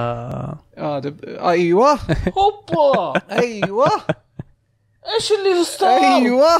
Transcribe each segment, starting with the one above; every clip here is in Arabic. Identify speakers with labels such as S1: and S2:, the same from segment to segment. S1: آه.
S2: آدب ايوه
S3: هوبا
S2: ايوه
S3: ايش اللي استغرب
S2: ايوه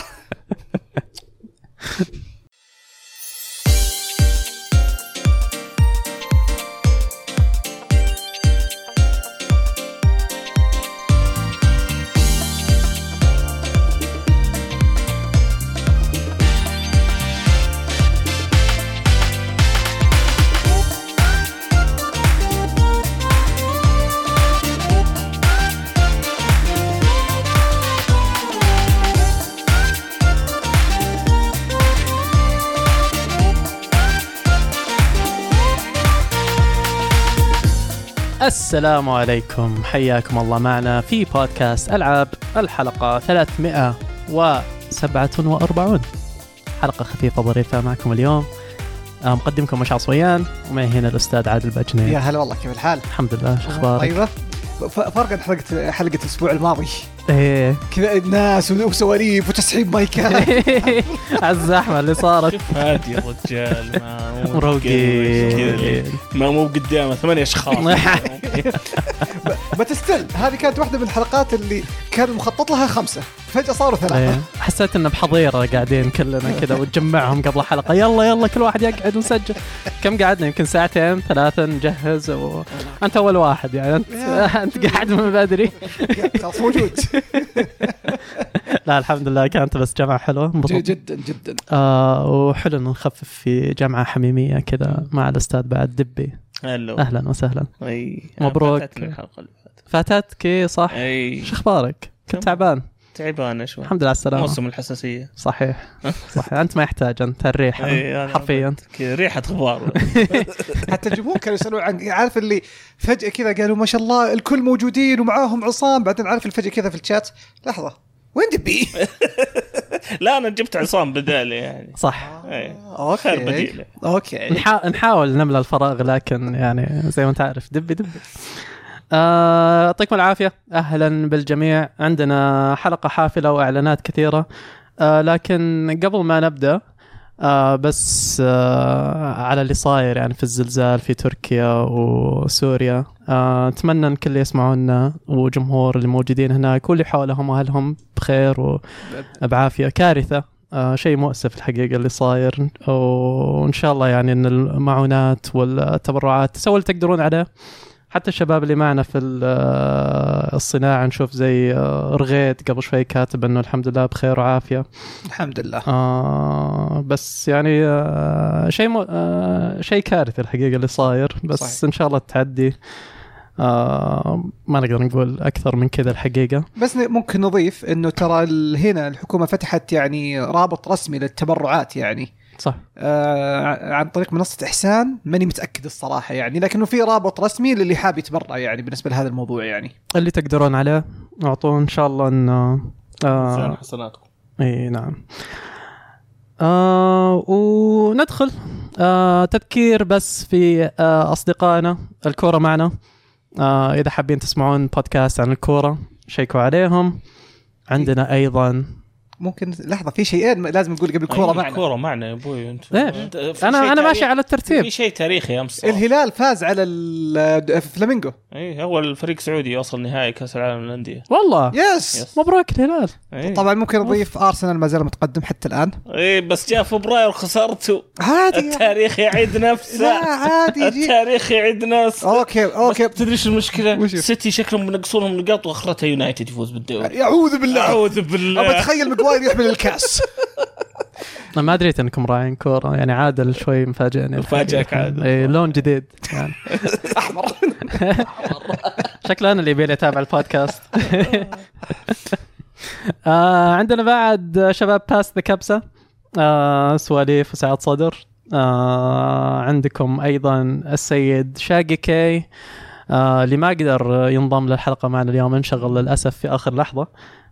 S1: السلام عليكم حياكم الله معنا في بودكاست العاب الحلقه 347 حلقه خفيفه ظريفه معكم اليوم آه، مقدمكم مشعل صويان ومعي هنا الاستاذ عادل
S2: يا
S1: باجنين
S2: هلا والله كيف الحال؟
S1: الحمد لله شو اخبارك؟
S2: طيبه ف- فرقت حلقه حلقه الاسبوع الماضي
S1: ايه
S2: كذا ناس وسواليف وتسحيب مايكات
S1: على الزحمه اللي صارت
S4: شوف هادي الرجال ما مو
S1: مروقين آه.
S4: ما مو قدامه ثمانية اشخاص
S2: بس ستيل هذه كانت واحده من الحلقات اللي كان مخطط لها خمسه فجاه صاروا ثلاثه
S1: إيه. حسيت انه بحظيره قاعدين كلنا كذا وتجمعهم قبل حلقه يلا يلا كل واحد يقعد ونسجل كم قعدنا يمكن ساعتين ثلاثه نجهز و... انت اول واحد يعني انت
S2: يا.
S1: انت قاعد من بدري
S2: خلاص موجود
S1: لا الحمد لله كانت بس جامعه حلوه
S2: ج-
S1: انبسطت
S2: جدا جدا
S1: آه وحلو انه نخفف في جامعه حميميه كذا مع الاستاذ بعد دبي
S4: هلا
S1: اهلا وسهلا
S4: اي
S1: مبروك.
S4: فاتتني الحلقة اللي فاتت.
S1: فاتتك إيه صح
S4: اي
S1: شو اخبارك كنت
S4: تمام.
S1: تعبان
S4: تعبانة شوي
S1: الحمد لله على السلامه
S4: موسم الحساسية
S1: صحيح صحيح انت ما يحتاج انت الريحه
S4: إيه، أنا
S1: حرفيا
S4: ك- ريحة غبار
S2: حتى الجمهور كانوا يسالون عن عارف اللي فجاه كذا قالوا ما شاء الله الكل موجودين ومعاهم عصام بعدين عارف اللي فجاه كذا في الشات لحظه وين دبي؟
S4: لا انا جبت عصام بداله يعني
S1: صح
S4: إيه. خير
S2: اوكي
S4: بديلة.
S2: اوكي
S1: نحا- نحاول نملى الفراغ لكن يعني زي ما انت عارف دبي دبي آه، يعطيكم العافيه اهلا بالجميع عندنا حلقه حافله واعلانات كثيره آه، لكن قبل ما نبدا آه، بس آه، على اللي صاير يعني في الزلزال في تركيا وسوريا آه، اتمنى ان كل اللي يسمعونا وجمهور اللي موجودين هناك واللي حولهم واهلهم بخير وبعافيه كارثه آه، شيء مؤسف الحقيقه اللي صاير وان شاء الله يعني ان المعونات والتبرعات سووا اللي تقدرون عليه حتى الشباب اللي معنا في ال- آه، الصناعه نشوف زي آه، رغيت قبل شوي كاتب انه الحمد لله بخير وعافيه
S2: الحمد لله
S1: آه بس يعني آه شيء مو آه شيء كارثي الحقيقه اللي صاير بس
S2: صحيح.
S1: صحيح. ان شاء الله تعدي آه ما نقدر نقول اكثر من كذا الحقيقه
S2: بس ن- ممكن نضيف انه ترى ال- هنا الحكومه فتحت يعني رابط رسمي للتبرعات يعني
S1: صح
S2: آه ع- عن طريق منصه احسان ماني متاكد الصراحه يعني لكنه في رابط رسمي للي حاب يتبرع يعني بالنسبه لهذا الموضوع يعني
S1: اللي تقدرون عليه اعطوه ان شاء الله انه
S4: زين
S1: آه
S4: حسناتكم
S1: اي نعم آه وندخل آه تذكير بس في آه اصدقائنا الكوره معنا آه اذا حابين تسمعون بودكاست عن الكوره شيكوا عليهم عندنا ايضا
S2: ممكن لحظه في شيئين لازم نقول قبل الكوره
S4: أي،
S2: معنا
S4: كورة معنا يا ابوي انت
S1: ليش؟
S4: أنت- في
S1: انا
S4: شيء
S1: انا
S4: تاريخ-
S1: ماشي على إيه،
S4: في
S1: الترتيب
S4: شيء تاريخي امس صار.
S2: الهلال فاز على ال- آه، فلامينغو
S4: اي اول فريق سعودي يوصل نهائي كاس العالم للانديه
S1: والله
S2: يس
S1: مبروك الهلال
S4: إي.
S2: طبعا ممكن نضيف ارسنال ما زال متقدم حتى الان
S4: اي بس جاء فبراير خسرته
S2: عادي
S4: التاريخ يعيد
S2: لا
S4: نفسه
S2: عادي يجي
S4: التاريخ يعيد نفسه
S2: اوكي
S4: اوكي
S2: اوكي
S4: تدري ايش المشكله؟
S2: وش هو؟
S4: سيتي شكلهم منقصونهم نقاط واخرتها يونايتد يفوز بالدوري
S2: اعوذ يعني بالله
S4: اعوذ
S2: ابى
S4: بالله
S2: اتخيل مقواير يحمل الكاس
S1: انا ما دريت انكم راعين كوره يعني عادل شوي مفاجئني
S4: مفاجئك عادل.
S1: اي لون جديد يعني
S2: احمر
S1: شكله انا اللي يبي لي اتابع البودكاست آه عندنا بعد شباب باس ذا كبسه آه سواليف وسعد صدر آه عندكم ايضا السيد شاقي كي آه اللي ما قدر ينضم للحلقه معنا اليوم انشغل للاسف في اخر لحظه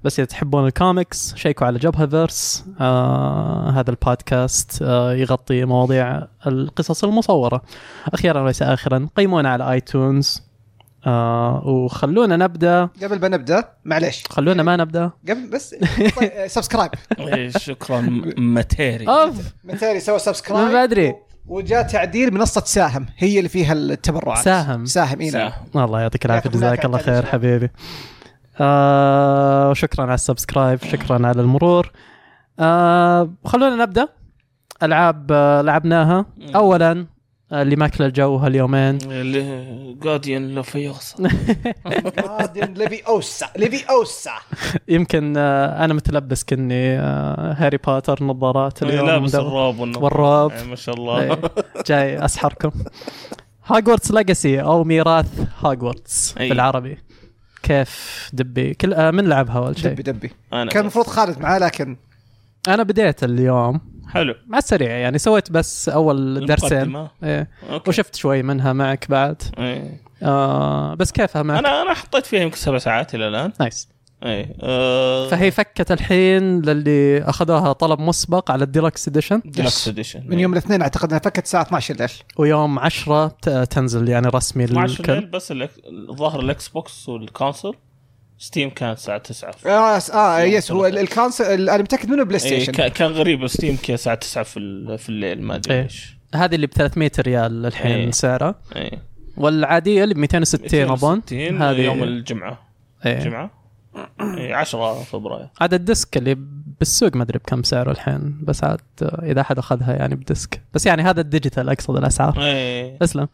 S1: بس اذا تحبون الكوميكس شيكوا على جبهه فيرس آه هذا البودكاست آه يغطي مواضيع القصص المصوره اخيرا وليس اخرا قيمونا على ايتونز آه وخلونا نبدا
S2: قبل ما نبدا معليش
S1: خلونا ما نبدا
S2: قبل بس طيب،
S4: إيه،
S2: آه، سبسكرايب
S4: إي، شكرا م- متيري
S1: اوف
S2: متاري سوى
S1: من
S2: سبسكرايب
S1: بدري
S2: وجاء تعديل منصه ساهم هي اللي فيها التبرعات
S1: ساهم.
S2: ساهم اي نعم
S4: ساهم.
S1: الله يعطيك العافيه
S2: ياخذ منافع
S1: جزاك الله
S2: التعليم
S1: خير
S2: شوي.
S1: حبيبي آه شكرا على السبسكرايب شكرا على المرور آه خلونا نبدا العاب آه لعبناها اولا آه، اللي ماكله الجو هاليومين
S4: جاديان لو فيوصل
S2: غادن آه، ليفي اوسا ليفي اوسا
S1: يمكن آه انا متلبس كني آه هاري بوتر نظارات اليوم
S4: إيه، لابس
S1: مدور.
S4: الراب والنظارة.
S1: والراب.
S4: يعني ما شاء
S1: إيه،
S4: الله
S1: جاي اسحركم هاجورتس ليجاسي او ميراث هاجورتس
S4: أي.
S1: بالعربي كيف دبي كل آه من لعبها اول شيء
S2: دبي دبي
S4: انا
S2: كان المفروض خالد معاه لكن
S1: انا بديت اليوم
S4: حلو
S1: مع السريع يعني سويت بس اول درسين
S4: المقدمة.
S1: إيه.
S4: اوكي
S1: وشفت شوي منها معك بعد
S4: إيه.
S1: آه بس كيفها معك
S4: انا انا حطيت فيها يمكن سبع ساعات الى الان
S1: نايس
S4: اي آه،
S1: فهي فكت الحين للي اخذوها طلب مسبق على الديلكس اديشن
S4: ديلكس اديشن
S2: من يوم الاثنين اعتقد انها فكت الساعه 12 الليل
S1: ويوم 10 ت- تنزل يعني رسمي
S4: 12 الليل
S1: للكل
S4: بس الأك- الظاهر الاكس بوكس والكونسول ستيم كان الساعه 9
S2: اه اه يس هو ال- الكونسل ال- انا متاكد منه بلاي
S4: إيه
S2: ستيشن
S4: كا- كان غريب ستيم كذا الساعه 9 في ال- في الليل ما ادري
S1: إيه.
S4: ليش
S1: هذه اللي ب 300 ريال الحين
S4: إيه.
S1: سعرها
S4: اي
S1: والعاديه اللي ب 260 اظن
S4: 60
S1: هذه
S4: يوم الجمعه
S1: إيه.
S4: الجمعه إيه، 10 فبراير
S1: عاد الديسك اللي بالسوق ما ادري بكم سعره الحين بس عاد آه، اذا احد اخذها يعني بديسك بس يعني هذا الديجيتال اقصد الاسعار
S4: اي
S1: اسلم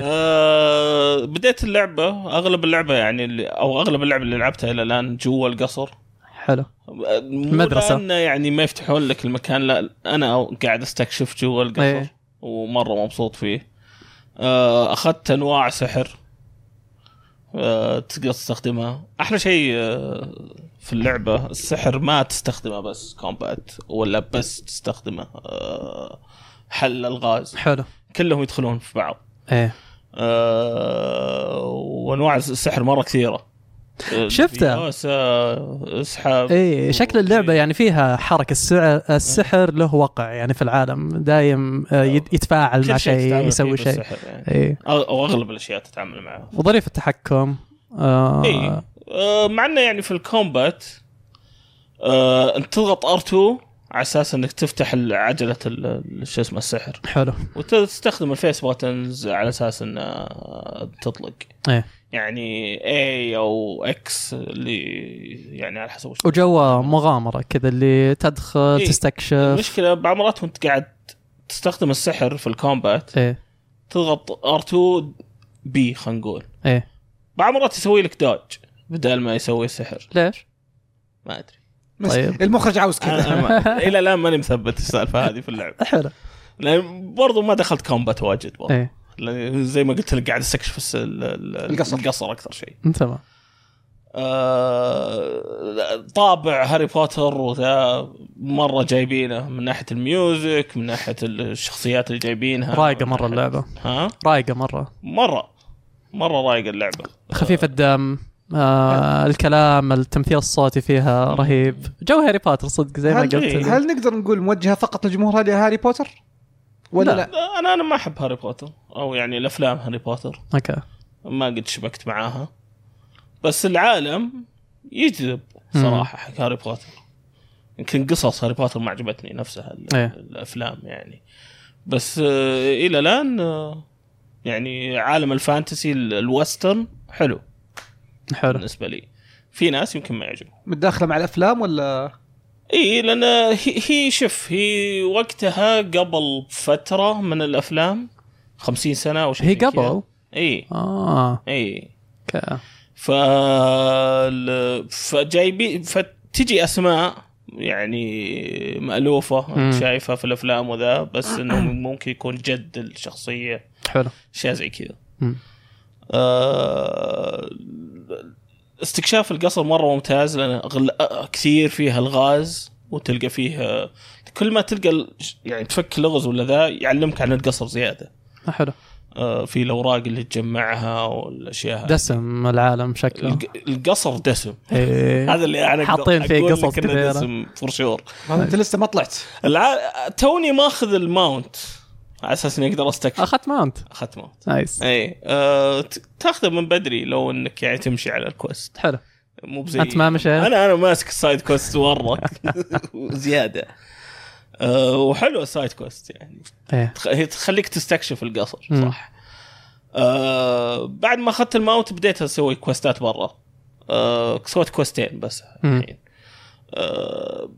S4: إيه. آه بديت اللعبه اغلب اللعبه يعني اللي او اغلب اللعبه اللي لعبتها الى الان جوا القصر
S1: حلو المدرسة.
S4: المدرسة لأنه يعني ما يفتحون لك المكان لا أنا قاعد استكشف جوا القصر
S1: إيه.
S4: ومرة مبسوط فيه آه، أخذت أنواع سحر آه، تقدر تستخدمها أحلى شيء آه، في اللعبة السحر ما تستخدمه بس كومبات ولا بس تستخدمه آه، حل الغاز
S1: حلو
S4: كلهم يدخلون في بعض
S1: ايه
S4: آه، وانواع السحر مره كثيره آه،
S1: شفتها.
S4: دياسة، اسحب
S1: ايه شكل اللعبه
S4: إيه.
S1: يعني فيها حركه السعر السحر له وقع يعني في العالم دايم آه، يت- يتفاعل مع
S4: كل
S1: شيء
S4: تتعامل
S1: يسوي
S4: فيه
S1: شيء
S4: بالسحر يعني.
S1: ايه
S4: او أو اغلب الاشياء تتعامل معها
S1: وظريف التحكم آه
S4: اي آه، مع انه يعني في الكومبات آه، انت تضغط ار2 على اساس انك تفتح ال- عجله ال- ال- شو اسمه السحر
S1: حلو
S4: وتستخدم الفيس بوتنز على اساس انه تطلق
S1: ايه
S4: يعني اي او اكس اللي يعني على حسب وش
S1: وجوا مغامره كذا اللي تدخل
S4: إيه.
S1: تستكشف
S4: المشكله بعض مرات وانت قاعد تستخدم السحر في الكومبات
S1: ايه
S4: تضغط ار2 بي خلينا نقول
S1: ايه
S4: بعض مرات يسوي لك دوج بدل ما يسوي سحر
S1: ليش؟
S4: ما ادري
S2: بس
S1: طيب.
S2: المخرج عاوز كذا
S4: أنا- أنا ما أدري. الى الان ماني مثبت السالفه هذه في اللعبه
S1: حلو
S4: لان برضو ما دخلت كومبات واجد برضو
S1: ايه
S4: لأن زي ما قلت لك قاعد استكشف الس- ال- ال-
S2: القصر.
S4: القصر اكثر شيء
S1: تمام
S4: آه، طابع هاري بوتر وذا مره جايبينه من ناحيه الميوزك من ناحيه الشخصيات اللي جايبينها
S1: رايقه
S4: من
S1: مره
S4: ناحية-
S1: اللعبه
S4: ها
S1: رايقه مره
S4: مره مره رايقه اللعبه
S1: خفيف الدم آه الكلام التمثيل الصوتي فيها رهيب جو هاري بوتر صدق زي ما
S2: هل,
S1: قلت
S2: هل نقدر نقول موجهه فقط لجمهور هاري- هاري بوتر؟ ولا
S1: لا.
S2: لا,
S4: انا انا ما احب هاري بوتر او يعني الافلام هاري بوتر
S1: اوكي
S4: ما قد شبكت معاها بس العالم يجذب صراحه حق هاري بوتر يمكن قصص هاري بوتر ما عجبتني نفسها ال-
S1: إيه.
S4: الافلام يعني بس آه، الى الان آه، يعني عالم الفانتسي ال- الوسترن حلو
S1: حلو
S4: بالنسبه لي في ناس يمكن ما يعجبهم
S2: متداخله مع الافلام ولا
S4: اي لان هي, هي شوف هي وقتها قبل فتره من الافلام خمسين سنه او شيء
S1: هي
S4: زي كذا.
S1: قبل؟
S4: اي
S1: اه
S4: اي
S1: اوكي
S4: ف فجايبين فتجي اسماء يعني مالوفه
S1: مم.
S4: انت شايفها في الافلام وذا بس انه ممكن يكون جد الشخصيه
S1: حلو
S4: اشياء زي كذا
S1: مم.
S4: آه، استكشاف القصر مره ممتاز لان أغل... آه، كثير فيها الغاز وتلقى فيه آه، كل ما تلقى ال- يعني تفك لغز ولا ذا يعلمك عن القصر زياده
S1: حلو
S4: آه، في الاوراق اللي تجمعها والاشياء هذه.
S1: دسم العالم شكله
S4: الق- القصر دسم
S1: إيه.
S4: هذا اللي انا أقدر
S1: حاطين فيه
S4: أقول
S1: قصص
S4: لك إنه
S1: كبيرة.
S4: دسم فور شور
S1: طيب.
S2: انت لسه ما طلعت
S4: الع... توني ماخذ الماونت على اساس اني اقدر استكشف
S1: اخذت ماونت
S4: اخذت ماونت
S1: نايس
S4: اي أه... ت- تاخذه من بدري لو انك يعني تمشي على الكوست
S1: حلو
S4: مو بزي
S1: أنت ما مشيت؟
S4: انا انا ماسك السايد كوست مره زياده آه، وحلو السايد كويست يعني
S1: ايه
S4: تخ- هي تخليك تستكشف القصر
S1: مم.
S4: صح آه بعد ما اخذت الماوت بديت اسوي كوستات برا آه سويت كوستين بس
S1: مم.
S4: الحين آه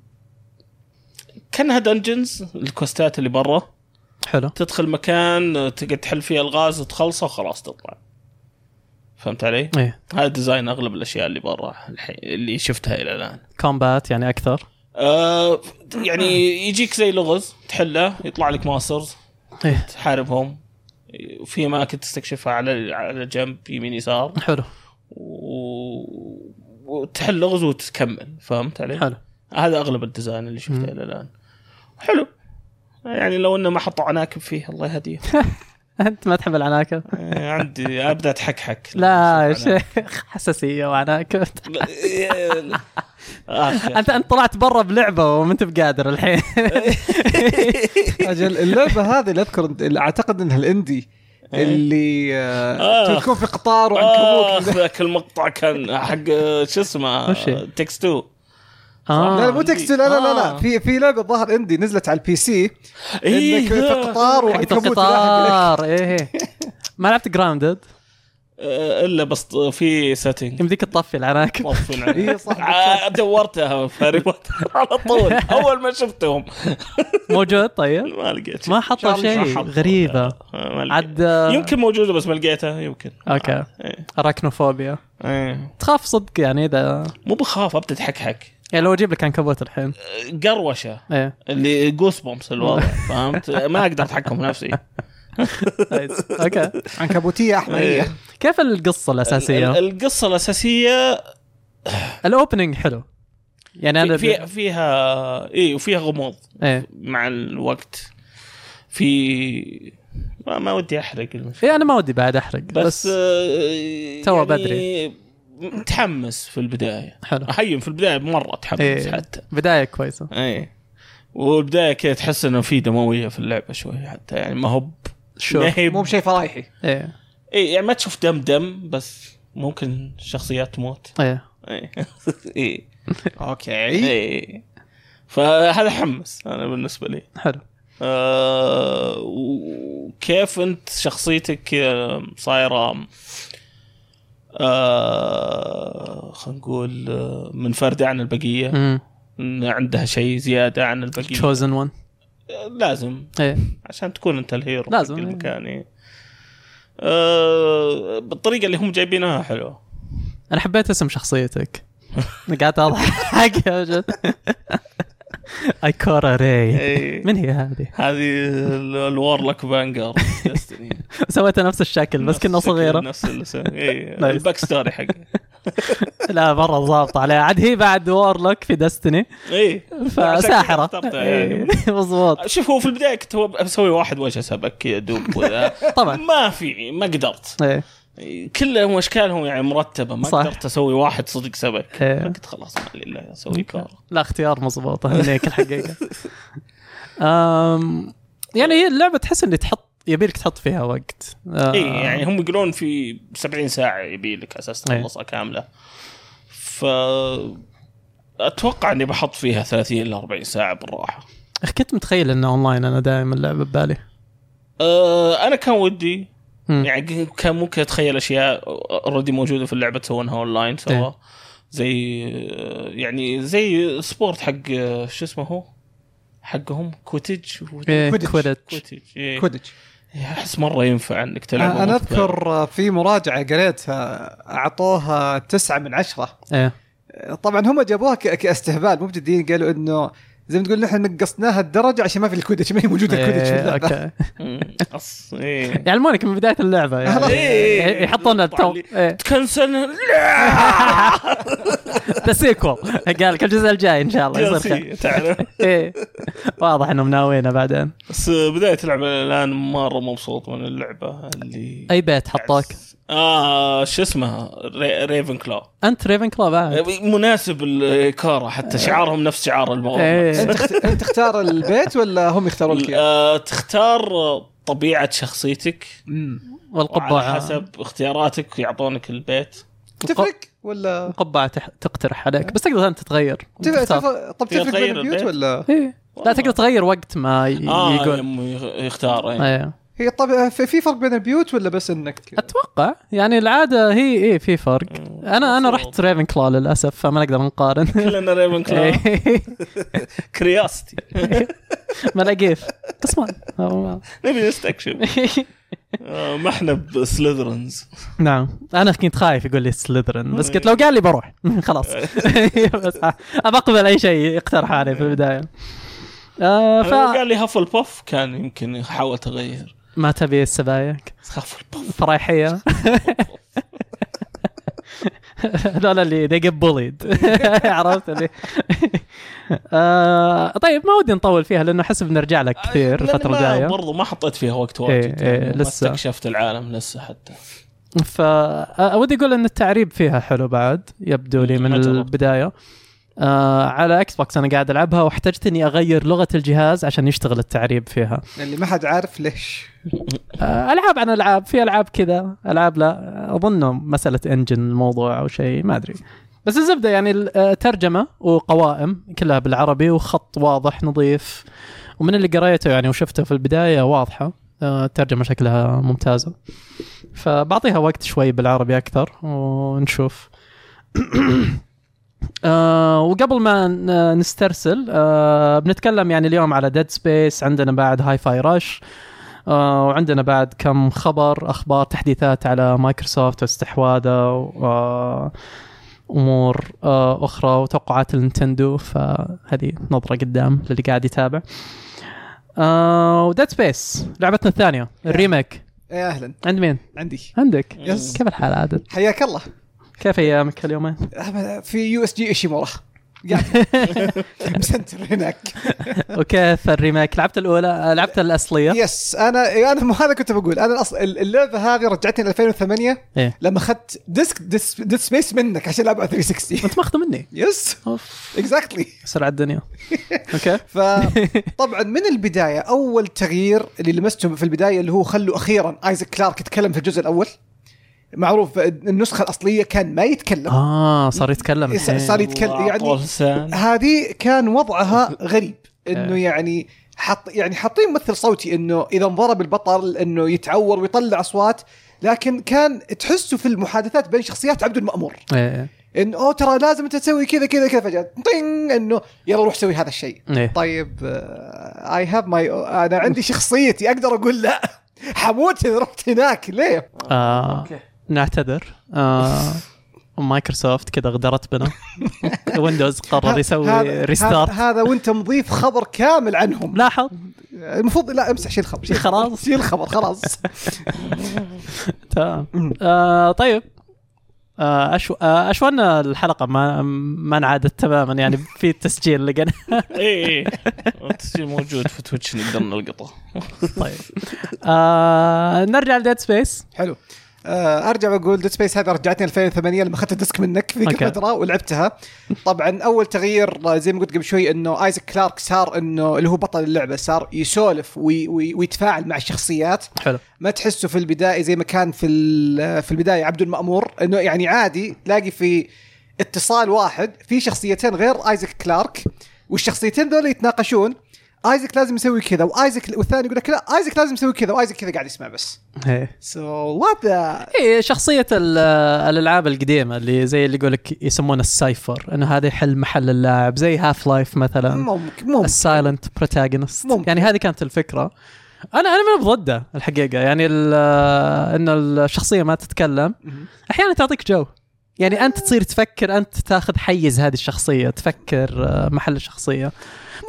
S4: كانها دنجنز الكوستات اللي برا
S1: حلو
S4: تدخل مكان آه، تقعد تحل فيه الغاز وتخلصه وخلاص تطلع فهمت علي؟
S1: ايه
S4: هذا ديزاين اغلب الاشياء اللي برا الحين اللي شفتها الى الان
S1: كومبات يعني اكثر
S4: آه يعني يجيك زي لغز تحله يطلع لك ماسترز
S1: ايه
S4: تحاربهم وفي اماكن تستكشفها على على جنب يمين يسار
S1: حلو
S4: و... وتحل لغز وتكمل فهمت علي؟
S1: حلو
S4: هذا اغلب الديزاين اللي شفته الى الان حلو يعني لو انه ما حطوا عناكب فيه الله يهديه
S1: انت ما تحب العناكب
S4: آه، عندي ابدا اتحكحك
S1: لا يا شيخ حساسيه وعناكب
S4: لا، إيه، لا. آخ، يا
S1: انت انت طلعت برا بلعبه وما انت بقادر الحين
S2: اجل اللعبه هذه اللي اذكر اللي اعتقد انها الاندي اللي آه
S4: إيه. آه.
S2: تكون في قطار
S4: اخ
S2: وعنكبوت
S4: ذاك المقطع كان حق آه، شو اسمه
S1: وش هي؟
S4: تكس 2
S2: لا لا،
S1: اه
S2: مو تكست لا لا لا, لا
S4: آه.
S2: في في لعبه ظهر اندي نزلت على البي سي
S4: إيه.
S2: انك في قطار
S1: حقت
S2: وعنكبوت يلاحق لك.
S1: القطار ايه ما لعبت جراوندد
S4: آه، الا بس في سيتنج
S1: يمديك تطفي العناكب
S4: موفين عليه.
S2: إيه صح.
S4: ع- آه، دورتها في هاري بوتر على طول اول ما شفتهم
S1: موجود طيب
S4: ما لقيت آه،
S1: ما حطوا شيء غريبة
S4: ما لقيت.
S1: عاد آه،
S4: يمكن موجوده بس ما لقيتها يمكن
S1: اوكي
S4: إيه.
S1: اراكنوفوبيا
S4: إيه.
S1: تخاف صدق يعني اذا
S4: مو بخاف ابدا اتحكحك
S1: يعني لو اجيب لك عنكبوت الحين
S4: قروشه
S1: ايه
S4: اللي جوس بومس الوضع فهمت ما اقدر اتحكم بنفسي
S1: نايس. اوكي
S2: عنكبوتيه احمريه
S4: إيه.
S1: كيف القصة
S4: ال-
S1: الأساسية؟
S4: القصه الاساسيه
S1: الأوبننج حلو يعني أنا
S4: في فيها اي وفيها غموض
S1: إيه.
S4: مع الوقت في ما, ما ودي احرق المشكله
S1: إيه أنا ما ودي بعد أحرق بس,
S4: بس آه،
S1: توا
S4: يعني
S1: بدري.
S4: متحمس في البدايه
S1: حلو
S4: احيم في البدايه مره اتحمس
S1: إيه.
S4: إيه. حتى
S1: بداية كويسة
S4: اي والبدايه كذا تحس انه في دمويه في اللعبه شوي حتى يعني ما هو
S1: شو
S2: مو بشيء فرايحي
S1: إيه
S4: اي يعني ما تشوف دم دم بس ممكن شخصيات تموت إيه.
S1: إيه
S4: اي اي إيه.
S2: اوكي
S4: اي فهذا حمس انا بالنسبه لي
S1: حلو
S4: آه، وكيف انت شخصيتك آه، صايره آه خلينا نقول آه، منفردة عن البقية إن عندها شيء زيادة عن البقية
S1: تشوزن ون
S4: آه، لازم
S1: إيه
S4: عشان تكون انت الهيرو
S1: لازم،
S4: حق
S1: إيه.
S4: المكان إيه. آه بالطريقة اللي هم جايبينها حلوة
S1: أنا حبيت اسم شخصيتك أنا قاعد أضحك يا وجد أيكورا ري
S4: إيه.
S1: من هي هذه؟
S4: هذه ال- الورلك فانجر ديستني.
S1: سويتها نفس الشكل بس
S4: نفس
S1: كنا
S4: الشكل،
S1: صغيرة
S4: نفس إيه. الاسم اي
S1: نايس.
S4: الباك ستوري حقه
S1: لا مرة ضابطة عليها عاد هي بعد وارلوك في دستني
S4: اي
S1: فساحرة
S4: إيه. يعني.
S1: إيه، مضبوط
S4: شوف هو في البدايه كنت هو بسوي واحد وجه سبك كذا دوب وذا.
S1: طبعا
S4: ما في ما قدرت
S1: ايه
S4: كلهم اشكالهم يعني مرتبه ما
S1: صح.
S4: قدرت اسوي واحد صدق سبك
S1: إيه.
S4: فقلت خلاص ما لله اسوي كار
S1: لا اختيار مضبوط هنيك الحقيقه أم يعني هي اللعبه تحس اني تحط يبيلك تحط فيها وقت آه،
S4: اي يعني هم يقولون في 70 ساعه يبي لك اساس
S1: إيه.
S4: تخلصها كامله ف اتوقع اني بحط فيها 30 ل 40 ساعه بالراحه
S1: أخ، كنت متخيل انه اونلاين انا دائما اللعبه ببالي
S4: أه انا كان ودي
S1: مم.
S4: يعني كان ممكن اتخيل اشياء اوريدي موجوده في اللعبه تسوونها اونلاين سوا
S1: إيه.
S4: زي يعني زي سبورت حق آه، شو اسمه هو حقهم كوتج
S1: إيه،
S2: Quidditch.
S1: Quidditch.
S4: كوتج إيه.
S2: كودج آه،
S4: احس مره ينفع انك تلعب
S2: انا اذكر في مراجعه قريتها اعطوها تسعة من عشرة
S1: ايه
S2: طبعا هم جابوها ك- كاستهبال مو بجديين قالوا انه زي ما تقول نحن نقصناها الدرجه عشان ما في الكودج ما هي موجوده الكودج في
S1: إيه،
S2: اللعبه
S1: اوكي
S4: مم. أص... إيه.
S1: يعلمونك من بدايه اللعبه يعني
S4: إيه.
S1: يحطون التو ايه
S4: تكنسل لا
S1: ذا سيكول قال لك الجزء الجاي ان شاء الله يصير خير
S4: DLC، تعرف
S1: ايه واضح انهم ناويينه بعدين
S4: بس بدايه اللعبه الان مره مبسوط من اللعبه اللي
S1: اي بيت حطوك
S4: اه شو اسمها ري... ريفن كلو
S1: انت ريفن كلوب بعد
S4: إيه، أه، مناسب الكاره حتى
S1: أه.
S4: شعارهم نفس شعار المغرب
S1: ايه
S2: انت اخت- انت تختار البيت ولا هم يختارون لك إياه؟
S4: آه، تختار طبيعه شخصيتك
S2: أمم.
S1: والقبعه
S4: على حسب اختياراتك يعطونك البيت
S2: تفرق ولا
S1: قبعة تح- تقترح عليك بس تقدر انت تتغير
S2: تف-
S1: تختار.
S2: تف- طب تفرق
S4: تقدر
S2: بين
S4: تغير
S2: البيوت
S4: البيت؟
S2: ولا
S1: إيه. لا تقدر تغير وقت ما ي-
S4: آه طيب.
S1: يقول
S4: يم- يغ- يختار إيه. أي.
S1: ايوه
S2: هي طب في في فرق بين البيوت ولا بس انك كذا؟
S1: اتوقع يعني العاده هي ايه في فرق انا انا
S4: مفروض.
S1: رحت ريفن كلا للاسف فما نقدر نقارن
S4: كلنا ريفن كلو
S1: إيه.
S4: كرياستي
S1: ما لقيف قسمان أو-
S4: نبي نستكشف آه، ما احنا بسلذرنز
S1: نعم انا كنت خايف يقول لي سلذرن بس قلت لو قال لي بروح خلاص بس بقبل اي شيء يقترح علي في البدايه آه
S4: إيه. أنا لو
S1: ف
S4: قال لي هافل بوف كان يمكن حاولت اغير
S1: ما تبي السبايك
S4: بس هافل بوف
S1: فرايحيه هذول اللي they get bullied عرفت اللي آه طيب ما ودي نطول فيها لانه احس بنرجع لك كثير
S4: لأني
S1: الفتره
S4: آه، ما-
S1: الجايه
S4: برضو ما حطيت فيها وقت
S1: إيه،
S4: واجد
S1: إيه،
S4: يعني ما
S1: لسه.
S4: استكشفت العالم لسه حتى
S1: فودي اقول ان التعريب فيها حلو بعد يبدو لي من
S4: ما جربت.
S1: البدايه آه على اكس بوكس انا قاعد العبها واحتجت اني اغير لغه الجهاز عشان يشتغل التعريب فيها
S2: اللي ما حد عارف ليش
S1: آه العاب عن العاب في العاب كذا العاب لا اظنه مساله انجن الموضوع او شيء ما ادري بس الزبده يعني الترجمه وقوائم كلها بالعربي وخط واضح نظيف ومن اللي قريته يعني وشفته في البدايه واضحه آه، الترجمه شكلها ممتازه فبعطيها وقت شوي بالعربي اكثر ونشوف آه وقبل ما ن- نسترسل آه بنتكلم يعني اليوم على ديد سبيس عندنا بعد هاي فاي رش آه وعندنا بعد كم خبر اخبار تحديثات على مايكروسوفت واستحواذها وامور آه اخرى وتوقعات النتندو فهذه نظره قدام للي قاعد يتابع آه وديد سبيس لعبتنا الثانيه الريميك
S2: يا اهلا
S1: عند مين؟
S2: إيه، عندي
S1: عندك
S2: Yes.
S1: كيف الحال عادل؟
S2: حياك الله
S1: كيف ايامك اليومين؟
S2: أحمد، في يو اس جي ايشيمورا قاعد مسنتر هناك
S1: وكيف الريميك؟ لعبت الاولى آه، لعبت الاصليه؟
S2: يس انا انا مو هذا كنت بقول انا اصلا اللعبه هذه رجعتني 2008
S1: ايه
S2: لما اخذت ديسك ديس سبيس منك عشان العبها 360
S1: انت ماخذه مني
S2: يس
S1: اوف
S2: اكزاكتلي
S1: سرعه الدنيا اوكي
S2: فطبعا من البدايه اول تغيير اللي لمسته في البدايه اللي هو خلوا اخيرا ايزك كلارك يتكلم في الجزء الاول معروف النسخه الاصليه كان ما يتكلم
S1: اه صار يتكلم إيه. الحين.
S2: صار يتكلم يعني
S4: يعني
S2: هذه كان وضعها غريب انه
S1: إيه.
S2: يعني حط يعني حاطين ممثل صوتي انه اذا انضرب البطل انه يتعور ويطلع اصوات لكن كان تحسه في المحادثات بين شخصيات عبد المامور
S1: ايه
S2: انه اوه ترى لازم انت تسوي كذا كذا كذا فجاه طين انه يلا روح سوي هذا الشيء
S1: ايه
S2: طيب اي هاف ماي انا عندي شخصيتي اقدر اقول لا حموت اذا رحت هناك ليه؟
S1: آه، نعتذر آه، مايكروسوفت كذا غدرت بنا ويندوز قرر طيب، يسوي
S2: هذا- هذا-
S1: ريستارت
S2: هذا وانت مضيف خبر كامل عنهم
S1: لاحظ
S2: المفروض لا امسح شيل الخبر شيل
S1: خلاص.
S2: الخبر، شيل الخبر خلاص
S1: تمام آه، طيب آه، أشو... آه، اشوان الحلقه ما ما انعادت تماما يعني في تسجيل لقنا
S4: اي اي التسجيل إيه. موجود في تويتش نقدر نلقطه
S1: طيب آه نرجع لديد سبيس
S2: حلو آه، ارجع واقول ديد سبيس هذه رجعتني 2008 لما اخذت الديسك منك في
S1: أوكي.
S2: فتره ولعبتها طبعا اول تغيير آه، زي ما قلت قبل شوي انه ايزك كلارك صار انه اللي هو بطل اللعبه صار يسولف وي وي ويتفاعل مع الشخصيات
S1: حلو
S2: ما تحسه في البدايه زي ما كان في ال- في البدايه عبد المامور انه يعني عادي تلاقي في اتصال واحد في شخصيتين غير ايزك كلارك والشخصيتين ذول يتناقشون ايزك لازم يسوي كذا وايزك والثاني يقول لك لا ايزك لازم يسوي كذا وايزك كذا قاعد يسمع بس
S1: ايه
S2: سو وات ذا
S1: إيه، شخصية ال- الألعاب القديمة اللي زي اللي يقولك يسمونه السايفر إنه هذا يحل محل اللاعب زي هاف لايف مثلا
S2: ممكن ممكن
S1: السايلنت بروتاغونست
S2: ممكن.
S1: يعني هذه كانت الفكرة أنا أنا من ضده الحقيقة يعني ال- إن الشخصية ما تتكلم
S2: مهم.
S1: أحيانا تعطيك جو يعني أنت تصير تفكر أنت تاخذ حيز هذه الشخصية تفكر آه، محل الشخصية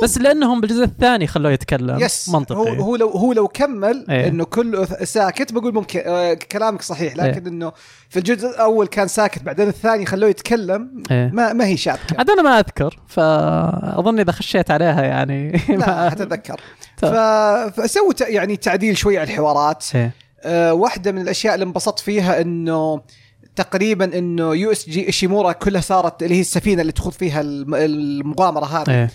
S1: بس لأنهم بالجزء الثاني خلوه يتكلم
S2: يس
S1: منطقي
S2: هو هو لو هو لو كمل
S1: إيه.
S2: انه كله ث- ساكت بقول ممكن آه كلامك صحيح لكن انه في الجزء الاول كان ساكت بعدين الثاني خلوه يتكلم
S1: إيه.
S2: ما ما هي شابكه
S1: عاد انا ما اذكر فاظن اذا خشيت عليها يعني
S2: لا
S1: ما-
S2: حتتذكر ف-
S1: طيب.
S2: فسووا ت- يعني تعديل شوي على الحوارات
S1: إيه.
S2: آه، واحده من الاشياء اللي انبسطت فيها انه تقريبا انه يو اس جي ايشيمورا كلها صارت اللي هي السفينه اللي تخوض فيها الم- المغامره هذه
S1: ايه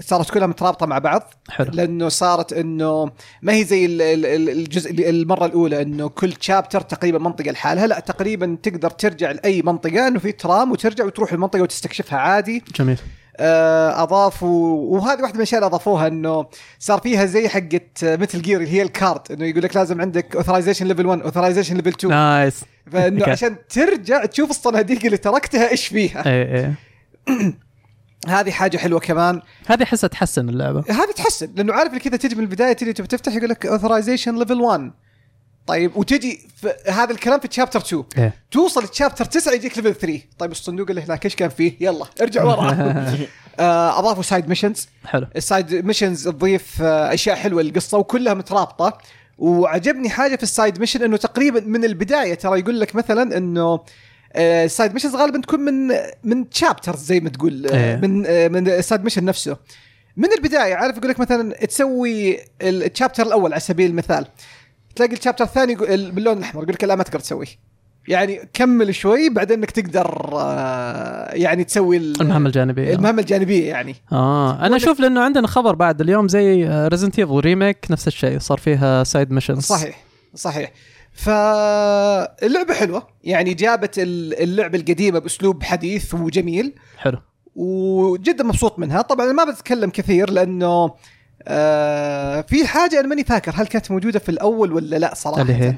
S2: صارت كلها مترابطه مع بعض
S1: حلو
S2: لانه صارت انه ما هي زي ال- ال- ال- الجزء اللي- المره الاولى انه كل شابتر تقريبا منطقه لحالها لا تقريبا تقدر ترجع لاي منطقه انه في ترام وترجع وتروح المنطقه وتستكشفها عادي
S1: جميل
S2: آه، اضافوا وهذه واحده من الاشياء اللي اضافوها انه صار فيها زي حقت متل جير اللي هي الكارد انه يقول لك لازم عندك اوثرايزيشن ليفل 1 اوثرايزيشن ليفل 2
S1: نايس
S2: فانه
S1: نعم. أوكي.
S2: عشان ترجع تشوف الصناديق اللي تركتها ايش فيها
S1: اي اي
S2: هذه حاجه حلوه كمان
S1: هذه احسها تحسن اللعبه
S2: هذه تحسن لانه عارف اللي كذا تجي من البدايه تجي تبي تفتح يقول لك اوثرايزيشن ليفل 1 طيب وتجي في هذا الكلام في تشابتر 2
S1: إيه.
S2: توصل لتشابتر 9 يجيك ليفل 3 طيب الصندوق اللي هناك ايش كان فيه يلا ارجع ورا آه، اضافوا سايد ميشنز
S1: حلو
S2: السايد ميشنز تضيف آه، اشياء حلوه للقصه وكلها مترابطه وعجبني حاجه في السايد ميشن انه تقريبا من البدايه ترى يقول لك مثلا انه آه، السايد ميشنز غالبا تكون من من تشابترز زي ما تقول آه،
S1: إيه.
S2: من آه، من السايد ميشن نفسه من البدايه عارف يقول لك مثلا تسوي التشابتر الاول على سبيل المثال تلاقي التشابتر الثاني يقول- ال- باللون الاحمر يقول لك لا ما تقدر تسويه يعني كمل شوي بعدين انك تقدر آه، يعني تسوي ال-
S1: المهمه الجانبيه
S2: المهمه الجانبيه يعني
S1: اه انا اشوف لانه عندنا خبر بعد اليوم زي آه، ريزنت ايفل ريميك نفس الشيء صار فيها سايد ميشنز
S2: صحيح صحيح فاللعبة حلوة يعني جابت ال- اللعبة القديمة بأسلوب حديث وجميل
S1: حلو
S2: وجدا مبسوط منها طبعا أنا ما بتكلم كثير لأنه آه في حاجة أنا ماني فاكر هل كانت موجودة في الأول ولا لا صراحة
S1: اللي هي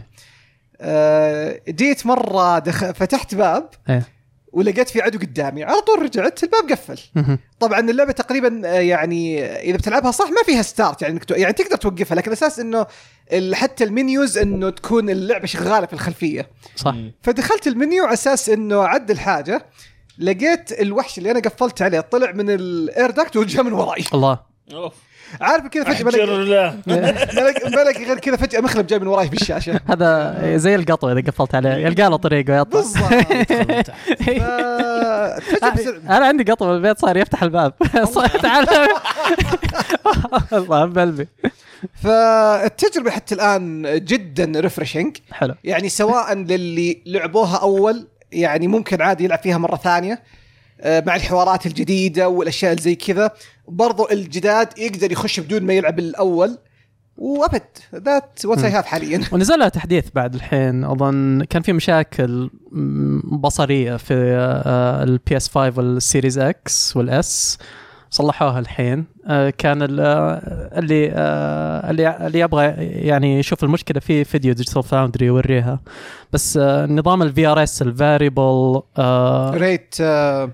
S2: آه جيت مرة دخ... فتحت باب
S1: ايه
S2: ولقيت في عدو قدامي على طول رجعت الباب قفل
S1: مهم.
S2: طبعا اللعبه تقريبا آه، يعني آه، اذا بتلعبها صح ما فيها ستارت يعني إنك تو- يعني تقدر توقفها لكن الاساس انه ال- حتى المنيوز انه تكون اللعبه شغاله في الخلفيه
S1: صح
S2: فدخلت المنيو على اساس انه عدل حاجه لقيت الوحش اللي انا قفلت عليه طلع من الاير داكت ورجع من وراي
S1: الله
S4: اوف
S2: عارف كذا فجاه
S4: احجر
S2: بلاقي
S4: له
S2: بلاقي- بلاقي غير كذا فجاه مخلب جاي من وراي بالشاشه
S1: هذا زي القطوه اذا قفلت عليه يلقى له طريقه يطلع
S2: بالضبط آه، فجاه بس-
S1: انا عندي قطوه بالبيت صار يفتح الباب صار تعال والله بقلبي
S2: فالتجربه حتى الان جدا ريفرشنج
S1: حلو
S2: يعني سواء للي لعبوها اول يعني ممكن عادي يلعب فيها مره ثانيه آه، مع الحوارات الجديده والاشياء اللي زي كذا برضو الجداد يقدر يخش بدون ما يلعب الاول وابد ذات وات اي هاف حاليا
S1: ونزل لها تحديث بعد الحين اظن كان في مشاكل م- بصريه في آه، البي اس 5 والسيريز اكس والاس صلحوها الحين آه، كان ال- آه، اللي آه، اللي اللي يبغى يعني يشوف المشكله في فيديو ديجيتال فاوندري يوريها بس آه، نظام الفي ار اس الفاريبل
S2: ريت
S1: آه.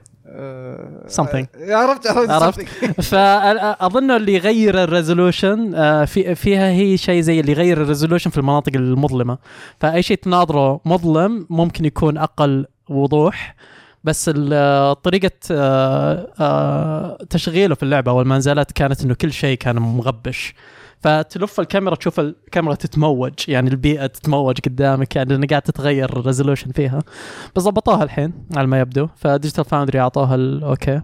S1: Something.
S2: آه، عرفت
S1: عرفت؟
S2: عرفت something.
S1: فاظن اللي يغير الريزولوشن آه، في فيها هي شيء زي اللي يغير الريزولوشن في المناطق المظلمه فاي شيء تناظره مظلم ممكن يكون اقل وضوح بس ال- آه، طريقه آه، آه، تشغيله في اللعبه اول ما نزلت كانت انه كل شيء كان مغبش فتلف الكاميرا تشوف الكاميرا تتموج يعني البيئه تتموج قدامك يعني لانه قاعد تتغير الريزولوشن فيها بس ضبطوها الحين على ما يبدو فديجيتال فاوندري اعطوها الاوكي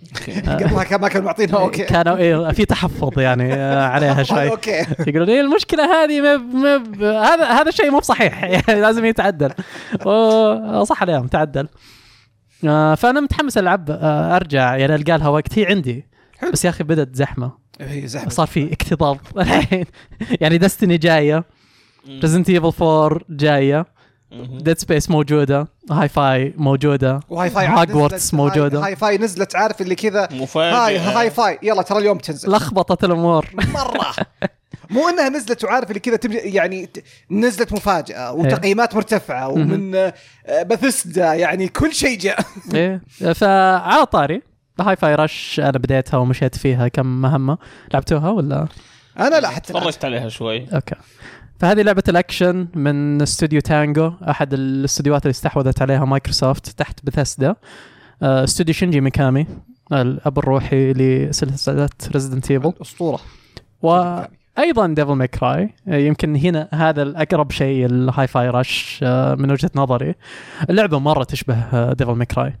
S2: قبلها كان- ما كانوا معطينها اوكي
S1: كانوا إيه في تحفظ يعني آه، عليها
S2: هذا
S1: شوي
S2: اوكي
S1: يقولون ايه المشكله هذه ما ب- ما ب- هذا هذا الشيء مو بصحيح يعني لازم يتعدل أوه، صح عليهم تعدل آه، فانا متحمس العب آه، ارجع يعني القى لها وقت هي عندي بس يا اخي بدات زحمه
S2: إيه، زحمه
S1: صار في اكتظاظ الحين يعني دستني جايه ريزنت ايفل 4 جايه ديد سبيس موجوده هاي فاي موجوده
S2: وهاي فاي
S1: Hogwarts
S2: نزلت-
S1: موجودة.
S2: هاي- هاي فاي نزلت عارف اللي كذا
S4: مفاجأة.
S2: هاي هاي فاي يلا ترى اليوم تنزل
S1: لخبطت الامور
S2: مره مو انها نزلت وعارف اللي كذا تبج- يعني ت- نزلت مفاجاه وتقييمات مرتفعه ومن بثسدا يعني كل شيء جاء
S1: ايه فعلى طاري هاي فاي رش انا بديتها ومشيت فيها كم مهمه لعبتوها ولا
S2: انا لا حتى الآن.
S4: تفرجت عليها شوي
S1: اوكي فهذه لعبة الأكشن من استوديو تانجو أحد الاستديوهات اللي استحوذت عليها مايكروسوفت تحت بثسدا آه، استوديو شينجي ميكامي الأب الروحي لسلسلة ريزدنت ايفل
S2: الاسطوره
S1: وايضا ديفل ماي كراي إيه، يمكن هنا هذا الاقرب شيء الهاي فاي رش آه، من وجهه نظري اللعبه مره تشبه آه، ديفل ماي كراي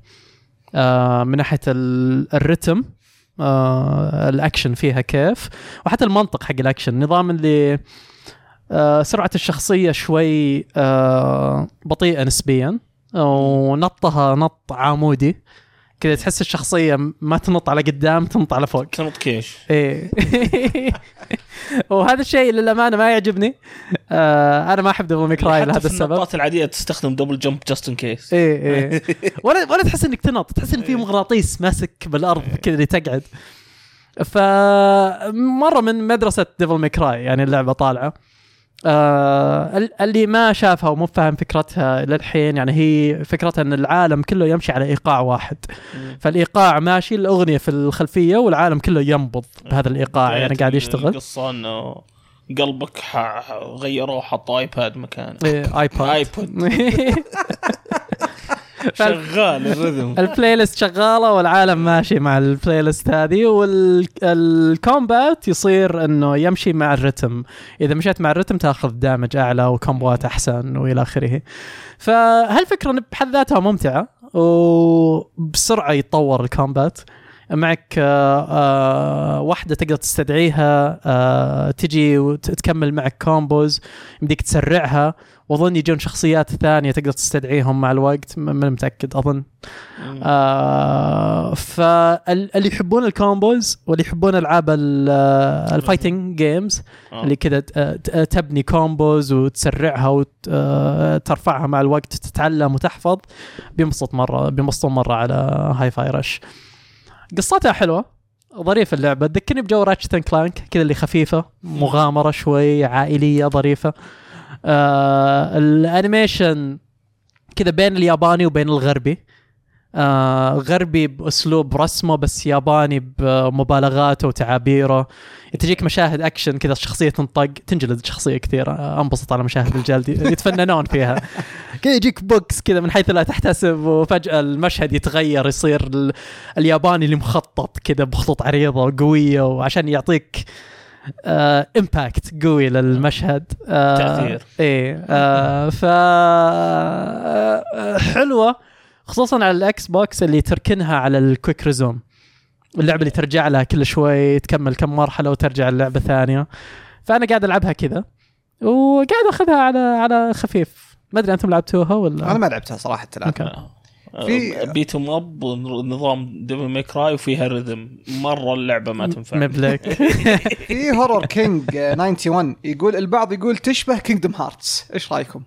S1: آه، من ناحيه ال- الرتم آه، الاكشن فيها كيف وحتى المنطق حق الاكشن نظام اللي آه، سرعه الشخصيه شوي آه، بطيئه نسبيا ونطها نط عامودي كذا تحس الشخصيه ما تنط على قدام تنط على فوق
S4: كنت كيش
S1: ايه وهذا الشيء للامانه ما يعجبني آه انا ما احب ديفل ميكراي
S4: حتى
S1: لهذا
S4: في
S1: السبب
S4: النقاط العاديه تستخدم دبل جمب جاست ان كيس
S1: ايه ايه ولا ولا تحس انك تنط تحس
S4: إيه.
S1: ان في مغناطيس ماسك بالارض كذا اللي تقعد فمره من مدرسه ديفل ميكراي يعني اللعبه طالعه آه ال- اللي ما شافها ومو فاهم فكرتها للحين يعني هي فكرتها ان العالم كله يمشي على ايقاع واحد
S4: إيه.
S1: فالايقاع ماشي الاغنيه في الخلفيه والعالم كله ينبض بهذا الايقاع
S4: إيه.
S1: يعني قاعد يشتغل
S4: القصه انه قلبك ح- ح- غيروه وحط ايباد مكانه
S1: إيه، ايباد
S4: ايبود شغال الرذم
S1: البلاي ليست شغاله والعالم ماشي مع البلاي ليست هذه والكومبات يصير انه يمشي مع الرتم اذا مشيت مع الرتم تاخذ دامج اعلى وكومبوات احسن والى اخره فهالفكره بحد ذاتها ممتعه وبسرعه يتطور الكومبات معك آه، آه، واحده تقدر تستدعيها آه، تجي وتكمل معك كومبوز يمديك تسرعها واظن يجون شخصيات ثانيه تقدر تستدعيهم مع الوقت م- ماني متاكد اظن آه فاللي يحبون الكومبوز واللي يحبون العاب الفايتنج جيمز
S4: آه.
S1: اللي كذا ت- آه، ت- آه، تبني كومبوز وتسرعها وترفعها مع الوقت تتعلم وتحفظ بينبسط مره بينبسطون مره على هاي فاي رش قصتها حلوه ظريفه اللعبه تذكرني بجو راتشت كلانك كذا اللي خفيفه مغامره شوي عائليه ظريفه آه الانيميشن كذا بين الياباني وبين الغربي آه غربي باسلوب رسمه بس ياباني بمبالغاته وتعابيره تجيك مشاهد اكشن كذا الشخصيه تنطق تنجلد شخصيه كثير آه انبسط على مشاهد الجلد يتفننون فيها كذا يجيك بوكس كذا من حيث لا تحتسب وفجاه المشهد يتغير يصير ال- الياباني اللي مخطط كذا بخطوط عريضه وقويه وعشان يعطيك امباكت قوي للمشهد آه
S4: تأثير.
S1: ايه آه ف آه، حلوه خصوصا على الاكس بوكس اللي تركنها على الكويك ريزوم اللعبه اللي ترجع لها كل شوي تكمل كم مرحله وترجع اللعبه ثانيه فانا قاعد العبها كذا وقاعد اخذها على على خفيف ما ادري انتم لعبتوها ولا
S2: انا ما لعبتها صراحه الان
S1: أوكي.
S2: في-
S4: بيت ام اب نظام ديفل ماي كراي وفيها رذم مره اللعبه ما تنفع
S1: مبلك
S2: في هورور كينج 91 يقول البعض يقول تشبه كينجدم هارتس ايش رايكم؟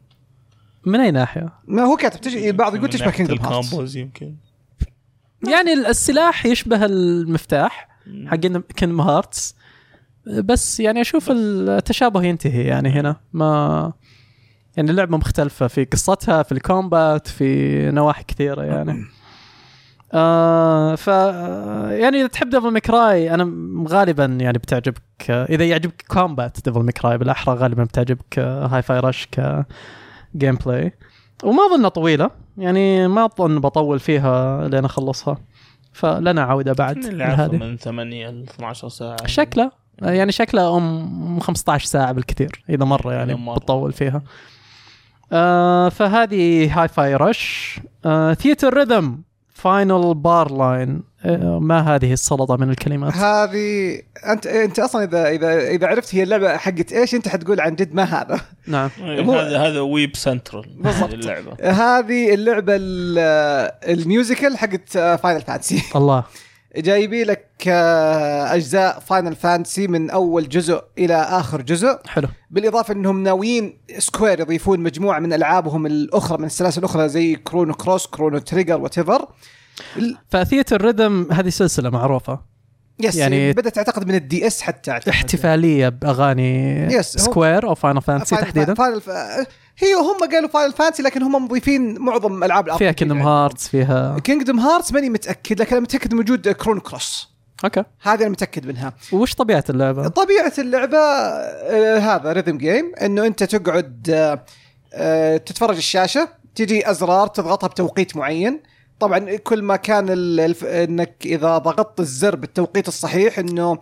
S1: من اي ناحيه؟
S2: ما هو كاتب تش... البعض إيه، يقول
S4: من
S2: تشبه
S4: ناحية
S2: كينجدم هارتس
S4: الكومبوز يمكن
S1: يعني السلاح يشبه المفتاح حق كينم هارتس بس يعني اشوف التشابه ينتهي يعني هنا ما يعني اللعبه مختلفه في قصتها في الكومبات في نواحي كثيره يعني آه ف يعني اذا تحب ديفل ميكراي انا م- غالبا يعني بتعجبك آه، اذا يعجبك كومبات ديفل ميكراي بالاحرى غالبا بتعجبك آه، هاي فاي رش كجيم بلاي وما اظنها طويله يعني ما اظن بطول فيها لين اخلصها فلنا عوده بعد
S4: من اللي
S1: لهذه.
S4: عارفه من 8 ل 12 ساعه
S1: شكله يعني شكله ام 15 ساعه بالكثير اذا مره يعني
S4: إذا مرة.
S1: بتطول فيها آه فهذه هاي فاي رش آه ثيتر ريذم فاينل بار لاين آه ما هذه السلطه من الكلمات
S2: هذه انت انت اصلا اذا اذا اذا عرفت هي اللعبه حقت ايش انت حتقول عن جد ما هذا
S1: نعم
S4: إيه،
S2: مو-
S4: هذا هذا ويب سنترال
S2: بالضبط.
S4: اللعبه
S2: هذه اللعبه ال- آه، الميوزيكال حقت آه، فاينل فانتسي
S1: الله
S2: جايبي لك آه، اجزاء فاينل فانتسي من اول جزء الى اخر جزء
S1: حلو
S2: بالاضافه انهم ناويين سكوير يضيفون مجموعه من العابهم الاخرى من السلاسل الاخرى زي كرونو كروس كرونو تريجر وات ايفر
S1: فثيتر ريذم هذه سلسله معروفه
S2: يس
S1: يعني-
S2: يعني بدات اعتقد من الدي اس حتى أعتقد.
S1: احتفاليه باغاني
S2: يس، هو-
S1: سكوير او فاينل فانتسي
S2: فاينل-
S1: تحديدا
S2: فاينل ف... هي هم قالوا فاينل فانتسي لكن هم مضيفين معظم العاب الار
S1: فيها كيندم هارتس فيها
S2: كينجدم هارتس ماني متاكد لكن انا متاكد من وجود كرونو كروس
S1: اوكي
S2: هذه انا متاكد منها
S1: وش طبيعه اللعبه؟
S2: طبيعه اللعبه آه، هذا ريذم جيم انه انت تقعد آه، آه، تتفرج الشاشه تجي ازرار تضغطها بتوقيت معين طبعا كل ما كان ال- الف- انك اذا ضغطت الزر بالتوقيت الصحيح انه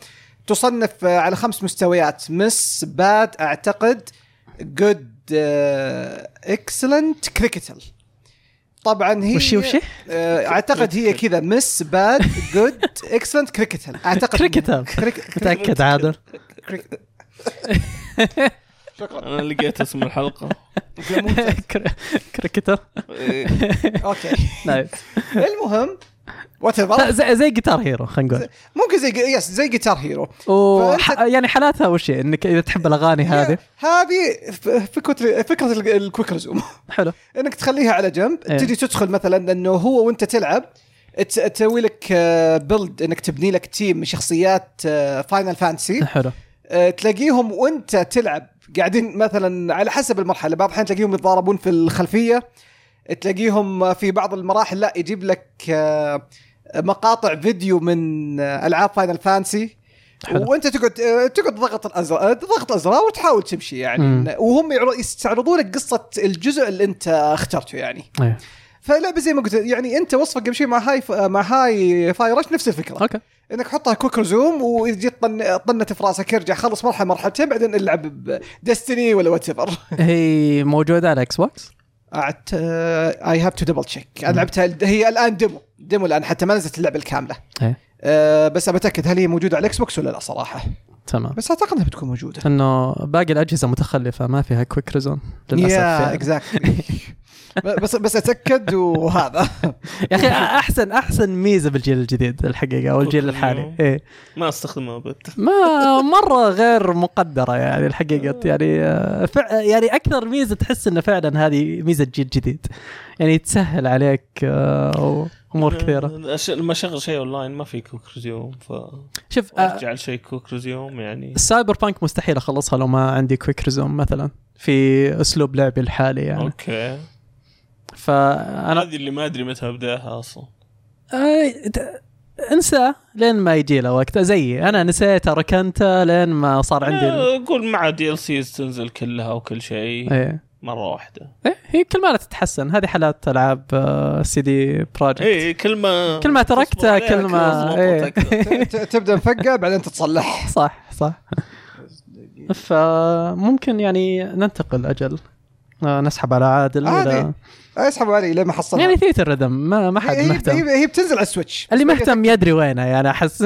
S2: تصنف آه، على خمس مستويات مس باد اعتقد جود آه، اكسلنت كريكتل طبعا هي
S1: وشي وشي؟
S2: آه، اعتقد هي كذا مس باد جود اكسلنت كريكتل اعتقد
S1: Cricketl.
S2: كريك-
S1: متاكد عادل
S4: انا لقيت اسم الحلقه
S1: كر- كريكتر
S4: إيه.
S2: اوكي
S1: نعم. نايس
S2: المهم وات
S1: لا، زي, زي جيتار هيرو خلينا نقول
S2: ممكن زي يس زي جيتار هيرو
S1: وح...
S2: فأنت-
S1: يعني حالاتها وش هي؟ انك اذا تحب الاغاني هذه
S2: هذه ف- فكره فكره ال- الكويك ريزوم
S1: حلو
S2: انك تخليها على جنب
S1: إيه.
S2: تجي تدخل مثلا انه هو وانت تلعب ت- تسوي لك آه، بيلد انك تبني لك تيم من شخصيات آه، فاينل فانتسي
S1: حلو
S2: آه، تلاقيهم وانت تلعب قاعدين مثلا على حسب المرحله بعض الاحيان تلاقيهم يتضاربون في الخلفيه تلاقيهم في بعض المراحل لا يجيب لك آه، مقاطع فيديو من آه، العاب فاينل فانسي
S1: حلو.
S2: وانت تقعد آه، تقعد ضغط الازرق آه، ضغط الازرار وتحاول تمشي
S1: مم.
S2: يعني وهم يعر- يستعرضون لك قصه الجزء اللي انت اخترته يعني
S1: ايه
S2: فلعبه زي ما قلت يعني انت وصفك قبل شوي مع هاي ف- مع هاي فايرش نفس الفكره
S1: اوكي
S2: انك حطها كويك ريزوم واذا جت طن... طنت في راسك ارجع خلص مرحله مرحلتين بعدين العب ديستني ولا وات ايفر
S1: هي موجوده على اكس بوكس
S2: قعدت اي هاف تو دبل تشيك انا لعبتها هي الان ديمو ديمو الان حتى ما نزلت اللعبه الكامله
S1: ايه
S2: أه بس ابى اتاكد هل هي موجوده على الاكس بوكس ولا لا صراحه
S1: تمام
S2: بس اعتقد انها بتكون موجوده
S1: انه باقي الاجهزه متخلفه ما فيها كويك ريزون للاسف
S2: يا
S1: يعني.
S2: اكزاكتلي بس بس اتاكد وهذا
S1: يا اخي احسن احسن ميزه بالجيل الجديد الحقيقه او الجيل
S4: Cooking
S1: الحالي
S4: room.
S1: ايه
S4: ما استخدمها ابد
S1: ما مره غير مقدره يعني الحقيقه يعني آه، فع- يعني اكثر ميزه تحس انه فعلا هذه ميزه جيل جديد يعني تسهل عليك آه، امور كثيره
S4: الأش- لما اشغل شيء اونلاين ما في كوك ريزيوم فارجع
S1: شوف آه،
S4: لشيء كوك ريزيوم يعني
S1: السايبر بانك مستحيل اخلصها لو ما عندي كويك ريزوم مثلا في اسلوب لعبي الحالي يعني
S4: اوكي
S1: فانا
S4: هذه اللي ما ادري متى ابداها اصلا
S1: آه، ت- انسى لين ما يجي له وقت زيي انا نسيته ركنته لين ما صار عندي ال-
S4: آه، قول مع دي ال سيز تنزل كلها وكل شيء
S1: ايه
S4: مره واحده
S1: إيه، هي كل ما لا تتحسن هذه حالات العاب سي دي بروجكت
S4: اي إيه، كل ما
S1: كل ما
S4: تصبر
S1: تركته
S4: عليها،
S1: كل ما
S4: تضبط
S1: إيه.
S4: أكثر.
S2: ت- تبدا مفقع بعدين تتصلح
S1: صح صح فممكن يعني ننتقل اجل آه، نسحب على عادل
S2: عادي.
S1: ولا
S2: اسحبوا علي ليه ما حصلها
S1: يعني ثيتر ريدم ما ما حد
S2: هي,
S1: مهتم
S2: هي, هي بتنزل على السويتش
S1: اللي مهتم يدري وينه يعني احس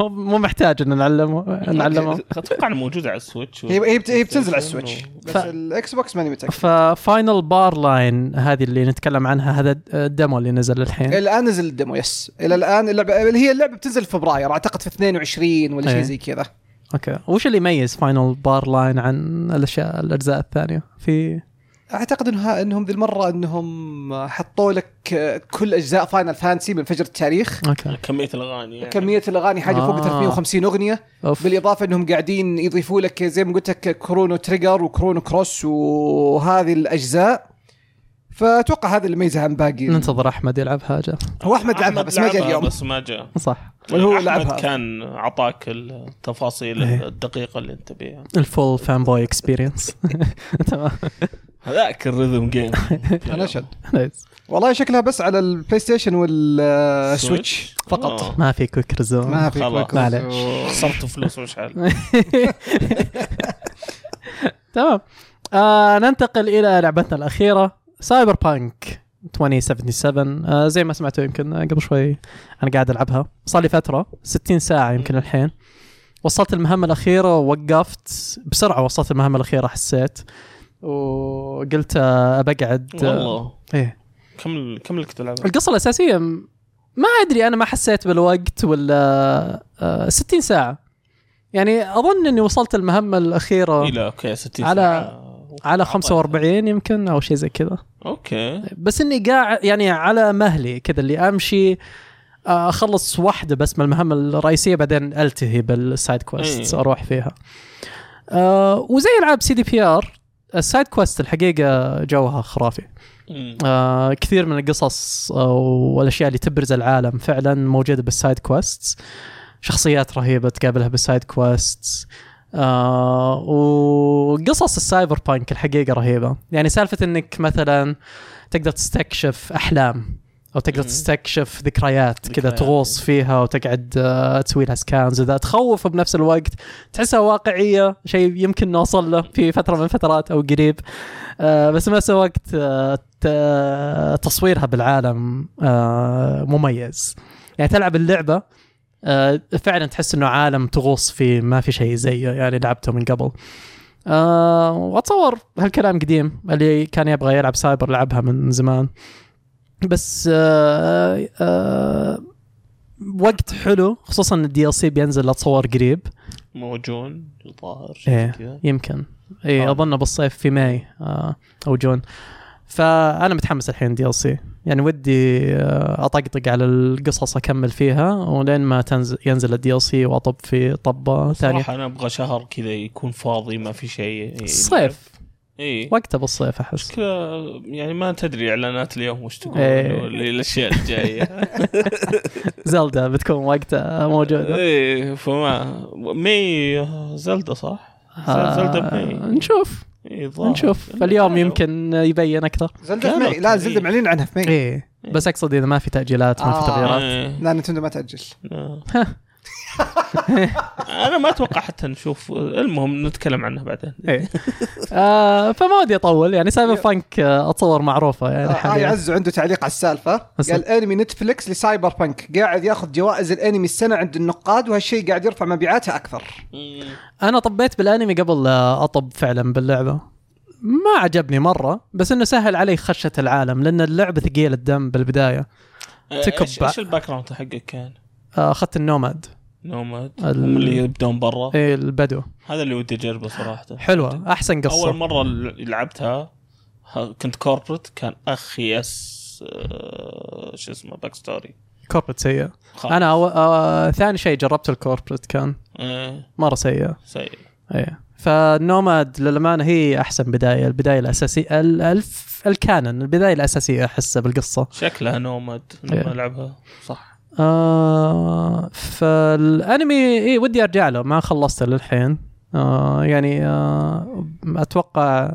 S1: مو- مو محتاج ان نعلمه نعلمه
S4: اتوقع انه موجود على السويتش
S2: هي هي بت- هي بتنزل على السويتش بس
S1: ف-
S2: الاكس بوكس ماني متاكد
S1: ففاينل بار لاين هذه اللي نتكلم عنها هذا الدمو اللي نزل الحين
S2: الان نزل الديمو يس الى الان اللعبه اللي هي اللعبه بتنزل في فبراير اعتقد في 22 ولا
S1: إيه.
S2: شيء زي كذا
S1: اوكي وش اللي يميز فاينل بار لاين عن الاشياء الاجزاء الثانيه في
S2: اعتقد انها انهم ذي المره انهم حطوا لك آه، كل اجزاء فاينل فانسي من فجر التاريخ
S1: اوكي
S4: كميه الاغاني يعني.
S2: كمية الاغاني حاجه فوق
S1: آه.
S2: 350 اغنيه
S1: اوف
S2: بالاضافه انهم قاعدين يضيفوا لك زي ما قلت لك كرونو تريجر وكرونو كروس وهذه الاجزاء فاتوقع هذا اللي يميزها عن باقي
S1: ننتظر احمد يلعب حاجه
S2: هو احمد لعبها بس ما جاء
S4: لعبها
S2: اليوم
S4: بس ما جاء
S1: صح
S2: اللي هو
S4: أحمد
S2: لعبها.
S4: كان عطاك التفاصيل
S1: إيه.
S4: الدقيقه اللي انت بيها
S1: الفول فان بوي اكسبيرينس تمام
S4: هذاك الريذم جيم
S2: انا اشد
S1: نايس
S2: والله شكلها بس على البلاي ستيشن آه، والسويتش
S4: سويتش؟
S2: فقط
S4: آه.
S1: ما في كويك ريزوم
S2: ما في
S4: خلاص.
S2: كويك
S1: معليش.
S2: و-
S4: آه. خسرت فلوس وشحال
S2: إيه.
S1: تمام آه ننتقل الى لعبتنا الاخيره سايبر بانك 2077 آه زي ما سمعتوا يمكن آه، قبل شوي انا قاعد العبها صار لي فتره 60 ساعه يمكن الحين وصلت المهمه الاخيره ووقفت بسرعه وصلت المهمه الاخيره حسيت وقلت آه بقعد آه،
S4: والله
S1: ايه
S4: كم كم لك تلعبها؟
S1: القصه الاساسيه م- ما ادري انا ما حسيت بالوقت ولا آه، 60 ساعه يعني اظن اني وصلت المهمه
S2: آه.
S1: الاخيره
S4: الى اوكي 60
S1: على-
S4: ساعة.
S1: على 45 يمكن او شيء زي كذا
S4: اوكي
S2: طيب.
S1: بس اني قاعد يعني على مهلي كذا اللي امشي آه، اخلص واحده بس من المهمه الرئيسيه بعدين التهي بالسايد كويست
S4: إيه.
S1: اروح فيها آه، وزي العاب سي دي بي ار السايد كويست الحقيقه جوها خرافي
S4: مم.
S1: آه كثير من القصص آه، والاشياء اللي تبرز العالم فعلا موجوده بالسايد كويست شخصيات رهيبه تقابلها بالسايد كويست آه وقصص السايبر بانك الحقيقه رهيبه يعني سالفه انك مثلا تقدر تستكشف احلام او تقدر
S4: مم.
S1: تستكشف ذكريات كذا
S4: ذكريات.
S1: تغوص فيها وتقعد آه، تسوي لها سكانز وذا تخوف بنفس الوقت تحسها واقعيه شيء يمكن نوصل له في فتره من الفترات او قريب آه، بس بنفس الوقت آه، ت- تصويرها بالعالم آه، مميز يعني تلعب اللعبه آه، فعلا تحس انه عالم تغوص فيه ما في شيء زيه يعني لعبته من قبل آه، واتصور هالكلام قديم اللي كان يبغى يلعب سايبر لعبها من زمان بس آه آه وقت حلو خصوصا الدي ال سي بينزل اتصور قريب
S4: مو جون الظاهر شيء
S2: إيه.
S4: زي
S1: ايه
S4: كذا.
S1: يمكن إيه، اي
S4: آه.
S1: اظن بالصيف في ماي آه او جون فانا متحمس الحين دي ال سي يعني ودي آه، اطقطق على القصص اكمل فيها ولين ما تنزل ينزل الدي ال سي واطب في طبه ثانيه
S4: صراحه انا ابغى شهر كذا يكون فاضي ما في شيء
S1: الصيف
S4: اي
S1: وقته بالصيف احس
S4: كذا يعني ما تدري اعلانات اليوم وش تقول
S1: إيه.
S4: ولا الاشياء الجايه
S1: زلدة بتكون وقتها موجوده
S4: ايه فما مي زلدة صح؟
S1: آه،
S4: زلدة بمي
S1: نشوف
S4: إيه، ظاهر.
S1: نشوف اليوم يمكن يبين اكثر
S2: زلدة في
S4: كانت
S2: ماي لا
S4: إيه.
S2: زلدة معلن عنها في ماي
S1: ايه بس اقصد اذا ما في تاجيلات ما في
S2: آه.
S1: تغييرات
S4: إيه.
S2: لا نتندو ما تاجل
S4: آه. انا ما اتوقع حتى نشوف المهم نتكلم عنها بعدين
S1: ايه آه فما ودي اطول يعني سايبر فانك آه، اتصور معروفه يعني
S2: هاي
S1: حاليا
S2: عزو عنده تعليق على السالفه
S1: بس-
S2: قال انمي نتفلكس لسايبر بانك قاعد ياخذ جوائز الانمي السنه عند النقاد وهالشيء قاعد يرفع مبيعاتها اكثر
S1: انا طبيت بالانمي قبل لا اطب فعلا باللعبه ما عجبني مره بس انه سهل علي خشه العالم لان اللعبه ثقيله الدم بالبدايه تكب.
S4: تكب ايش, إيش الباك جراوند حقك كان؟
S1: آه، اخذت النوماد
S4: نوماد
S1: ال-
S4: هم اللي يبدون برا
S1: إيه البدو
S4: هذا اللي ودي اجربه صراحه
S1: حلوه احسن
S4: اول
S1: قصه
S4: مره ل- لعبتها ها- كنت كوربريت كان اخي اس آه، شو اسمه باك ستوري
S1: كوربريت سيء
S4: خلاص.
S1: انا أو... آه ثاني شيء جربت الكوربريت كان
S4: إيه،
S1: مره سيء
S4: سيء
S1: ايه فالنوماد للامانه هي احسن بدايه البدايه الاساسيه ال- الف الكانن البدايه الاساسيه احسها بالقصه
S4: شكلها نومد لما
S1: إيه.
S4: العبها صح
S1: آه فالانمي اي ودي ارجع له ما خلصته للحين آه يعني آه اتوقع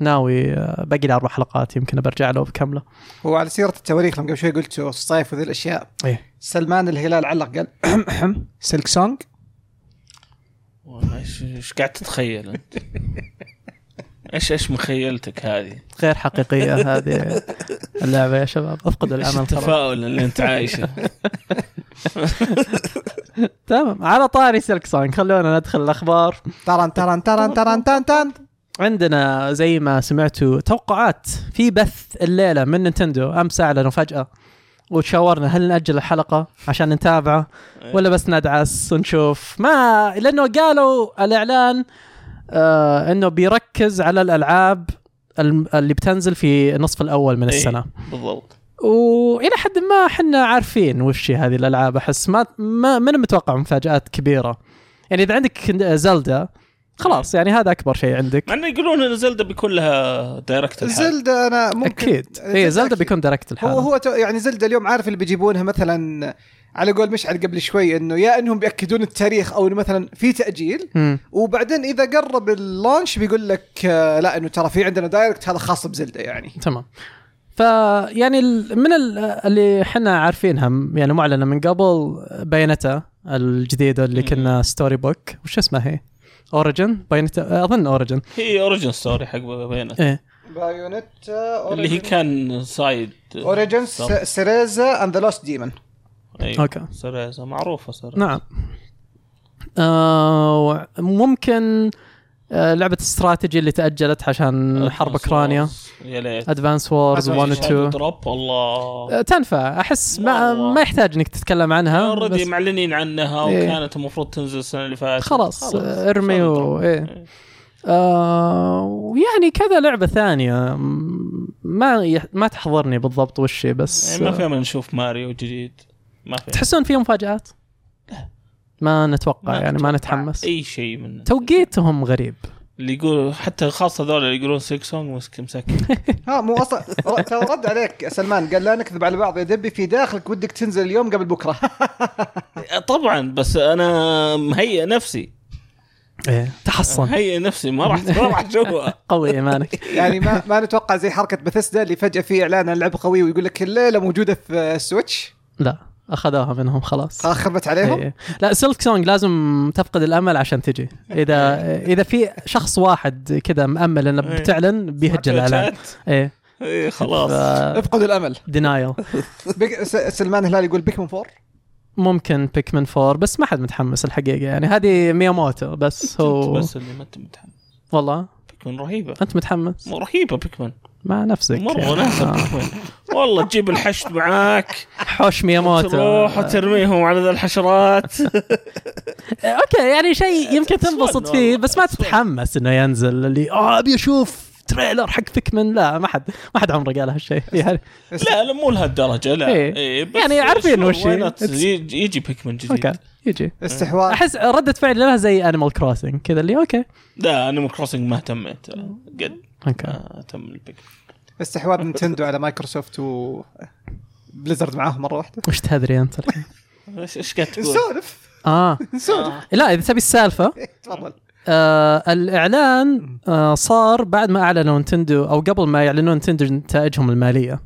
S1: ناوي آه، باقي لي اربع حلقات يمكن برجع له بكمله
S2: وعلى سيره التواريخ لما قبل شوي قلت الصيف وذي الاشياء
S1: ايه
S2: سلمان الهلال علق قال سلك سونج
S4: والله ايش ايش قاعد تتخيل انت؟ ايش ايش مخيلتك هذه؟
S1: غير حقيقيه هذه اللعبه يا شباب افقدوا
S4: ايش
S1: الامل خلاص.
S4: التفاؤل اللي انت عايشه؟
S1: تمام على طاري سلك سونج خلونا ندخل الاخبار
S2: تران تران تران تران تان تان
S1: عندنا زي ما سمعتوا توقعات في بث الليله من نينتندو امس اعلنوا فجاه وتشاورنا هل ناجل الحلقه عشان نتابعه ولا بس ندعس ونشوف ما لانه قالوا الاعلان آه انه بيركز على الالعاب الم- اللي بتنزل في النصف الاول من
S4: إيه.
S1: السنه
S4: بالضبط
S1: والى حد ما حنا عارفين وش هي هذه الالعاب احس ما ما من متوقع مفاجات كبيره يعني اذا عندك زلدا خلاص يعني هذا اكبر شيء عندك
S4: مع انه يقولون ان زلدة بيكون لها دايركت الحال.
S2: زلدة انا ممكن
S1: اكيد اي زلدا
S2: أكيد.
S1: إيه، بيكون دايركت الحالة
S2: هو هو تو- يعني زلدة اليوم عارف اللي بيجيبونها مثلا على قول مشعل قبل شوي انه يا انهم بياكدون التاريخ او انه مثلا في تاجيل
S1: مم.
S2: وبعدين اذا قرب اللونش بيقول لك آه، لا انه ترى في عندنا دايركت هذا خاص بزلدة يعني
S1: تمام فيعني ال- من ال- اللي احنا عارفينها م- يعني معلنه من قبل بيانتا الجديده اللي
S4: مم.
S1: كنا ستوري بوك وش اسمها هي؟ آه، اوريجن بيانتا اظن اوريجن
S4: هي اوريجن ستوري حق بينت
S2: إيه.
S1: ايه
S2: بايونيتا
S4: اللي هي كان سايد
S2: اوريجن
S4: سب.
S2: سيريزا اند ذا لوست ديمون
S4: أيوة.
S1: أوكي.
S4: سيريزا معروفه سيريزا
S1: نعم آه ممكن آه لعبه استراتيجي اللي تاجلت عشان حرب اوكرانيا
S4: يا ليت
S1: ادفانس وورز 1 و 2
S4: دروب والله
S1: آه، تنفع احس ما
S4: والله.
S1: ما يحتاج انك تتكلم عنها آه، بس-
S4: اوريدي معلنين عنها
S1: إيه.
S4: وكانت المفروض تنزل السنه اللي فاتت
S1: خلاص, آه، ارمي و...
S4: إيه.
S1: ايه آه ويعني كذا لعبه ثانيه م- ما يح... ما تحضرني بالضبط وش هي، بس
S4: يعني ما
S1: آه،
S4: في امل نشوف ماريو جديد ما في
S1: تحسون في مفاجات؟ ما نتوقع
S4: ما إيه.
S1: يعني ما نتحمس
S4: اي شيء من
S1: توقيتهم غريب
S4: اللي يقول حتى خاصه هذول اللي يقولون سيكسون مسك مسكن
S2: ها مو اصلا ر- ترى رد عليك يا سلمان قال لا نكذب على بعض يا دبي في داخلك ودك تنزل اليوم قبل بكره
S4: طبعا بس انا مهيئ نفسي
S1: ايه تحصن
S4: مهيئ نفسي ما راح ما راح اشوفها
S1: قوي ايمانك
S2: يعني ما ما نتوقع زي حركه بثسدا اللي فجاه في اعلان عن لعبه قويه ويقول لك الليله موجوده في السويتش
S1: لا اخذوها منهم خلاص
S2: آه، خربت عليهم
S1: إيه. لا سيلك سونج لازم تفقد الامل عشان تجي اذا اذا في شخص واحد كذا مامل انه
S4: إيه.
S1: بتعلن بيهجل الاعلان ايه
S4: إيه، خلاص
S2: افقدوا الامل
S1: دينايل
S2: بك س- سلمان هلال يقول بيكمون فور
S1: ممكن بيكمن 4 بس ما حد متحمس الحقيقه يعني هذه مياموتو بس
S4: انت
S1: هو
S4: بس اللي ما انت متحمس
S1: والله
S4: بيكمن رهيبه
S1: انت متحمس
S4: مو رهيبه بيكمن
S1: مع نفسك
S4: مره
S1: يعني.
S4: وناسه
S1: آه.
S4: بيكمن والله تجيب الحشد معاك
S1: حوش مياموتو
S4: تروح وترميهم على ذا الحشرات
S1: اوكي يعني شيء يمكن
S4: أسوأ
S1: تنبسط
S4: إيه، والله.
S1: فيه بس ما
S4: أسوأ.
S1: تتحمس انه ينزل اللي اه ابي اشوف تريلر حق بيكمن لا ما حد ما حد عمره قال هالشيء يعني
S4: لا لا مو لهالدرجه لا
S1: إيه.
S4: إيه، بس
S1: يعني عارفين
S4: شو-
S1: وش هي.
S4: why not؟
S1: It's-
S4: يجي يجي آه. بيكمن
S1: اوكي
S4: جديد
S1: يجي
S2: استحواذ
S1: احس رده فعل لها زي انيمال كروسنج كذا اللي اوكي
S4: لا انيمال كروسنج ما اهتميت
S1: Mm.
S4: قد
S1: اوكي
S4: ما اهتم البيكمن
S2: استحواذ نينتندو على مايكروسوفت و بليزرد معاهم مره واحده
S1: وش تدري انت الحين؟
S4: ايش ايش قاعد تقول؟
S2: نسولف
S1: اه
S2: نسولف
S1: لا اذا تبي السالفه
S2: تفضل
S1: آه الاعلان آه صار بعد ما اعلنوا نتندو او قبل ما يعلنوا نتندو نتائجهم الماليه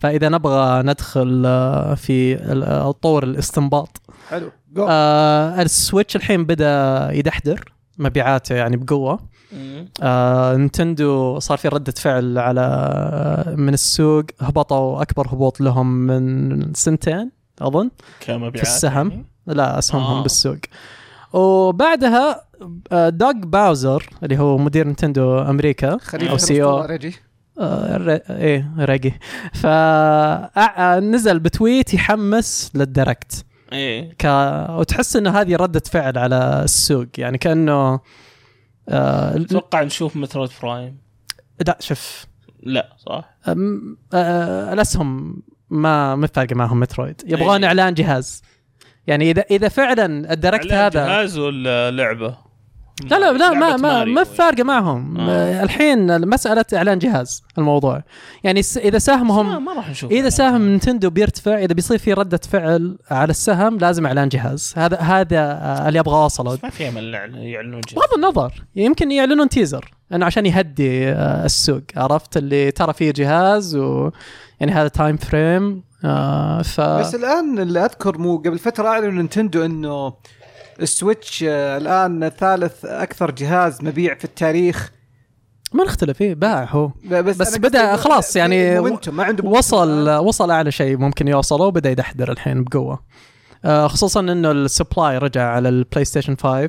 S1: فاذا نبغى ندخل آه في ال- آه، طور الاستنباط
S2: حلو جو
S1: آه السويتش الحين بدا يدحدر مبيعاته يعني بقوه
S4: مم.
S1: آه نتندو صار في ردة فعل على من السوق هبطوا أكبر هبوط لهم من سنتين أظن
S4: كمبيعات
S1: في السهم لا أسهمهم
S4: يعني. آه.
S1: بالسوق وبعدها آه، دوغ باوزر اللي هو مدير نتندو امريكا او سي او
S2: ريجي
S1: E آه، ر- ايه رقي فنزل آه، بتويت يحمس للدركت
S4: ايه
S1: ك... وتحس انه هذه ردة فعل على السوق يعني كانه آه...
S4: اتوقع نشوف مترويد برايم
S1: لا شوف
S4: لا صح
S1: أم... آه... الاسهم ما ما فارقه معهم مترويد يبغون
S4: إيه.
S1: اعلان جهاز يعني اذا اذا فعلا الدركت
S4: على
S1: هذا
S4: جهاز ولا لعبه؟
S1: لا لا لا ما ما
S4: لعبة ماريو
S1: ما
S4: يعني.
S1: فارقه معهم
S4: آه.
S1: آه. الحين مساله اعلان جهاز الموضوع يعني س... اذا
S4: ما-
S1: ساهمهم
S4: ما راح نشوف
S1: اذا ساهم نينتندو بيرتفع اذا بيصير في رده فعل على السهم لازم اعلان جهاز هذا هذا آه، اللي ابغى اوصله
S4: ما في امل إعلان- يعلنون جهاز
S1: بغض النظر يمكن يعلنون تيزر انه عشان يهدي آه، السوق عرفت اللي ترى فيه جهاز و يعني هذا تايم فريم آه، ف
S2: بس الان اللي اذكر مو قبل فتره اعلنوا نينتندو انه السويتش آه، الان ثالث اكثر جهاز مبيع في التاريخ
S1: ما نختلف فيه باع هو
S2: لا، بس,
S1: بس
S2: أنا
S1: بدأ
S2: قصدي إنه-
S1: خلاص يعني
S2: momentum، ما عنده momentum.
S1: وصل وصل اعلى شيء ممكن يوصله وبدا يدحدر الحين بقوه آه، خصوصا انه السبلاي رجع على البلاي ستيشن 5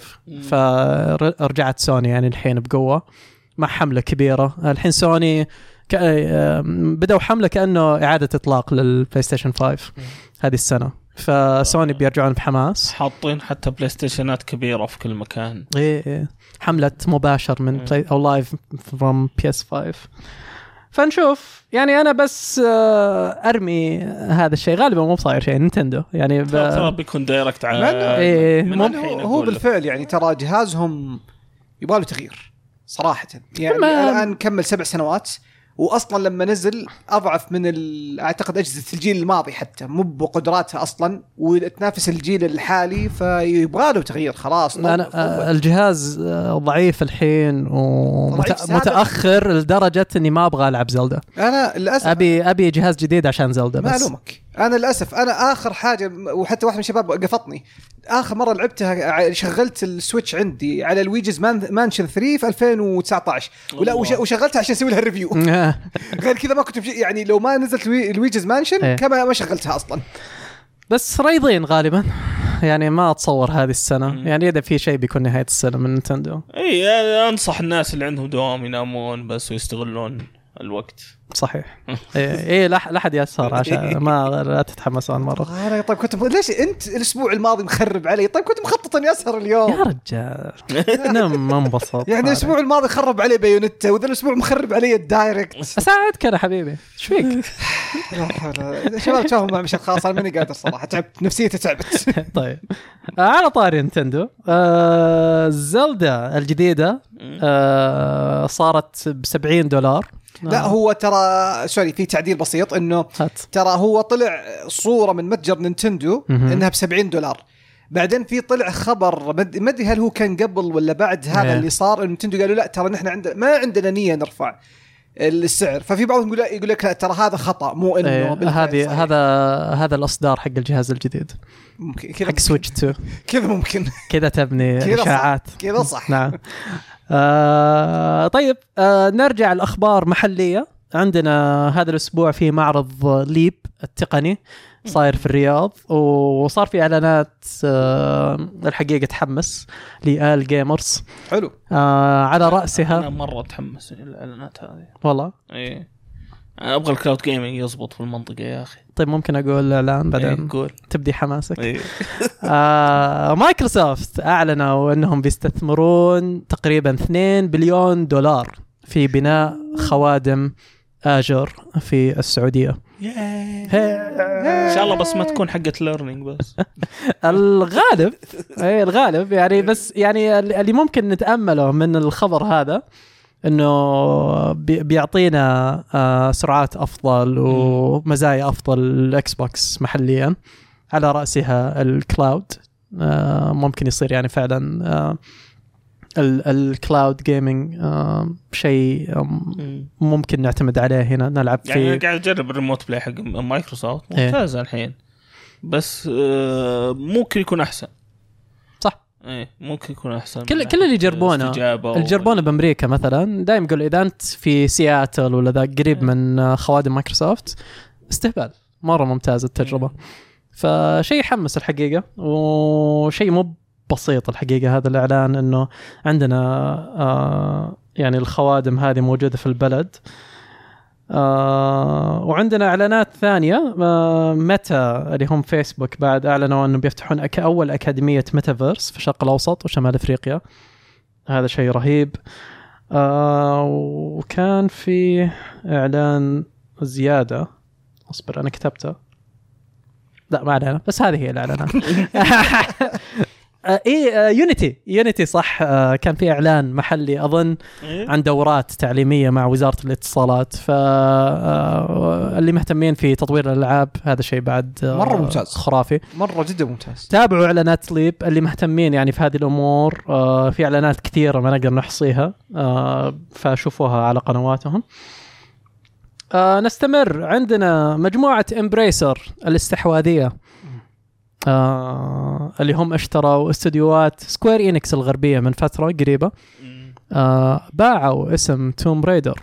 S1: فرجعت سوني يعني الحين بقوه مع حمله كبيره الحين سوني ك... آه، بدأوا حمله كانه اعاده اطلاق للبلاي ستيشن 5 هذه السنه فسوني بيرجعون بحماس
S4: حاطين حتى بلاي ستيشنات كبيره في كل مكان
S1: ايه ايه حمله مباشر من بلاي او لايف فروم بي اس 5 فنشوف يعني انا بس آه، ارمي هذا الشيء غالبا مو بصاير شيء نينتندو يعني ب...
S4: ترى ترى بيكون دايركت على
S2: ما أنه-
S1: إيه.
S4: من
S2: يعني هو-
S4: الحين
S2: هو
S4: أقول لك.
S2: بالفعل يعني ترى جهازهم يباله تغيير صراحه يعني
S1: ما-
S2: الان كمل سبع سنوات واصلا لما نزل اضعف من ال- اعتقد اجهزه الجيل الماضي حتى مو بقدراتها اصلا وتنافس الجيل الحالي فيبغى له تغيير خلاص طب-
S1: انا آه، الجهاز آه، ضعيف الحين
S2: ضعيف سادة.
S1: ومتاخر لدرجه اني ما ابغى العب زلدة
S2: انا للاسف
S1: ابي ابي جهاز جديد عشان زلدة
S2: ما
S1: بس
S2: الومك انا للاسف انا اخر حاجه وحتى واحد من الشباب قفطني اخر مره لعبتها ع- شغلت السويتش عندي على الويجز مان مانشن 3 في 2019 ولا
S4: الله.
S2: وش- وشغلتها عشان اسوي لها ريفيو غير كذا ما كنت بشي- يعني لو ما نزلت الوي- الويجز
S1: إيه.
S2: مانشن كما ما شغلتها اصلا
S1: بس رايضين غالبا يعني ما اتصور هذه السنه يعني اذا في شيء بيكون نهايه السنه من نينتندو
S4: اي أنا انصح الناس اللي عندهم دوام ينامون بس ويستغلون الوقت
S1: صحيح ايه إيه، لا لا احد يسهر عشان ما لا تتحمسون مره
S2: انا طيب كنت مخ- ليش انت الاسبوع الماضي مخرب علي طيب كنت مخطط اني اسهر
S1: يا
S2: اليوم
S1: رجال انا ما انبسط
S2: يعني الاسبوع الماضي خرب علي بيونتا وذا الاسبوع مخرب علي الدايركت
S1: اساعدك انا حبيبي ايش فيك؟
S2: لا حول- شباب تفاهم مع مش الخاص انا ماني قادر صراحه تعبت نفسيتي تعبت
S1: طيب آه، على طاري نتندو آه زلدا الجديده آه صارت ب 70 دولار
S2: لا هو ترى سوري في تعديل بسيط انه
S1: هات
S2: ترى هو طلع صوره من متجر نينتندو
S1: مهم.
S2: انها ب 70 دولار بعدين في طلع خبر ما أد- ما ادري هل هو كان قبل ولا بعد هذا
S1: إيه.
S2: اللي صار انه نينتندو قالوا لا ترى نحن عندنا ما عندنا نيه نرفع السعر ففي بعضهم يقول يقول لك لا ترى هذا خطا مو انه
S1: إيه،
S2: بالفعل
S1: هذه
S2: صحيح.
S1: هذا هذا الاصدار حق الجهاز الجديد
S2: ممكن كذا
S1: حق سويتش 2
S2: كذا ممكن
S1: كذا تبني
S2: كذا صح.
S1: اشاعات
S2: كذا صح
S1: نعم آه طيب آه نرجع لأخبار محلية عندنا هذا الأسبوع في معرض ليب التقني صاير في الرياض وصار في إعلانات آه الحقيقة تحمس لآل جيمرز
S2: حلو
S1: آه على
S4: انا
S1: رأسها
S4: مره اتحمس للاعلانات هذه
S1: والله
S4: اي انا ابغى الكلاود جيمنج يزبط في المنطقه يا اخي
S1: طيب ممكن اقول اعلان بعدين
S4: إيه، قول
S1: تبدي حماسك
S4: إيه.
S1: آه، مايكروسوفت اعلنوا انهم بيستثمرون تقريبا 2 بليون دولار في بناء خوادم اجر في السعوديه
S4: ان شاء الله بس ما تكون حقه ليرنينج بس
S1: الغالب اي الغالب يعني بس يعني اللي ممكن نتامله من الخبر هذا انه بي- بيعطينا آه، سرعات افضل ومزايا افضل الاكس بوكس محليا على راسها الكلاود آه، ممكن يصير يعني فعلا آه، ال- الكلاود جيمنج آه، شيء آم، ممكن نعتمد عليه هنا نلعب
S4: يعني
S1: فيه
S4: قاعد اجرب الريموت بلاي حق مايكروسوفت
S1: إيه.
S4: ممتازه الحين بس آه، ممكن يكون احسن
S1: صح.
S4: ايه ممكن يكون احسن
S1: كل-
S4: من
S1: كل اللي
S4: ناحية
S1: يجربونه-
S4: استجابة وال-
S1: الجربونه بامريكا مثلا دائما يقول اذا انت في سياتل ولا ذا قريب من آه، خوادم مايكروسوفت استهبال مره ممتاز التجربه فشيء يحمس الحقيقه وشيء مو بسيط الحقيقه هذا الاعلان انه عندنا آه، يعني الخوادم هذه موجوده في البلد آه، وعندنا اعلانات ثانيه آه، ميتا اللي هم فيسبوك بعد اعلنوا انه بيفتحون أك اول اكاديميه ميتافيرس في الشرق الاوسط وشمال افريقيا هذا شيء رهيب آه وكان في اعلان زياده اصبر انا كتبته لا ما علينا بس هذه هي الاعلانات آه، اي آه، يونيتي يونيتي صح آه، كان في اعلان محلي اظن
S4: إيه.
S1: عن دورات تعليميه مع وزاره الاتصالات ف آه، اللي مهتمين في تطوير الالعاب هذا شيء بعد آه،
S2: مرة ممتاز.
S1: خرافي
S2: مره جدا ممتاز
S1: تابعوا اعلانات سليب اللي مهتمين يعني في هذه الامور آه في اعلانات كثيره ما نقدر نحصيها آه فشوفوها على قنواتهم آه نستمر عندنا مجموعه امبريسر الاستحواذيه آه اللي هم اشتروا استديوهات سكوير انكس الغربيه من فتره قريبه
S4: مم.
S1: آه باعوا اسم توم ريدر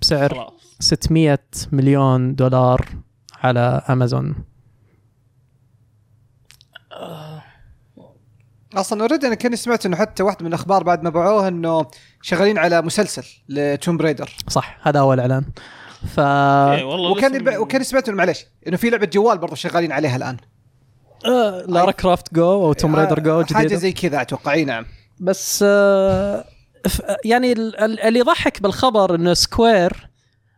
S1: بسعر
S4: خلاص
S1: 600 مليون دولار على امازون
S2: اصلا اوريدي انا كاني سمعت انه حتى واحد من الاخبار بعد ما باعوها انه شغالين على مسلسل لتوم بريدر
S1: صح هذا اول اعلان ف آه.
S4: إيه، والله
S2: وكان
S4: الاسم-
S2: الب... وكان سمعت انه معلش انه في لعبه جوال برضه شغالين عليها الان
S1: آه، لارا كرافت جو او توم ريدر جو
S2: آه، حاجه
S1: جديده
S2: زي كذا اتوقع اي نعم
S1: بس آه، ف- يعني ال- ال- اللي يضحك بالخبر انه سكوير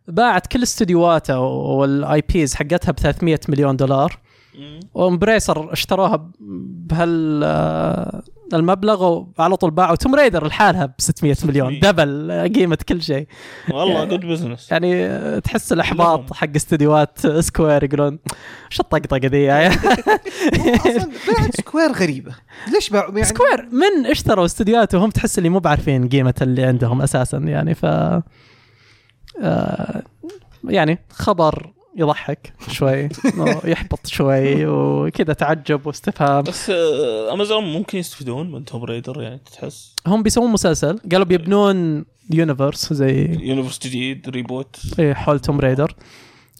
S1: باعت كل استديوهاتها والاي بيز حقتها ب 300 مليون دولار
S4: مم.
S1: وامبريسر اشتروها ب- بهال آه، المبلغ وعلى طول باعوا توم ريدر لحالها ب 600 مليون
S4: 600.
S1: دبل آه، قيمه كل شيء
S4: والله جود بزنس
S1: يعني آه، تحس الاحباط
S4: لهم.
S1: حق استديوهات سكوير يقولون شو يعني الطقطقه ذي
S2: اصلا بيعت سكوير غريبه ليش باعوا يعني
S1: سكوير من اشتروا استديوهات وهم تحس اللي مو بعارفين قيمه اللي عندهم اساسا يعني ف آه، يعني خبر يضحك شوي يحبط شوي وكذا تعجب واستفهام
S4: بس آه، امازون ممكن يستفيدون من توم ريدر يعني تحس
S1: هم بيسوون مسلسل قالوا بيبنون يونيفرس زي
S4: يونيفرس جديد ريبوت
S1: إيه، حول توم ريدر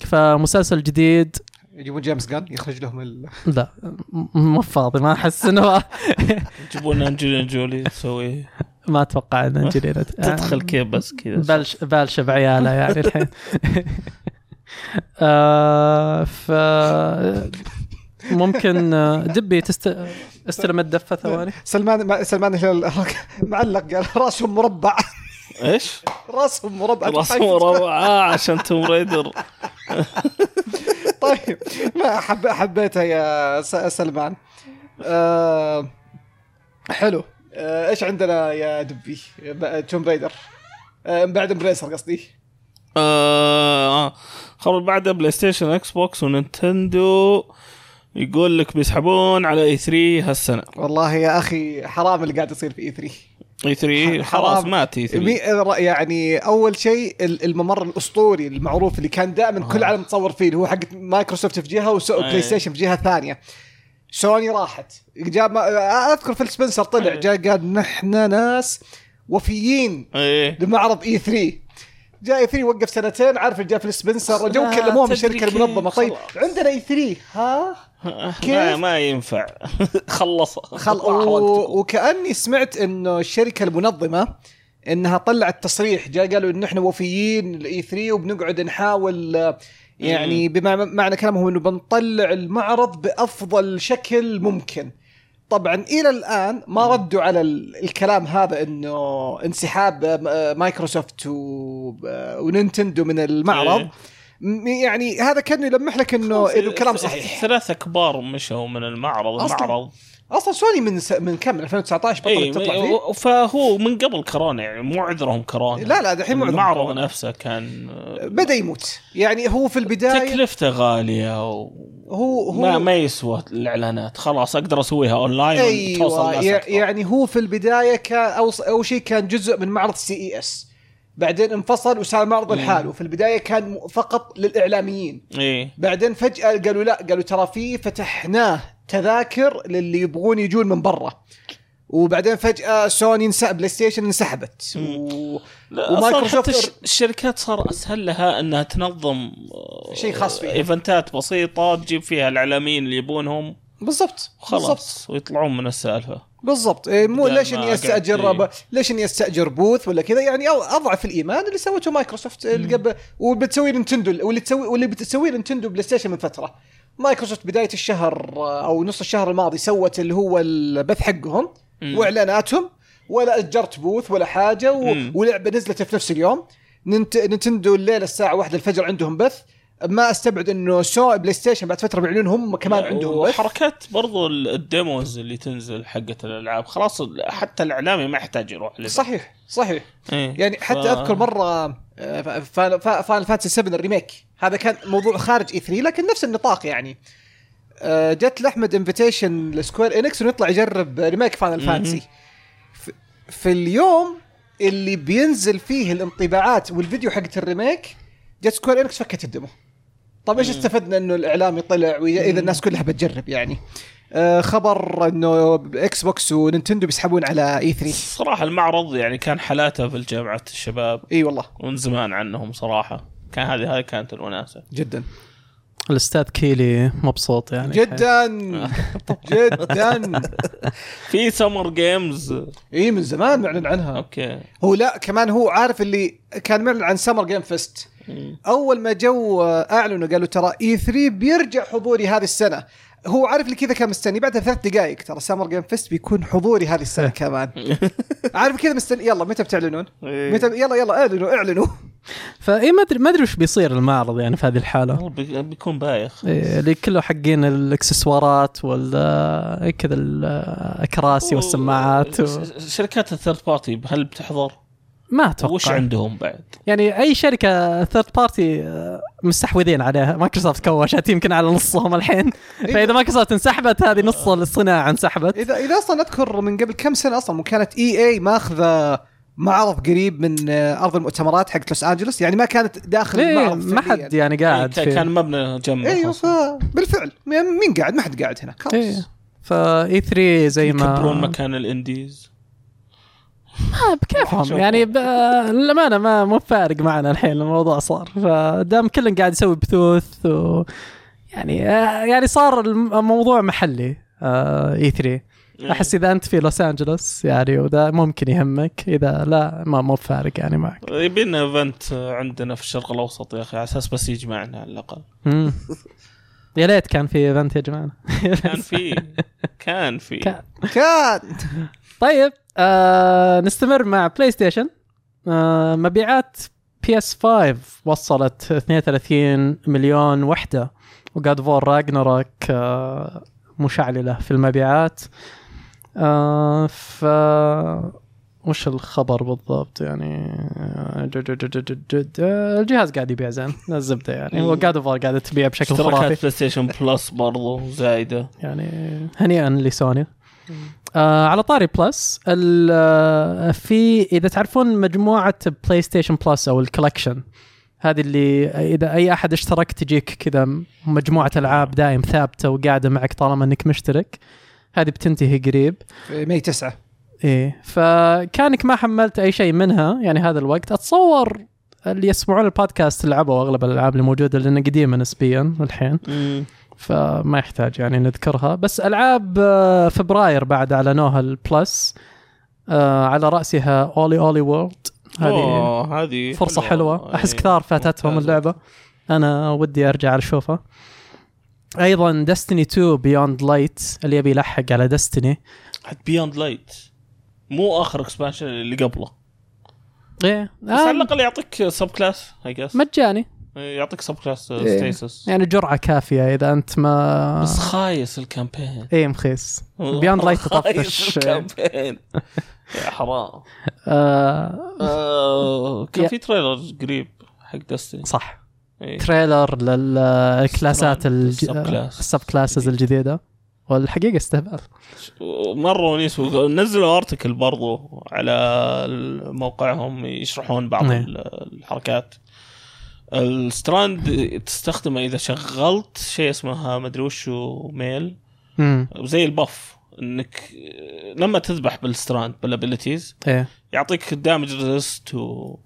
S1: فمسلسل جديد
S2: يجيبون جيمس جان يخرج لهم ال...
S1: لا م- مو فاضي ما احس انه
S4: يجيبون انجلين جولي تسوي
S1: ما اتوقع ان انجلينا
S4: تدخل
S2: آه،
S4: كيف بس كذا
S1: بلش بلش بعياله يعني الحين آه ف ممكن آه، دبي تست استلم الدفه ثواني
S2: سلمان ما... سلمان هلال معلق قال راسهم مربع
S4: ايش؟
S2: راسهم مربع
S4: رسمه روعه آه، عشان توم ريدر
S2: طيب ما حب... حبيتها يا س... سلمان آه... حلو آه... ايش عندنا يا دبي ب- توم ريدر آه... بعد امبريسر قصدي
S4: آه آه. خبر بعدها بلاي ستيشن اكس بوكس ونينتندو يقول لك بيسحبون على E اي 3 هالسنه
S2: والله يا اخي حرام اللي قاعد يصير في E اي 3
S4: اي 3 E خلاص
S2: حرام.
S4: مات E اي 3
S2: مي- يعني اول شيء ال- الممر الاسطوري المعروف اللي كان
S4: آه.
S2: دائما كل العالم تصور فيه اللي هو حق مايكروسوفت في جهه
S4: أي.
S2: وبلاي ستيشن في جهه ثانيه سوني راحت جاب ما- اذكر فيل سبنسر
S4: إيه.
S2: طلع جاء قال نحن ناس وفيين
S4: ايه
S2: لمعرض اي 3 جاء اي 3 وقف سنتين عارف جاء فيل سبنسر جو
S4: لا
S2: كلموه من
S4: تدري
S2: الشركه
S4: كيف،
S2: المنظمه طيب
S4: خلاص.
S2: عندنا اي 3 ها
S4: ما,
S2: كيف؟
S4: ما ينفع خلصها
S2: خل... و... وكاني سمعت انه الشركه المنظمه انها طلعت تصريح جاء قالوا ان احنا وفيين الاي 3 وبنقعد نحاول آه، يعني بما معنى كلامهم انه بنطلع المعرض بافضل شكل ممكن طبعا الى الان ما ردوا على ال- الكلام هذا انه انسحاب آه، مايكروسوفت و- آه، ونينتندو من المعرض
S4: إيه.
S2: م- يعني هذا كان يلمح لك انه انه
S4: إيه،
S2: الكلام صحيح
S4: ثلاثة كبار مشوا من المعرض
S2: أصلاً.
S4: المعرض
S2: اصلا سوني من س... من كم 2019 بطلت
S4: اي
S2: تطلع فيه
S4: إيه، فهو من قبل كورونا يعني مو عذرهم كورونا
S2: لا لا دحين معظم
S4: المعرض
S2: كورونا.
S4: نفسه كان
S2: بدا يموت يعني هو في البدايه
S4: تكلفته غالية و...
S2: هو هو
S4: ما ما يسوى الاعلانات خلاص اقدر اسويها اونلاين
S2: ايوه
S4: وتوصل
S2: يع- يعني هو في البدايه كان او او شيء كان جزء من معرض سي اي اس بعدين انفصل وصار معرض لحاله في البدايه كان م- فقط للاعلاميين
S4: اي
S2: بعدين فجاه قالوا لا قالوا ترى في فتحناه تذاكر للي يبغون يجون من برا وبعدين فجاه سوني انسحب بلاي ستيشن انسحبت و...
S4: ومايكروسوفت
S2: ومايكروسوفت
S4: الشركات صار اسهل لها انها تنظم آه،
S2: شيء خاص فيها.
S4: ايفنتات بسيطه تجيب فيها الاعلاميين اللي يبونهم
S2: بالضبط بالضبط
S4: خلاص ويطلعون من السالفه
S2: بالضبط إيه، مو
S4: بدل
S2: ليش
S4: ما إيه.
S2: اني استاجر
S4: أقعد-
S2: ب... ليش اني استاجر بوث ولا كذا يعني أو- اضعف الايمان اللي سوته مايكروسوفت اللي قبل وبتسوي نينتندو واللي تسوي واللي بتسوي نينتندو بلاي ستيشن من فتره مايكروسوفت بدايه الشهر آه، او نص الشهر الماضي سوت اللي هو البث حقهم
S4: مم.
S2: واعلاناتهم ولا اجرت بوث ولا حاجه و...
S4: مم.
S2: ولعبه نزلت في نفس اليوم ننت... نينتندو الليله الساعه 1 الفجر عندهم بث ما استبعد انه سو بلاي ستيشن بعد فتره بيعلنون هم كمان عندهم بث
S4: حركات برضو ال- الديموز اللي تنزل حقت الالعاب خلاص ال- حتى الاعلامي ما يحتاج يروح لها.
S2: صحيح صحيح
S4: إيه.
S2: يعني حتى آه،
S4: ف-
S2: اذكر مره فان فانتسي 7 الريميك هذا كان موضوع خارج اي 3 لكن نفس النطاق يعني آه، جت لاحمد انفيتيشن لسكوير انكس انه يطلع يجرب ريميك فاينل فانتسي في اليوم اللي بينزل فيه الانطباعات والفيديو حقت الريميك جت سكوير انكس فكت الدمو طيب ايش استفدنا انه الاعلام يطلع وي- اذا الناس كلها بتجرب يعني آه، خبر انه اكس بوكس ونينتندو بيسحبون على E اي 3
S4: صراحه المعرض يعني كان حالاته في الجامعه الشباب
S2: اي والله
S4: ومن زمان عنهم صراحه كان هذه هذه كانت الوناسه
S2: جدا
S1: الاستاذ كيلي مبسوط يعني
S2: جدا جدا
S4: في سمر جيمز
S2: اي من زمان معلن عنها
S4: اوكي
S2: هو لا كمان هو عارف اللي كان معلن عن سمر جيم فيست
S4: إيه.
S2: اول ما جو آه، اعلنوا قالوا ترى اي 3 بيرجع حضوري هذه السنه هو عارف اللي كذا كان مستني بعدها ثلاث دقائق ترى سمر جيم فيست بيكون حضوري هذه السنه كمان عارف كذا مستني يلا متى بتعلنون؟
S4: إيه.
S2: متى يلا يلا اعلنوا اعلنوا
S1: فاي إيه، ما ادري ما ادري وش بيصير المعرض يعني في هذه الحاله
S4: والله بي- بيكون بايخ
S1: إيه، اللي كله حقين الاكسسوارات وال إيه، كذا الكراسي والسماعات و...
S4: ش- شركات الثيرد بارتي هل بتحضر؟
S1: ما اتوقع
S4: وش عندهم بعد؟
S1: يعني اي شركه ثيرد بارتي آه، مستحوذين عليها مايكروسوفت كوشت يمكن على نصهم الحين فاذا مايكروسوفت انسحبت هذه نص الصناعه انسحبت
S2: اذا اذا اصلا اذكر من قبل كم سنه اصلا كانت اي اي ماخذه معرض قريب من آه، ارض المؤتمرات حقت لوس انجلوس يعني ما كانت داخل
S1: ليه
S2: المعرض
S1: إيه، ما
S2: فعلياً.
S1: حد يعني قاعد
S4: كان- إيه، كان
S1: في أيوة،
S4: مبنى جنبه
S2: ايوه
S4: أصلاً.
S2: فبالفعل مين قاعد ما حد قاعد هناك
S1: إيه.
S2: خلاص
S1: فا اي 3 E زي
S4: يكبرون
S1: ما
S4: مكان الانديز
S1: آه، بكيفهم يعني ب- للامانه ما مو فارق معنا الحين الموضوع صار فدام كلن قاعد يسوي بثوث و يعني آه، يعني صار الم- الموضوع محلي آه، E اي 3 احس اذا انت في لوس انجلوس يعني وذا ممكن يهمك اذا لا ما مو فارق يعني معك
S4: يبينا ايفنت عندنا في الشرق الاوسط يا اخي على اساس بس يجمعنا على الاقل
S1: مم. يا ليت كان في ايفنت يا جماعه
S4: كان في كان في
S1: كان.
S2: كان
S1: طيب آه نستمر مع بلاي ستيشن آه مبيعات بي اس 5 وصلت 32 مليون وحده وقاد فور راجنروك آه مشعلله في المبيعات آه ف وش الخبر بالضبط يعني آه، جد- جد- جد- جد- جد. آه، الجهاز قاعد يبيع زين الزبده يعني هو قاعد فور قاعده تبيع بشكل خرافي
S4: اشتراكات بلاي ستيشن بلس برضو زايده
S1: يعني هنيئا لسوني آه على طاري بلس ال- آه، في اذا تعرفون مجموعه بلاي ستيشن بلس او الكولكشن هذه اللي اذا اي احد اشترك تجيك كذا مجموعه العاب دايم ثابته وقاعده معك طالما انك مشترك هذه بتنتهي قريب
S2: مي تسعة
S1: ايه فكانك ما حملت اي شيء منها يعني هذا الوقت اتصور اللي يسمعون البودكاست لعبوا اغلب الالعاب اللي موجوده لانها قديمه نسبيا الحين فما يحتاج يعني نذكرها بس العاب آه، فبراير بعد اعلنوها البلس آه على راسها اولي اولي وورلد هذه يعني
S4: أوه، هذه يعني
S1: فرصه حلوه احس كثار فاتتهم
S4: ممتازة.
S1: اللعبه انا ودي ارجع اشوفها ايضا دستني 2 بيوند لايت اللي يبي يلحق على دستني
S4: حتى بياند لايت مو اخر اكسبانشن اللي قبله
S1: ايه
S4: بس على
S1: آه
S4: الاقل يعطيك سب كلاس اي جس
S1: مجاني
S4: يعطيك سب كلاس
S2: إيه.
S4: ستيسس
S1: يعني جرعه كافيه اذا انت ما
S4: بس خايس الكامبين
S1: ايه مخيس بيوند لايت
S4: خايس
S1: تطفش
S4: الكامبين يا حرام
S1: آه
S4: آه، كان
S1: يا-
S4: في تريلر قريب حق إيه. دستني
S1: صح تريلر للكلاسات الج...
S4: السب كلاس.
S1: السب كلاسز الجديده والحقيقه استهبال
S4: مره ونيس نزلوا ارتكل برضو على ال- موقعهم يشرحون بعض
S1: نعم.
S4: ال- الحركات الستراند تستخدمه اذا شغلت شيء اسمها مدري وشو ميل
S1: امم
S4: زي البف انك لما تذبح بالستراند بالابيلتيز
S1: ايه
S4: يعطيك دامج ريزست و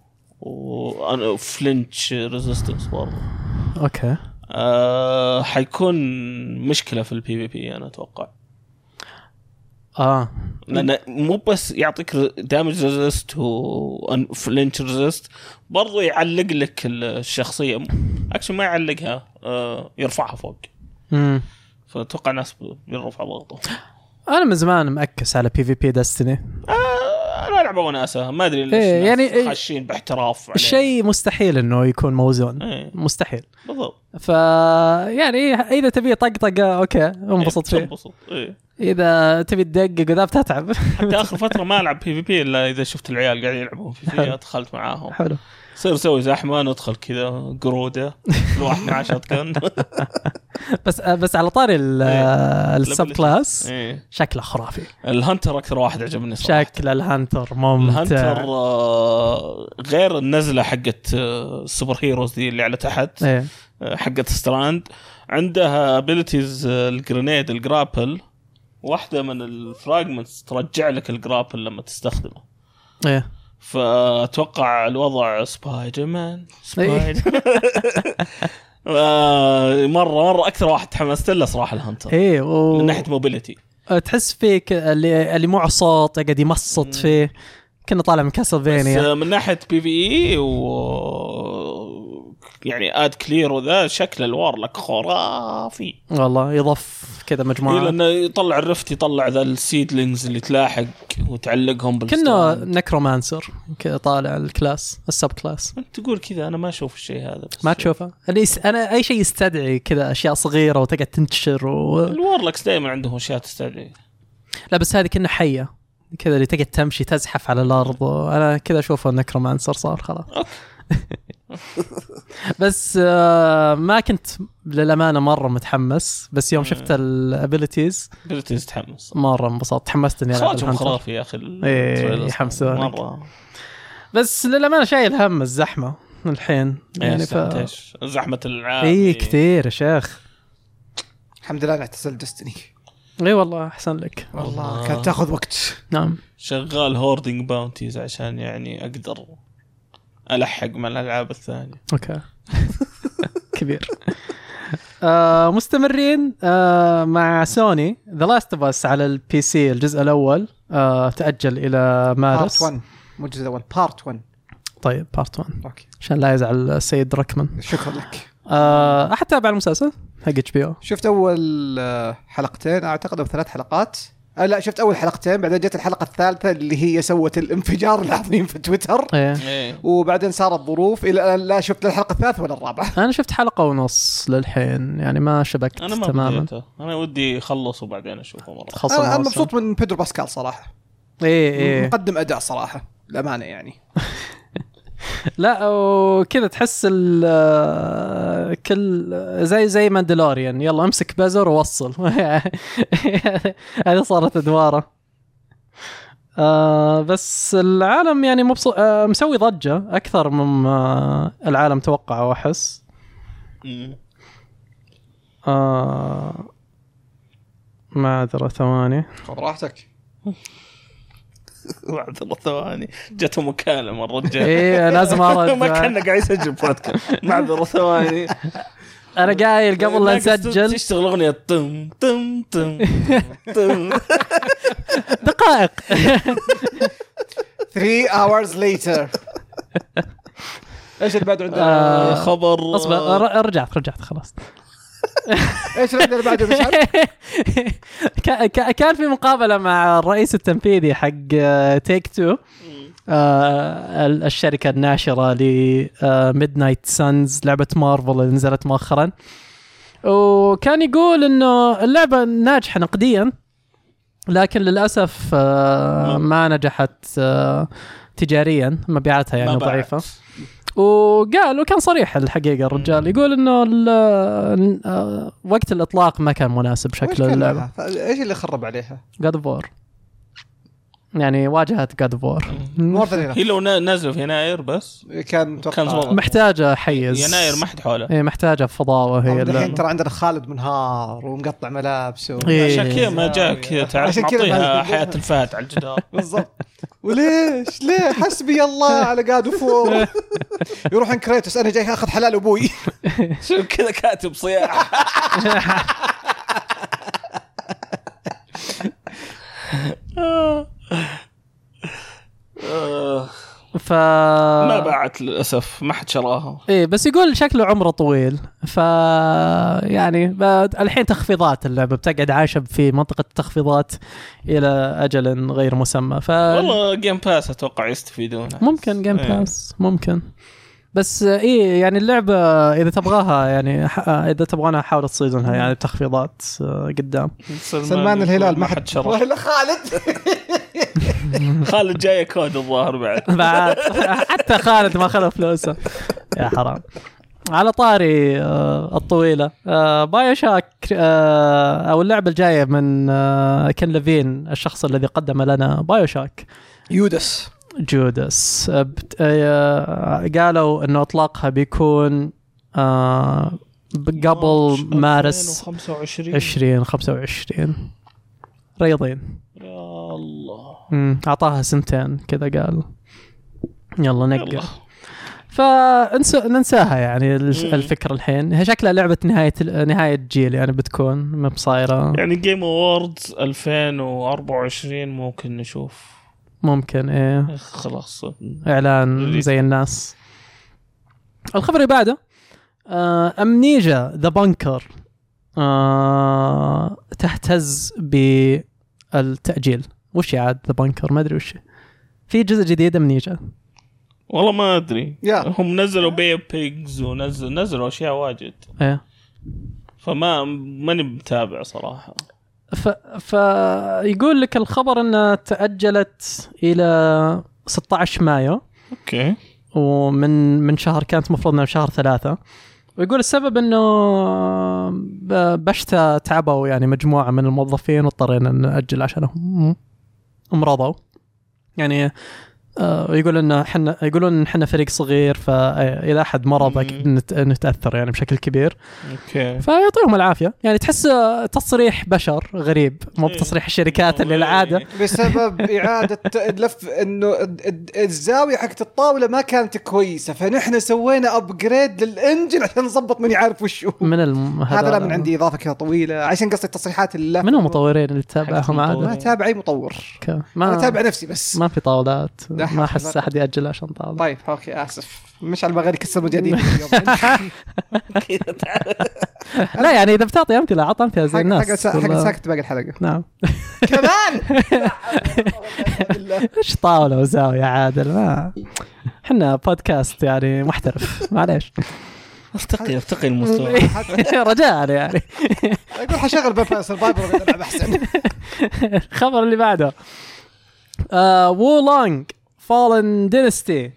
S4: وفلنش ريزيستنس برضو
S1: اوكي
S4: أه حيكون مشكله في البي في بي انا اتوقع
S1: اه
S4: لانه مو بس يعطيك دامج ريزيست وفلنش ريزيست برضو يعلق لك الشخصيه اكشن ما يعلقها آه، يرفعها فوق
S1: امم
S4: فاتوقع ناس بيرفع ضغطه
S1: انا من زمان مأكس على بي في بي دستني
S4: آه، انا العبها وناسه ما ادري ليش
S1: إيه،
S4: الناس
S1: يعني-
S4: خاشين باحتراف عليه.
S1: الشيء مستحيل انه يكون موزون
S4: إيه،
S1: مستحيل
S4: بالضبط
S1: ف يعني اذا تبي طقطقه اوكي انبسط
S4: إيه،
S1: فيه
S4: تنبسط إيه.
S1: اذا تبي تدقق وذا بتتعب
S4: حتى اخر فتره ما العب بي في بي الا اذا شفت العيال قاعدين يلعبون بي في دخلت معاهم
S1: حلو
S4: صير نسوي زحمه ندخل كذا قروده كل واحد معاه شوت كان
S1: بس بس على طاري ال-
S4: إيه.
S1: السب كلاس
S4: إيه.
S1: شكله خرافي
S4: الهنتر اكثر واحد عجبني صراحه
S1: شكل الهانتر ممتع
S4: الهنتر آه، غير النزله حقت آه، السوبر هيروز دي اللي على تحت
S1: ايه
S4: آه، حقت ستراند عندها آه، ابيلتيز الجرينيد الجرابل واحده من الفراجمنتس ترجع لك الجرابل لما تستخدمه
S1: ايه
S4: فاتوقع الوضع سبايدر مان
S1: إيه.
S4: سبايدر آه، مره مره اكثر واحد تحمست له صراحه الهنتر
S1: ايه و...
S4: من ناحيه موبيلتي
S1: تحس فيك اللي اللي معه صوت يقعد يمصط فيه كنا طالع من
S4: بس
S1: كاسلفينيا
S4: من ناحيه بي في اي و E يعني اد كلير وذا شكل الوارلك خرافي
S1: والله يضف كذا
S4: إيه
S1: مجموعه
S4: لانه يطلع الرفت يطلع ذا السيدلينجز اللي تلاحق وتعلقهم
S1: كنا
S4: بالستاند.
S1: نكرومانسر كذا طالع الكلاس السب كلاس
S4: انت تقول كذا انا ما اشوف الشيء هذا بس
S1: ما تشوفه اللي يس- انا اي شيء يستدعي كذا اشياء صغيره وتقعد تنتشر و...
S4: الوارلكس دائما عندهم اشياء تستدعي
S1: لا بس هذه كنا حيه كذا اللي تقعد تمشي تزحف على الارض انا كذا اشوفه نكرومانسر صار خلاص
S4: أوكي.
S1: بس آه، ما كنت للامانه مره متحمس بس يوم شفت الابيلتيز
S4: بدأت تتحمس
S1: مره انبسطت تحمست اني العب
S4: اخراجهم
S1: الهانتر
S4: خرافي يا اخي
S1: يعني إيه،
S4: التريلر
S1: يحمسونك.
S4: مره
S1: بس للامانه شايل هم الزحمه الحين
S4: يعني
S1: يعني ف... إيه،
S4: ايش زحمه العاب
S1: اي كثير يا شيخ
S2: الحمد لله نعتزل دستني
S1: اي إيه والله احسن لك
S2: والله
S4: والله.
S2: كانت تاخذ وقت
S1: نعم
S4: شغال هوردنج باونتيز عشان يعني اقدر الحق مع الالعاب الثانيه
S1: اوكي كبير آه مستمرين آه مع سوني ذا لاست اوف اس على البي سي الجزء الاول آه تاجل الى
S2: بارت
S1: مارس
S2: 1 مو الجزء الاول بارت 1
S1: طيب بارت 1
S2: اوكي
S1: عشان لا يزعل السيد ركمن
S2: شكرا لك
S1: آه احد تابع المسلسل حق اتش بي او
S2: شفت اول آه، حلقتين اعتقد او ثلاث حلقات آه، لا شفت اول حلقتين بعدين جت الحلقه الثالثه اللي هي سوت الانفجار العظيم في تويتر
S1: ايه
S4: ايه
S2: وبعدين صارت ظروف الى الآن لا شفت لا الحلقه الثالثه ولا الرابعه
S1: انا شفت حلقه ونص للحين يعني ما شبكت
S4: انا ما
S1: تماما
S4: بديته انا ودي اخلص وبعدين اشوفه مره
S1: خاصة
S2: انا أنا
S1: الموسم.
S2: مبسوط من بيدرو باسكال صراحه
S1: ايه ايه
S2: مقدم اداء صراحه الامانه يعني
S1: لا وكذا تحس ال كل زي زي ماندلوريان يلا امسك بزر ووصل هذه صارت ادواره آه بس العالم يعني مبسو... آه مسوي ضجه اكثر مما آه، العالم توقع واحس
S4: مم.
S1: آه معذره ثواني
S2: خذ راحتك
S4: بعد ثلاث ثواني جته مكالمه
S1: إيه،
S4: الرجال
S1: ايه لازم ارد
S4: ما كان قاعد يسجل بودكاست معذره ثواني
S1: انا قايل قبل لا
S4: ناقص
S1: نسجل
S4: تشتغل اغنيه طم طم طم طم
S1: دقائق
S2: 3 hours later ايش اللي بعده عندنا؟
S1: آه،
S4: خبر
S1: اصبر ر- رجعت رجعت خلاص
S2: ايش اللي عندنا بعده مشعل؟
S1: كا- كا- كان في مقابله مع الرئيس التنفيذي حق آه، تيك تو آه، الشركه الناشره ل آه، ميد نايت سانز لعبه مارفل اللي نزلت مؤخرا وكان يقول انه اللعبه ناجحه نقديا لكن للاسف آه، ما نجحت آه، تجاريا مبيعاتها يعني
S4: ما بعت.
S1: ضعيفه وقال وكان صريح الحقيقه الرجال يقول انه ال- آه، وقت الاطلاق ما كان مناسب
S2: وإيش
S1: شكل
S2: كان
S1: اللعبه
S2: معها؟ ايش اللي خرب عليها؟
S1: جاد اوف وور يعني واجهت جاد اوف وور
S2: مور ذان
S4: هي لو نا- نازله في يناير بس
S2: كان متوقع
S4: كان زمان.
S1: محتاجه حيز
S4: يناير ما حد حوله
S1: اي محتاجه فضاوه هي
S2: الحين
S1: اللعبة.
S2: ترى عندنا خالد منهار ومقطع ملابسه و...
S1: إيه.
S4: عشان كذا ما جاء إيه. كذا تعرف
S2: عشان كذا ما-
S4: معطيها حياه الفهد على الجدار
S2: بالضبط وليش؟ ليه؟ حسبي الله على قاد فوق يروح عند كريتوس انا جاي اخذ حلال ابوي
S4: شوف كذا كاتب صياح
S1: ف
S4: ما باعت للاسف ما حد شراها
S1: ايه بس يقول شكله عمره طويل ف يعني ب- الحين تخفيضات اللعبه بتقعد عايشه في منطقه التخفيضات الى اجل غير مسمى ف
S4: والله جيم باس اتوقع يستفيدون
S1: ممكن جيم
S4: إيه.
S1: باس ممكن بس ايه يعني اللعبه اذا تبغاها يعني ح- اذا تبغانا حاول تصيدونها يعني بتخفيضات آه، قدام
S2: سلمان الهلال ما حد
S4: شرح
S2: ولا خالد
S4: خالد جاي كود الظاهر بعد
S1: بعد حتى خالد ما اخذ فلوسه يا حرام على طاري آه، الطويله آه، بايو شاك آه، او اللعبه الجايه من آه، كين لافين الشخص الذي قدم لنا بايو شاك
S2: يودس
S1: جودس آه، بت- آه، قالوا انه اطلاقها بيكون آه، قبل مارس
S4: 25
S1: 20 25 رياضين
S4: يا الله
S1: مم، اعطاها سنتين كذا قال يلا نقل
S4: يلا
S1: فننساها يعني
S4: مم.
S1: ال- الفكره الحين هي شكلها لعبه نهايه نهايه جيل يعني بتكون ما بصايره
S4: يعني جيم اووردز 2024 ممكن نشوف
S1: ممكن ايه
S4: خلاص
S1: اعلان
S4: جديد.
S1: زي الناس الخبر اللي بعده آه امنيجا ذا بانكر آه تهتز بالتاجيل وش هي عاد ذا بانكر ما ادري وش هي. في جزء جديد امنيجا
S4: والله ما ادري
S2: يا.
S4: هم نزلوا بي بيجز ونزل نزلوا اشياء واجد
S1: ايه
S4: فما ماني متابع صراحه
S1: ف... فيقول لك الخبر انها تاجلت الى 16 مايو
S4: اوكي
S1: ومن من شهر كانت مفروض انها شهر ثلاثة ويقول السبب انه ب- بشتا تعبوا يعني مجموعه من الموظفين واضطرينا ناجل عشانهم امرضوا يعني آه، يقول ان احنا يقولون ان احنا فريق صغير فاذا احد مرض
S4: مم.
S1: أكيد نت- نتاثر يعني بشكل كبير
S4: اوكي
S1: فيعطيهم العافيه يعني تحس تصريح بشر غريب مو
S4: إيه.
S1: بتصريح الشركات اللي العاده
S2: بسبب اعاده لف انه ال- ال- الزاويه حقت الطاوله ما كانت كويسه فنحن سوينا ابجريد للانجن عشان نظبط من يعرف وش هو
S1: من الم...
S2: هذا لا
S1: هذول.
S2: من عندي اضافه كذا طويله عشان قصدي التصريحات اللي
S1: من هم المطورين اللي تتابعهم عاد
S4: المطورين.
S2: ما تابع اي مطور
S1: ك-
S2: انا
S1: ما
S2: اتابع نفسي بس
S1: ما في طاولات
S2: لا
S1: ما
S2: حول
S1: احس
S2: ولا
S1: احد ياجل عشان طاوله
S2: طيب اوكي اسف مش على المغاري كسر مجاديد اليوم
S1: لا يعني اذا بتعطي امثله اعط امثله زي
S2: طيب، حق حق
S1: الناس
S2: سا- حق
S1: ولا-
S2: ساكت باقي الحلقه
S1: نعم
S2: كمان
S1: ايش طاوله وزاويه عادل ما احنا بودكاست يعني محترف معليش
S4: ارتقي ارتقي المستوى
S1: رجاء يعني
S2: اقول حشغل بابا سرفايفر العب احسن
S1: الخبر اللي بعده وو لونج فالن دينستي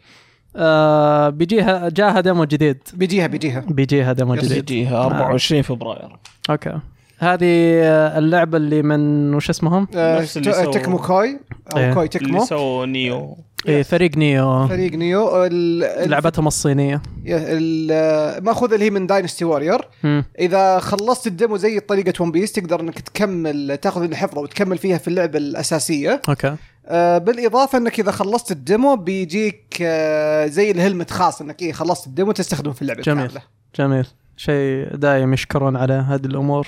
S1: آه، بيجيها جاها ديمو جديد
S2: بيجيها بيجيها
S1: بيجيها ديمو جديد
S4: يجيها 24 فبراير
S1: اوكي هذه آه، اللعبه اللي من وش اسمهم؟
S2: آه،
S4: نفس اللي سووا-
S2: تكمو كوي
S1: إيه.
S2: او كوي
S4: اللي
S2: تكمو
S4: سووا نيو
S1: إيه فريق نيو
S2: فريق نيو ال- ال-
S1: لعبتهم الصينيه
S2: ال- آه، ماخوذه اللي هي من داينستي وورير
S1: مم.
S2: اذا خلصت الديمو زي طريقه ون بيس تقدر انك تكمل تاخذ الحفظه وتكمل فيها في اللعبه الاساسيه
S1: اوكي
S2: آه، بالاضافه انك اذا خلصت الديمو بيجيك آه، زي الهلمت خاص انك ايه خلصت إيه، الديمو تستخدمه في اللعبه
S1: جميل.
S2: كاملة.
S1: جميل شيء دايم يشكرون على هذه الامور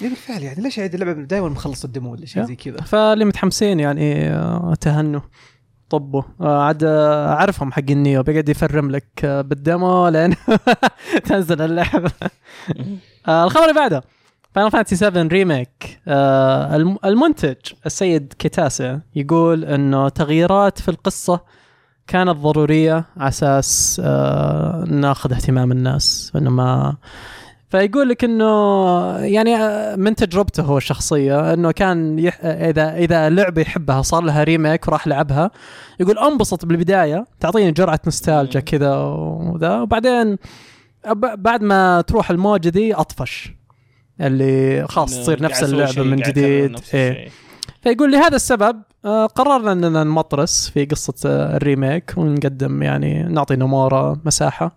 S2: يعني بالفعل يعني ليش اعيد اللعبه من البدايه وانا مخلص الدمو ولا شيء
S1: يا.
S2: زي كذا
S1: فاللي متحمسين يعني آه، تهنوا طبوا آه، عاد آه، اعرفهم حق النيو بيقعد يفرم لك آه، بالدمو لين تنزل اللعبه آه، الخبر اللي بعده فاينل فانتسي 7 ريميك آه، الم- المنتج السيد كيتاسا يقول انه تغييرات في القصه كانت ضروريه على اساس آه، ناخذ اهتمام الناس انه ما فيقول لك انه يعني آه، من تجربته هو الشخصيه انه كان يح... آه، اذا اذا لعبه يحبها صار لها ريميك وراح لعبها يقول انبسط بالبدايه تعطيني جرعه نوستالجيا كذا وذا وبعدين أب- بعد ما تروح الموجه ذي اطفش اللي خلاص تصير
S4: نعم.
S1: نفس
S4: قاعد أسوي
S1: اللعبه
S4: شيء،
S1: من
S4: قاعد أكرر
S1: جديد
S4: نفس
S1: إيه.
S4: الشيء.
S1: فيقول لهذا السبب آه، قررنا اننا نمطرس في قصه آه، الريميك ونقدم يعني نعطي نمورا مساحه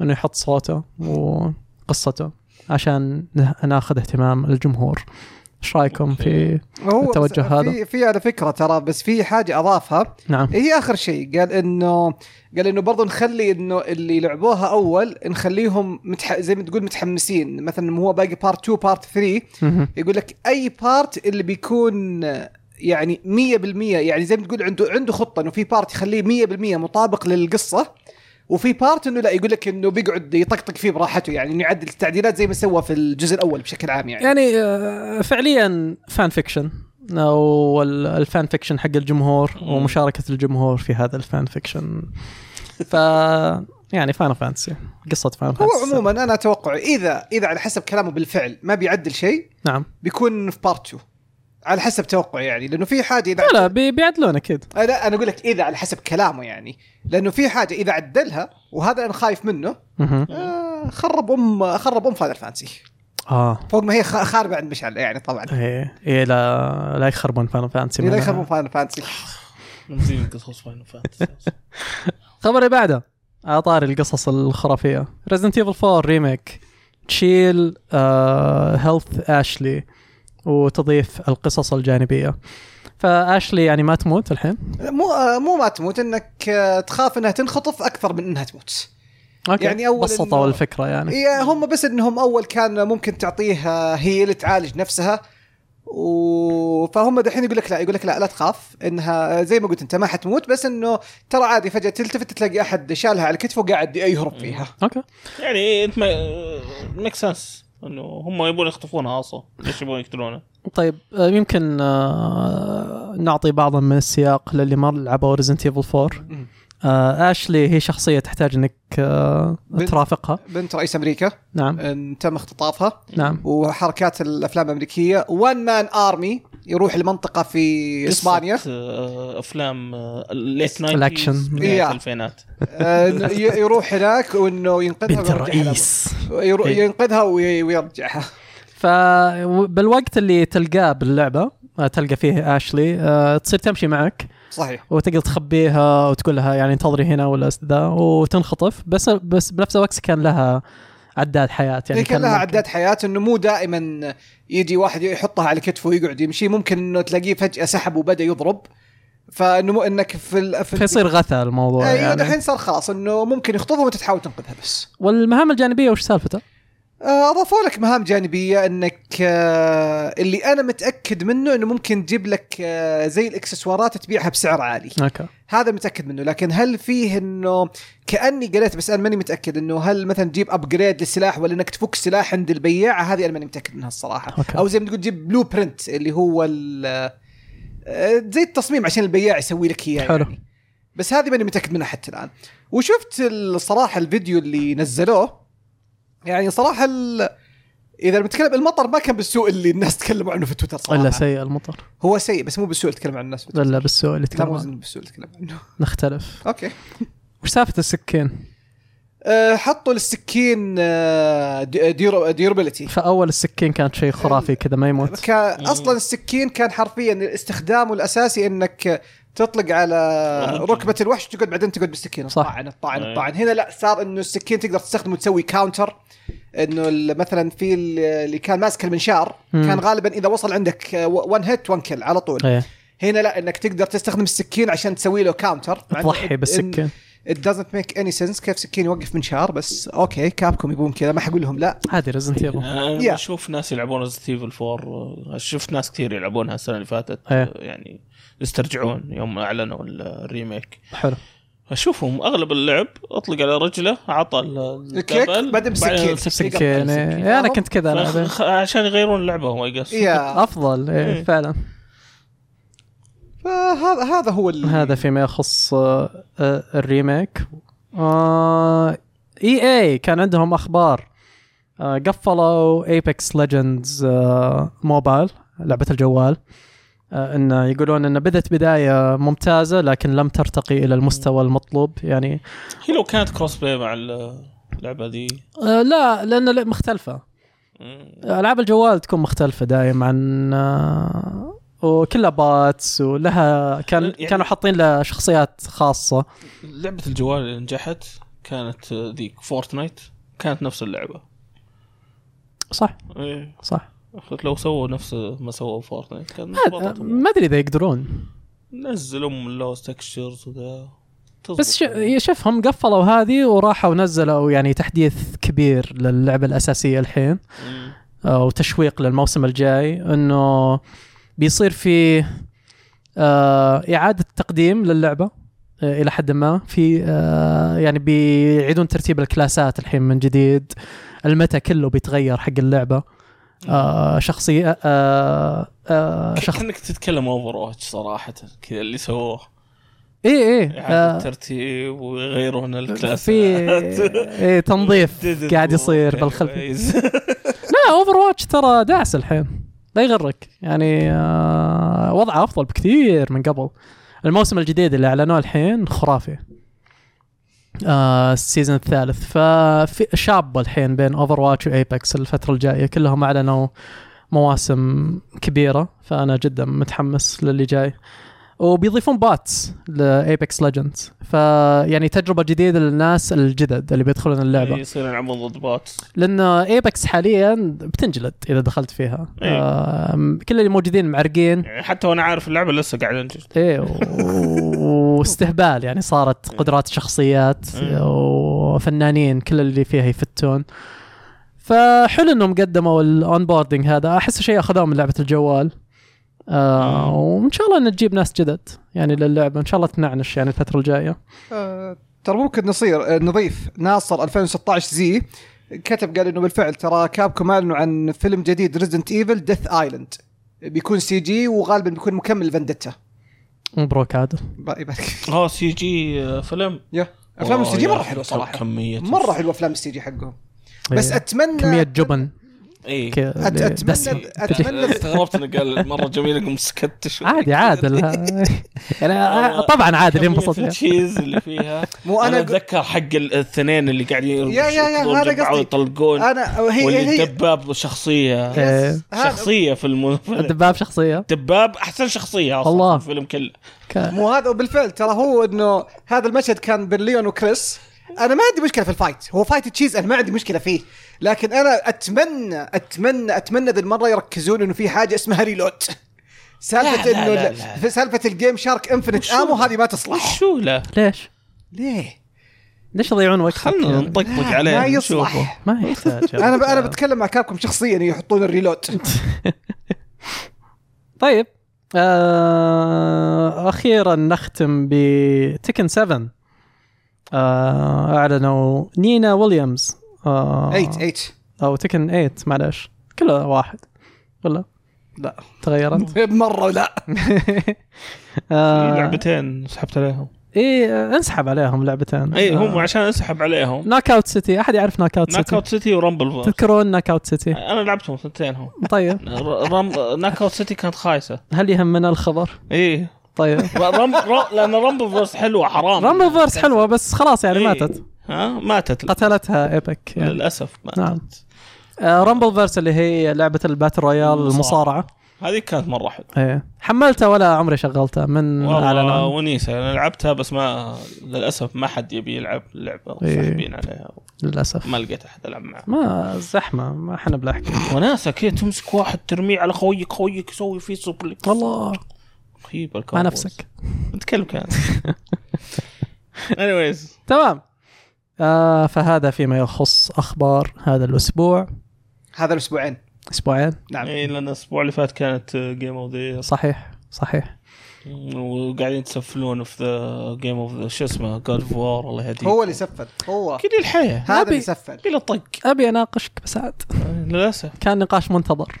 S1: انه يحط صوته وقصته عشان نه- ناخذ اهتمام الجمهور ايش رايكم في
S2: هو بس-
S1: التوجه هذا.
S2: في, في على فكره ترى بس في حاجه اضافها
S1: نعم
S2: هي اخر شيء قال انه قال انه برضه نخلي انه اللي لعبوها اول نخليهم متح... زي ما تقول متحمسين مثلا هو باقي بارت 2 بارت 3
S1: مهم.
S2: يقول لك اي بارت اللي بيكون يعني 100% يعني زي ما تقول عنده عنده خطه انه في بارت يخليه 100% مطابق للقصه وفي بارت انه لا يقول لك انه بيقعد يطقطق فيه براحته يعني انه يعدل التعديلات زي ما سوى في الجزء الاول بشكل عام يعني
S1: يعني آه، فعليا فان فيكشن او ال- الفان فيكشن حق الجمهور
S4: مم.
S1: ومشاركه الجمهور في هذا الفان فيكشن ف يعني فان فانتسي قصه فان
S2: هو
S1: فانتسي
S2: عموما انا اتوقع اذا اذا على حسب كلامه بالفعل ما بيعدل شيء
S1: نعم
S2: بيكون في بارت 2 على حسب توقعي يعني لانه في حاجه اذا
S1: لا لا بي- بيعدلون اكيد
S2: آه، لا انا اقول لك اذا على حسب كلامه يعني لانه في حاجه اذا عدلها وهذا انا خايف منه
S1: مهم.
S2: آه، خرب ام خرب ام فاينل فانسي
S1: اه
S2: فوق ما هي خ- خاربه عند مشعل يعني طبعا
S1: ايه ايه لا لا يخربون فان فانتسي
S2: اذا إيه، يخربون فاينل فانسي
S4: نمزين قصص فاينل فانتسي
S1: الخبر اللي بعده على طاري القصص الخرافيه ريزنت ايفل 4 ريميك تشيل آه هيلث اشلي وتضيف القصص الجانبيه فاشلي يعني ما تموت الحين
S2: مو آه، مو ما تموت انك آه، تخاف انها تنخطف اكثر من انها تموت
S1: اوكي
S2: يعني أول إيه.
S1: بسطوا
S2: إنه-
S1: الفكره يعني
S2: يا هم بس انهم اول كان ممكن تعطيها هي تعالج نفسها و... فهم دحين يقول لك لا يقول لك لا لا تخاف انها زي ما قلت انت ما حتموت بس انه ترى عادي فجاه تلتفت تلاقي احد شالها على كتفه وقاعد يهرب فيها
S1: اوكي
S4: يعني انت ميك سنس انه هم يبون يخطفونها اصلا ليش يبون يقتلونه؟
S1: طيب آه، يمكن آه، نعطي بعضا من السياق للي ما لعبوا ريزنت ايفل 4
S2: مم.
S1: آه، اشلي هي شخصيه تحتاج انك آه،
S2: بن-
S1: ترافقها
S2: بنت إيه. رئيس امريكا
S1: نعم
S2: إن تم اختطافها
S1: نعم
S2: وحركات الافلام الامريكيه وان مان ارمي يروح لمنطقه في اسبانيا
S4: قصة، آه، افلام الليت نايت
S1: الأكشن.
S2: Yeah.
S4: الفينات
S2: آه، ي- يروح هناك وانه ينقذها
S1: بنت
S2: ويرجعها
S1: الرئيس
S2: لأبوها. يرو-
S1: إيه.
S2: ينقذها وي- ويرجعها
S1: فبالوقت اللي تلقاه باللعبه آه، تلقى فيه اشلي آه، تصير تمشي معك
S2: صحيح
S1: وتقدر تخبيها وتقول لها يعني انتظري هنا ولا ذا وتنخطف بس بس بنفس الوقت كان لها عداد حياه يعني
S2: يعني كان لها
S1: ممكن-
S2: عداد حياه انه مو دائما يجي واحد يحطها على كتفه ويقعد يمشي ممكن انه تلاقيه فجاه سحب وبدا يضرب فانه مو انك في ال... في
S1: فيصير غثى الموضوع
S2: ايوه
S1: يعني
S2: دحين صار خلاص انه ممكن يخطفها وانت تحاول تنقذها بس
S1: والمهام الجانبيه وش سالفتها؟
S2: آه، اضافوا لك مهام جانبيه انك آه، اللي انا متاكد منه انه ممكن تجيب لك آه، زي الاكسسوارات تبيعها بسعر عالي
S1: اوكي
S2: هذا متاكد منه لكن هل فيه انه كاني قريت بس انا ماني متاكد انه هل مثلا تجيب ابجريد للسلاح ولا انك تفك سلاح عند البياع هذه انا ماني متاكد منها الصراحه
S1: أوكي.
S2: او زي ما تقول تجيب بلو برنت اللي هو ال- آه، زي التصميم عشان البياع يسوي لك اياه
S1: حلو
S2: يعني. بس هذه ماني متاكد منها حتى الان وشفت الصراحه الفيديو اللي نزلوه يعني صراحه ال... اذا بنتكلم المطر ما كان بالسوء اللي الناس تكلموا عنه في تويتر صراحه
S1: الا سيء المطر
S2: هو سيء بس مو بالسوء اللي تكلم عنه الناس في تويتر.
S1: الا بالسوء اللي
S2: لا مو
S1: تكلم
S2: بالسوء اللي تكلم عنه
S1: نختلف
S2: اوكي
S1: وش سالفه السكين؟
S2: آه، حطوا للسكين آه، دي- ديرو- ديورابيلتي
S1: فاول السكين كانت شيء خرافي كذا ما يموت
S2: كا- اصلا السكين كان حرفيا استخدامه الاساسي انك تطلق
S1: آه،
S2: على
S4: والله.
S2: ركبه الوحش تقعد بعدين تقعد بالسكينه
S1: صح.
S2: طعن الطعن
S4: أي.
S2: الطعن هنا لا صار انه السكين تقدر تستخدمه تسوي كاونتر انه ال- مثلا في ال- اللي كان ماسك المنشار
S1: مم.
S2: كان غالبا اذا وصل عندك 1 هيت 1 كل على طول
S1: ايه
S2: هنا لا انك تقدر تستخدم السكين عشان تسوي له كاونتر مع إنه-
S1: تضحي
S2: إن-
S1: بالسكين
S2: it doesn't make any sense كيف سكين يوقف منشار بس اوكي كابكم يبون كذا ما حقول لهم لا
S1: هذه ريزنت
S2: إيه.
S1: ايفل
S4: انا
S2: Yeah.
S4: بشوف آه، ناس يلعبون ريزنت ايفل 4 آه، شفت ناس كثير يلعبونها السنه اللي فاتت
S1: إيه.
S4: يعني يسترجعون يوم اعلنوا الريميك
S1: حلو
S4: اشوفهم اغلب اللعب اطلق على رجله عطى ال-
S2: الكيك،
S4: الدبل،
S2: بعدين بسكين.
S1: سكين
S4: سكين.
S1: إيه، انا كنت كذا
S4: فخ-
S1: انا
S4: خ- عشان يغيرون اللعبه اي قص
S2: يا
S1: افضل إيه،
S4: إيه.
S1: فعلا
S2: فهذا هذا هو ال...
S1: هذا فيما يخص آه، آه، الريميك آه، اي اي كان عندهم اخبار آه، قفلوا ايبكس ليجندز موبايل لعبه الجوال آه، انه يقولون انه بدت بدايه ممتازه لكن لم ترتقي الى المستوى المطلوب يعني
S4: هي لو كانت كروس بلاي مع ال- اللعبه دي
S1: آه، لا لان لا- مختلفه
S4: مم.
S1: العاب الجوال تكون مختلفه دايم عن آه، وكلها باتس ولها كان
S4: يعني-
S1: كانوا حاطين لها شخصيات خاصه
S4: لعبه الجوال اللي نجحت كانت آه، ذيك فورتنايت كانت نفس اللعبه
S1: صح
S4: إيه.
S1: صح
S4: لو سووا نفس ما سووا فورتنايت كان
S1: ما- ما ادري اذا يقدرون
S4: نزل ام اللوز تكشرز وذا يعني. تزبط.
S1: بس ش- شوف هم قفلوا هذه وراحوا نزلوا يعني تحديث كبير للعبه الاساسيه الحين
S4: مم.
S1: او تشويق للموسم الجاي انه بيصير في آه، اعاده تقديم للعبه آه، الى حد ما في آه، يعني بيعيدون ترتيب الكلاسات الحين من جديد المتا كله بيتغير حق اللعبه آه، شخصيه آه، آه،
S4: ك-
S1: شخص
S4: كانك تتكلم اوفر واتش صراحه كذا اللي سووه
S1: اي اي
S4: اعاده ترتيب ويغيرون الكلاس
S1: في إيه تنظيف قاعد يصير بالخلفيه لا اوفر واتش ترى داعس الحين لا يغرك يعني آه، وضعه افضل بكثير من قبل الموسم الجديد اللي اعلنوه الحين خرافي آه السيزون الثالث ففي شاب الحين بين اوفر واتش وايبكس الفتره الجايه كلهم اعلنوا مواسم كبيره فانا جدا متحمس للي جاي وبيضيفون باتس لايبكس ليجندز فيعني تجربه جديده يعني للناس الجدد اللي بيدخلون اللعبه
S4: يصير يلعبون ضد بات
S1: لان ايبكس حاليا بتنجلد اذا دخلت فيها
S4: إيه.
S1: آم، كل اللي موجودين معرقين
S4: يعني حتى وانا عارف اللعبه لسه قاعد انجز
S1: ايه و- واستهبال يعني صارت قدرات شخصيات
S4: إيه.
S1: وفنانين كل اللي فيها يفتون فحلو انهم قدموا الاونبوردنج هذا احس شيء اخذوه من لعبه الجوال آه
S4: مم.
S1: وان شاء الله نجيب ناس جدد يعني للعبه ان شاء الله تنعنش يعني الفتره الجايه
S2: آه، ترى ممكن نصير آه، نضيف ناصر 2016 زي كتب قال انه بالفعل ترى كابكم اعلنوا عن فيلم جديد ريزدنت ايفل ديث ايلاند بيكون سي جي وغالبا بيكون مكمل فندتا
S1: مبروك عادل
S2: ب- يبارك
S4: اه سي جي فيلم
S2: يا افلام السي جي
S4: والله
S2: مره حلوه
S4: كم-
S2: صراحه
S4: كميه
S2: مره حلوه افلام السي جي حقهم بس
S1: إيه.
S2: اتمنى
S1: كميه جبن
S4: ايه
S1: ك-
S2: أتمنى-
S1: دسمة.
S2: أتمنى-
S4: استغربت انه قال مره جميله قمت سكت شوي.
S1: عادي عادل يعني طبعا عادل
S4: كمية
S1: ينبسط
S4: التشيز اللي فيها
S2: مو
S4: انا
S2: أنا قل-
S4: اتذكر حق ال- الاثنين اللي قاعدين
S2: يا- يا- يا،
S4: يركضون
S2: هذا
S4: جنب بعض
S2: قصدي.
S4: يطلقون
S2: انا هي
S4: واللي
S2: هي هي
S4: الدباب شخصيه
S1: إيه.
S2: هذا-
S4: شخصيه في الم...
S1: الدباب شخصيه
S4: دباب احسن شخصيه اصلا
S1: الله.
S4: الله. في الفيلم كله
S1: ك-
S2: مو هذا وبالفعل ترى هو انه هذا المشهد كان بين ليون وكريس انا ما عندي مشكله في الفايت هو فايت تشيز انا ما عندي مشكله فيه لكن انا اتمنى اتمنى اتمنى ذي المره يركزون انه في حاجه اسمها ريلود سالفه
S4: لا، لا،
S2: انه
S4: لا،
S2: ال-
S4: لا.
S2: في سالفه الجيم شارك انفنت
S4: وشو؟
S2: امو هذه ما تصلح
S4: شو لا
S1: ليش؟
S2: ليه؟
S1: ليش يضيعون وقت؟ يعني
S4: خلنا نطقطق عليه
S2: ما
S4: نشوفه.
S2: يصلح
S1: ما يحتاج
S2: انا ب... انا بتكلم مع كابكم شخصيا يحطون الريلود
S1: طيب آه اخيرا نختم بتكن 7 آه اعلنوا نينا ويليامز آه
S2: 8 8
S1: او تكن 8 معلش كله واحد ولا
S2: لا
S1: تغيرت
S2: مره لا
S4: في
S1: آه
S4: لعبتين سحبت عليهم
S1: ايه انسحب عليهم لعبتين
S4: اي إيه، هم
S1: آه
S4: عشان انسحب عليهم
S1: ناك اوت سيتي احد يعرف ناك اوت
S4: ناك
S1: سيتي
S4: اوت سيتي ورامبل فورس.
S1: تذكرون ناك اوت سيتي
S4: انا لعبتهم ثنتين هم
S1: طيب
S4: ر- رام... ناك اوت سيتي كانت خايسه
S1: هل يهمنا الخبر؟
S4: اي
S1: طيب
S4: رام... ر... لان رامبل فورس حلوه حرام
S1: رامبل فيرس حلوه بس خلاص يعني
S4: إيه.
S1: ماتت
S4: ها ماتت
S1: قتلتها ايبك يعني
S4: للاسف ماتت
S1: نعم. رامبل فيرس اللي هي لعبه الباتل رويال
S4: المصارعة.
S1: المصارعه
S4: هذه كانت مره حلوه
S1: ايه حملتها ولا عمري شغلتها من
S4: والله
S1: اعلان
S4: ونيسه انا لعبتها بس ما للاسف ما حد يبي يلعب اللعبه
S1: إيه.
S4: وساحبين عليها
S1: للاسف
S4: ما لقيت احد العب معه
S1: ما زحمه ما احنا بلحق
S4: وناسه كذا تمسك واحد ترميه على خويك خويك يسوي فيه سوبليك
S1: والله
S4: رهيب
S1: مع
S4: الكابوس
S1: نفسك
S4: نتكلم كان anyways
S1: تمام آه فهذا فيما يخص اخبار هذا الاسبوع
S2: هذا الاسبوعين
S1: اسبوعين
S2: نعم
S4: إيه لان الاسبوع اللي فات كانت جيم اوف ذا
S1: صحيح صحيح
S4: وقاعدين تسفلون في ذا جيم اوف ذا شو اسمه جاد اوف وار الله يهديك
S2: هو اللي سفل هو
S4: كذي الحياه
S2: هذا
S1: أبي-
S2: اللي سفل
S4: بلا طق
S1: ابي اناقشك بسعد
S4: للاسف
S1: كان نقاش منتظر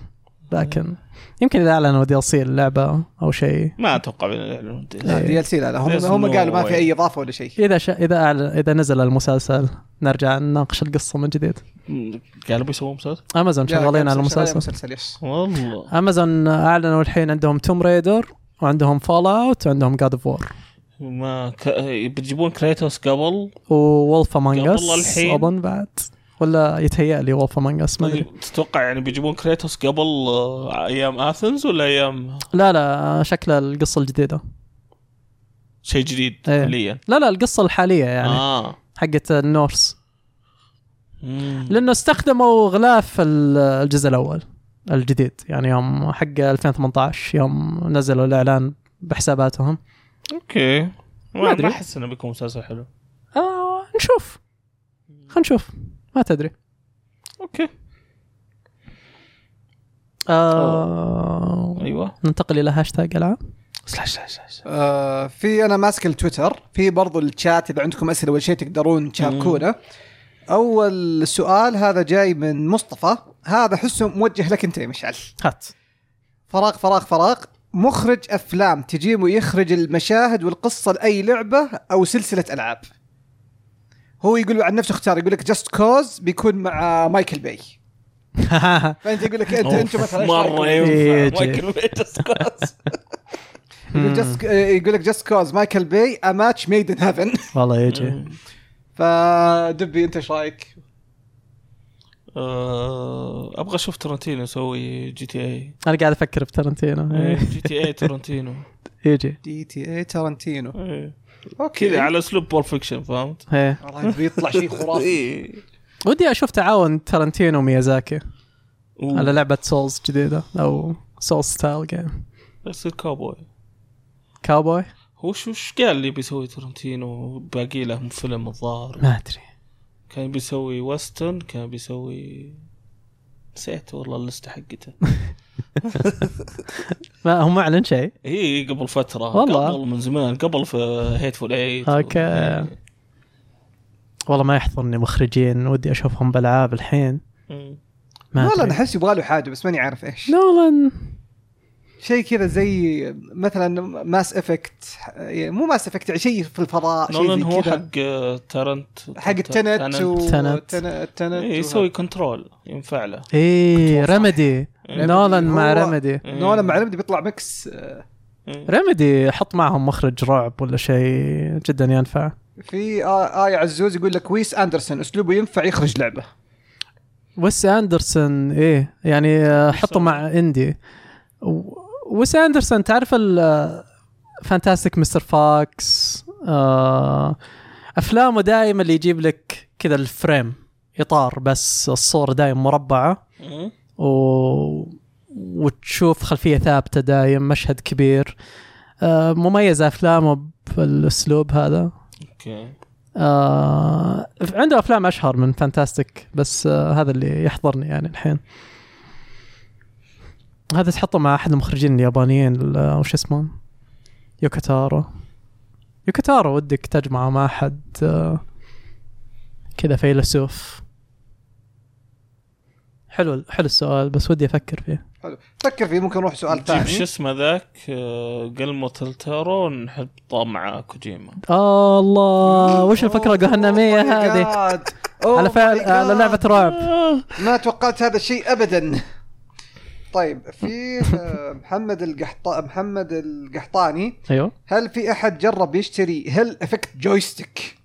S1: لكن يمكن اذا اعلنوا دي ال سي اللعبه او شيء
S4: ما اتوقع بيعلنون DLC.
S2: دي ال سي لا لا هم
S4: There's
S2: هم
S4: no
S2: قالوا ما
S4: way.
S2: في اي اضافه ولا شيء
S1: اذا ش... اذا أعلن... اذا نزل المسلسل نرجع نناقش القصه من جديد
S4: قالوا بيسوون مسلسل
S1: امازون شغالين على
S2: شغالين
S1: المسلسل
S2: مسلسل يس
S4: والله
S1: امازون اعلنوا الحين عندهم توم ريدر وعندهم فول اوت وعندهم جاد اوف وور
S4: ما ك... بتجيبون كريتوس قبل
S1: وولف امانج
S4: قبل
S1: اس
S4: الحين.
S1: اظن بعد ولا يتهيأ لي وولف امانج اس ما ادري
S4: تتوقع يعني بيجيبون كريتوس قبل آه، ايام اثنز ولا ايام
S1: لا لا شكل القصه الجديده
S4: شيء جديد
S1: إيه.
S4: حاليا
S1: لا لا القصه الحاليه يعني آه.
S4: اه
S1: حقت النورس
S4: مم.
S1: لانه استخدموا غلاف ال- الجزء الاول الجديد يعني يوم حق 2018 يوم نزلوا الاعلان بحساباتهم
S4: اوكي
S1: ما
S4: ما
S1: أدري.
S4: ما احس انه بيكون مسلسل حلو
S1: آه نشوف خلينا نشوف ما تدري
S4: اوكي
S1: آه
S4: ايوه
S1: ننتقل الى هاشتاج العاب
S4: سلاش سلاش سلاش
S2: آه في انا ماسك التويتر في برضو الشات اذا عندكم اسئله ولا شيء تقدرون تشاركونا اول سؤال هذا جاي من مصطفى هذا حسه موجه لك انت يا مشعل
S1: هات
S2: فراغ فراغ فراغ مخرج افلام تجيبه يخرج المشاهد والقصه لاي لعبه او سلسله العاب هو يقول عن نفسه اختار يقول لك جاست كوز بيكون مع مايكل باي فانت يقول لك انت انت مثلا إيش
S4: مره
S2: رأيكم؟
S1: يجي.
S4: ينفع مايكل باي تسكوس.
S2: يقول just- يقول لك جاست كوز مايكل باي ا ماتش ميد ان هيفن
S1: والله يجي
S2: فدبي انت ايش رايك؟
S4: آه، ابغى اشوف ترنتينو يسوي جي تي اي
S1: انا قاعد افكر بترنتينو إيه.
S4: جي تي اي ترنتينو
S1: يجي
S2: دي تي اي تارنتينو
S4: إيه.
S2: اوكي
S4: كذا على اسلوب بول فيكشن فهمت؟
S1: إيه.
S2: والله بيطلع شيء خرافي
S4: إيه.
S1: ودي اشوف تعاون ترنتينو وميازاكي
S4: أوه،
S1: على لعبه سولز جديده او سولز ستايل جيم
S4: بس الكاوبوي
S1: كاوبوي
S4: هو شو ايش قال اللي بيسوي ترنتينو باقي له فيلم الظاهر
S1: ما ادري
S4: كان بيسوي ويسترن كان بيسوي نسيت والله اللسته حقته
S1: ما هو ما اعلن شيء
S4: اي إيه، قبل فتره
S1: والله.
S4: قبل من زمان قبل في هيتفول ايت
S1: أوكي.
S4: إيه.
S1: والله ما يحضرني مخرجين ودي اشوفهم بالعاب الحين ما
S2: والله انا
S1: أدري.
S2: احس يبغى له حاجه بس ماني عارف ايش
S1: نولان
S2: شيء كذا زي مثلا ماس افكت يعني مو ماس افكت شيء في الفضاء شيء
S4: نولان
S2: زي
S4: هو
S2: كذا
S4: حق آه، ترنت
S2: حق التنت و
S1: تنت.
S2: تنت
S4: إيه، يسوي كنترول ينفع له
S1: ايه رمدي
S4: رمدي.
S1: نولان مع
S2: هو-
S1: رمدي
S4: إيه.
S2: نولان مع المدي بيطلع ميكس آه،
S1: رمدي حط معهم مخرج رعب ولا شيء جدا ينفع
S2: في آ- آية عزوز يقول لك ويس أندرسون أسلوبه ينفع يخرج لعبة
S1: ويس اندرسون ايه يعني آه، حطه مع اندي و- ويس اندرسون تعرف ال فانتاستيك مستر فاكس آه افلامه دائما اللي يجيب لك كذا الفريم اطار بس الصوره دائما مربعه و... وتشوف خلفيه ثابته دائم مشهد كبير آه مميز افلامه بالاسلوب هذا
S4: اوكي
S1: آه عنده افلام اشهر من فانتاستيك بس آه هذا اللي يحضرني يعني الحين هذا تحطه مع احد المخرجين اليابانيين ال- آه، وش اسمه يوكاتارو يوكاتارو ودك تجمعه مع احد آه كذا فيلسوف حلو حلو السؤال بس ودي افكر فيه
S2: حلو فكر فيه ممكن نروح سؤال
S4: نجيب شو
S2: ثاني
S4: اسمه ذاك آه، قلمه تلتارو نحطه مع كوجيما
S1: الله آه، وش الفكره الجهنميه
S2: Oh my
S1: هذه
S2: God. Oh
S1: على فعل آه،
S2: my
S1: على
S2: God.
S1: لعبه
S2: طيب.
S1: رعب
S4: آه،
S2: ما توقعت هذا الشيء ابدا طيب في آه، محمد القحطا محمد القحطاني
S1: ايوه
S2: هل في احد جرب يشتري هيل افكت جويستيك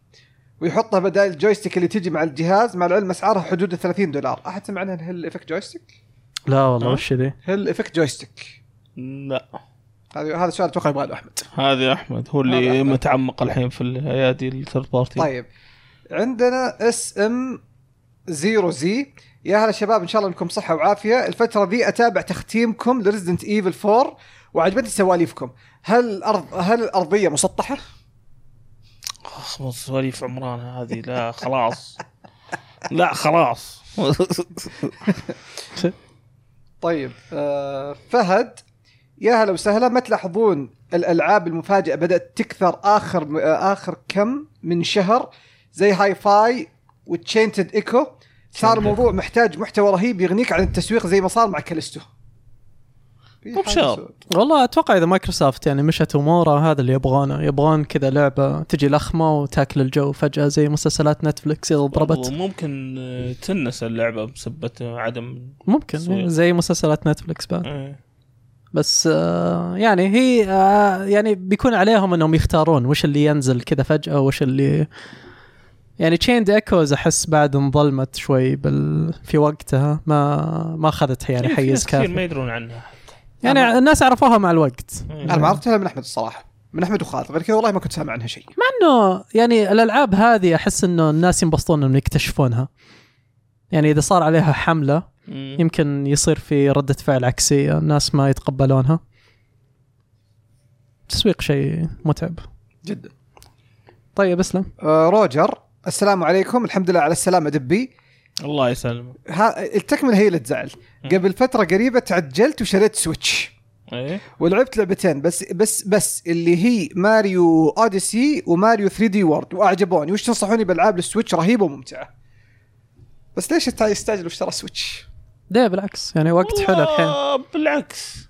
S2: ويحطها بدال الجويستيك اللي تجي مع الجهاز مع العلم اسعارها حدود ال 30 دولار احد سمع عنها الهيل افكت جويستيك
S1: لا والله
S4: ها؟
S1: وش ذي؟
S2: هيل افكت جويستيك
S4: لا
S2: هذا هذا سؤال اتوقع يبغى له احمد
S4: هذا احمد هو
S2: هذا
S4: اللي
S2: أحمد.
S4: متعمق الحين في الايادي الثيرد بارتي
S2: طيب عندنا اس ام زيرو زي يا هلا شباب ان شاء الله انكم صحه وعافيه الفتره دي اتابع تختيمكم لريزدنت ايفل 4 وعجبتني سواليفكم هل الارض هل الارضيه مسطحه
S4: اخبط سواليف عمران هذه لا خلاص لا خلاص
S2: طيب آه فهد يا هلا وسهلا ما تلاحظون الالعاب المفاجئه بدات تكثر اخر آه، اخر كم من شهر زي هاي فاي وتشينتد ايكو صار
S4: Tainted.
S2: الموضوع محتاج محتوى رهيب يغنيك عن التسويق زي ما صار مع كاليستو
S4: مو بشرط.
S1: والله اتوقع اذا مايكروسوفت يعني مشت امورها هذا اللي يبغونه يبغون كذا لعبه تجي لخمه وتاكل الجو فجاه زي مسلسلات نتفلكس اذا ضربت
S4: ممكن آه، تنسى اللعبه بسبه عدم
S1: ممكن
S4: سوي.
S1: زي مسلسلات نتفلكس بعد
S4: إيه.
S1: بس آه، يعني هي آه، يعني بيكون عليهم انهم يختارون وش اللي ينزل كذا فجأة وش اللي يعني تشيند ايكوز احس بعد انظلمت شوي بال في وقتها ما ما اخذت يعني
S4: إيه، في
S1: حيز
S4: ناس كثير
S1: كافي
S4: ما يدرون عنها حتى
S1: يعني الناس عرفوها مع الوقت
S4: إيه.
S2: انا ما عرفتها من احمد الصراحه من احمد وخالد غير كذا والله ما كنت سامع عنها شيء
S1: مع انه يعني الالعاب هذه احس انه الناس ينبسطون انهم يكتشفونها يعني اذا صار عليها حمله
S4: مم.
S1: يمكن يصير في ردة فعل عكسية الناس ما يتقبلونها تسويق شيء متعب
S2: جدا
S1: طيب اسلم
S2: آه روجر السلام عليكم الحمد لله على السلامه دبي
S4: الله يسلمك
S2: ها التكمله هي اللي تزعل قبل فتره قريبه تعجلت وشريت سويتش
S4: ايه
S2: ولعبت لعبتين بس بس بس اللي هي ماريو اوديسي وماريو 3 دي وورد واعجبوني وش تنصحوني بالعاب للسويتش رهيبه وممتعه بس ليش تع- يستعجل واشترى سويتش؟
S1: ليه بالعكس يعني وقت حلو الحين آه،
S4: والله بالعكس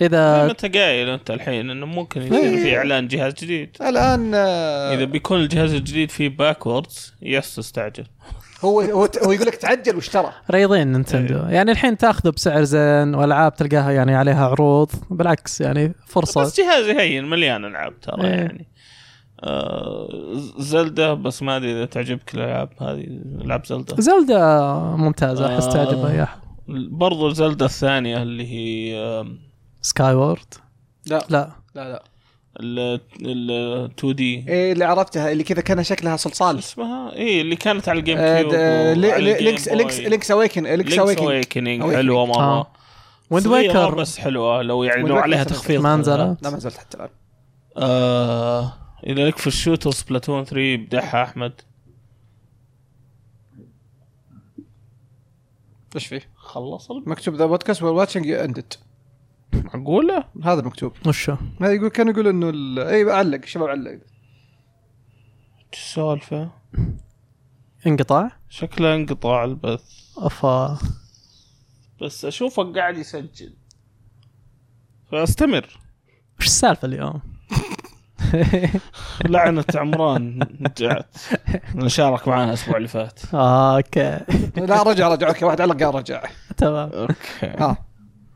S4: زي ما
S1: اذا
S4: انت قايل انت الحين انه ممكن يصير
S1: إيه.
S4: في اعلان جهاز جديد
S2: الان آه،
S4: اذا بيكون الجهاز الجديد فيه باكوردز يس استعجل
S2: هو هو هو يقول لك تعجل واشترى
S1: ريضين نينتندو يعني الحين تاخذه بسعر زين والعاب تلقاها يعني عليها عروض بالعكس يعني فرصه
S4: بس جهازي هين مليان العاب ترى
S1: إيه.
S4: يعني آه زلدة بس ما ادري اذا تعجبك الالعاب هذه العاب زلدة
S1: زلدة ممتازه احس تعجبها يا أحمد.
S4: برضو زلدة الثانية اللي هي آم،
S1: سكاي وورد
S2: لا
S1: لا
S2: لا لا
S4: ال ال 2 دي
S2: إيه اللي عرفتها اللي كذا كان شكلها صلصال
S4: اسمها اي اللي كانت على الجيم
S2: آه،
S4: كيوب
S2: د- آه،
S4: وعلى
S2: لي- لي-
S4: الجيم
S2: لينكس
S4: بوي.
S2: لينكس لينكس اويكن لينكس
S4: لينكس
S2: اويكن
S4: اويكننج
S2: Awakening.
S4: حلوه
S1: آه.
S4: مره
S1: ويند
S4: صغيرة
S1: ويكر
S4: بس حلوه لو يعني
S2: Wind
S4: لو
S2: Waker
S4: عليها
S2: سبعة.
S4: تخفيض
S1: ما نزلت
S2: لا ما زلت حتى الان
S4: آه اذا لك في الشوتر سبلاتون 3 بدعها احمد
S2: ايش فيه؟
S4: خلص
S2: مكتوب ذا بودكاست واتشنج اندد
S4: معقوله؟
S2: هذا مكتوب
S1: وشو
S2: هذا يقول كان يقول انه ال- اي علق شباب علق
S4: شو السالفه؟
S1: انقطاع
S4: شكله انقطاع البث
S1: افا
S4: بس اشوفك قاعد يسجل فاستمر
S1: وش السالفه اليوم
S4: لعنة عمران رجعت نشارك معانا الاسبوع اللي فات
S1: آه، اوكي
S2: لا رجع رجع اوكي واحد علق قال رجع
S1: تمام
S4: اوكي
S2: ها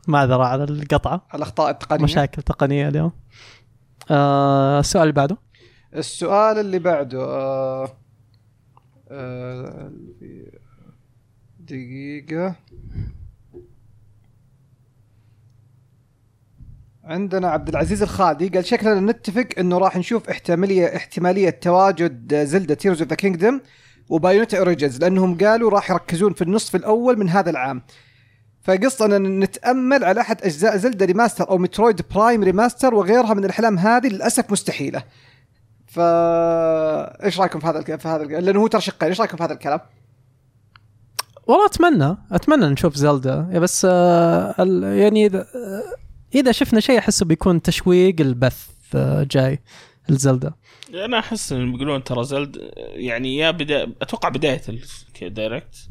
S1: معذره على القطعه
S2: الاخطاء التقنيه
S1: مشاكل تقنيه اليوم آه السؤال اللي بعده
S2: السؤال اللي بعده آه آه دقيقة عندنا عبد العزيز الخادي قال شكلنا نتفق انه راح نشوف احتمالية احتمالية تواجد زلدة تيرز اوف ذا كينجدم وبايونيتا اوريجنز لانهم قالوا راح يركزون في النصف الاول من هذا العام. فقصنا ان نتامل على احد اجزاء زلدة ريماستر او مترويد برايم ريماستر وغيرها من الاحلام هذه للاسف مستحيله. فا ايش رايكم في هذا الك... في هذا الك... لانه هو ترى شقين ايش رايكم في هذا الكلام؟
S1: والله اتمنى اتمنى نشوف زلدا يا بس آه ال- يعني اذا آه اذا شفنا شيء احسه بيكون تشويق البث آه جاي الزلدا
S4: انا احس انهم بيقولون ترى زلد يعني يا بدا اتوقع بدايه الدايركت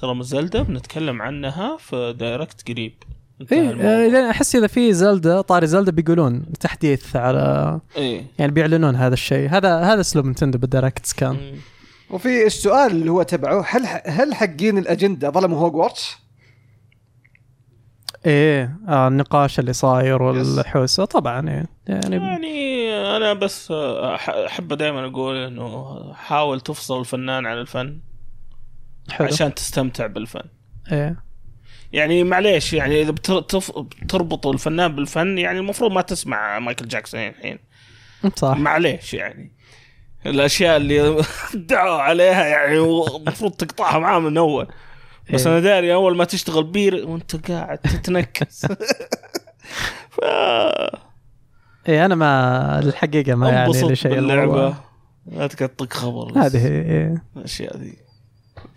S4: ترى زلدة بنتكلم عنها في دايركت قريب انتهى
S1: اي
S4: الموضوع.
S1: آه، لأن احس اذا في زلدا طاري زلدا بيقولون تحديث على
S4: ايه
S1: يعني بيعلنون هذا الشيء هذا هذا اسلوب نتندو بالدايركتس كان
S4: مم.
S2: وفي السؤال اللي هو تبعه هل ح... هل حقين الاجنده ظلموا هوجورتس؟
S1: ايه آه النقاش اللي صاير والحوسه طبعا إيه. يعني
S4: يعني انا بس أح- احب دائما اقول انه حاول تفصل الفنان عن الفن
S1: حلو
S4: عشان تستمتع بالفن
S1: ايه
S4: يعني معليش يعني اذا بتر- تف- بتربط الفنان بالفن يعني المفروض ما تسمع مايكل جاكسون الحين
S1: صح
S4: معليش يعني الاشياء اللي دعوا عليها يعني المفروض تقطعها معاه من اول بس
S1: إيه.
S4: انا داري اول ما تشتغل بير وانت قاعد تتنكس ف
S1: ايه انا ما يعني الحقيقه ما يعني لي
S4: انبسط
S1: شيء الموضوع.
S4: باللعبه لا تقطق خبر بس.
S1: هذه إيه. هي.
S4: الاشياء ذي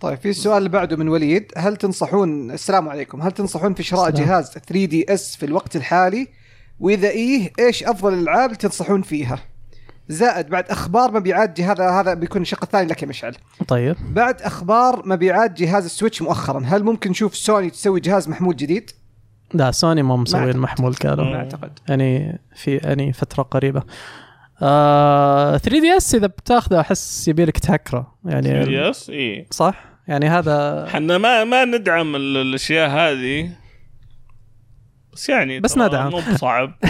S2: طيب في السؤال اللي بعده من وليد هل تنصحون السلام عليكم هل تنصحون في شراء
S1: السلام.
S2: جهاز 3 دي اس في الوقت الحالي واذا ايه ايش افضل الالعاب اللي تنصحون فيها زائد بعد اخبار مبيعات جهاز هذا بيكون الشق الثاني لك يا مشعل
S1: طيب
S2: بعد اخبار مبيعات جهاز السويتش مؤخرا هل ممكن نشوف سوني تسوي جهاز محمول جديد
S1: لا سوني ما
S2: ما
S1: مسوي
S2: أعتقد.
S1: المحمول
S4: آه.
S2: ما
S1: قالوا
S2: اعتقد
S1: يعني في اني فتره قريبه آه 3 دي اس اذا بتاخذه احس يبيلك تهكره يعني
S4: يس اي
S1: صح يعني هذا
S4: احنا ما ما ندعم ال- الاشياء هذه بس يعني
S1: بس
S4: ترى
S1: ندعم.
S4: مو بصعب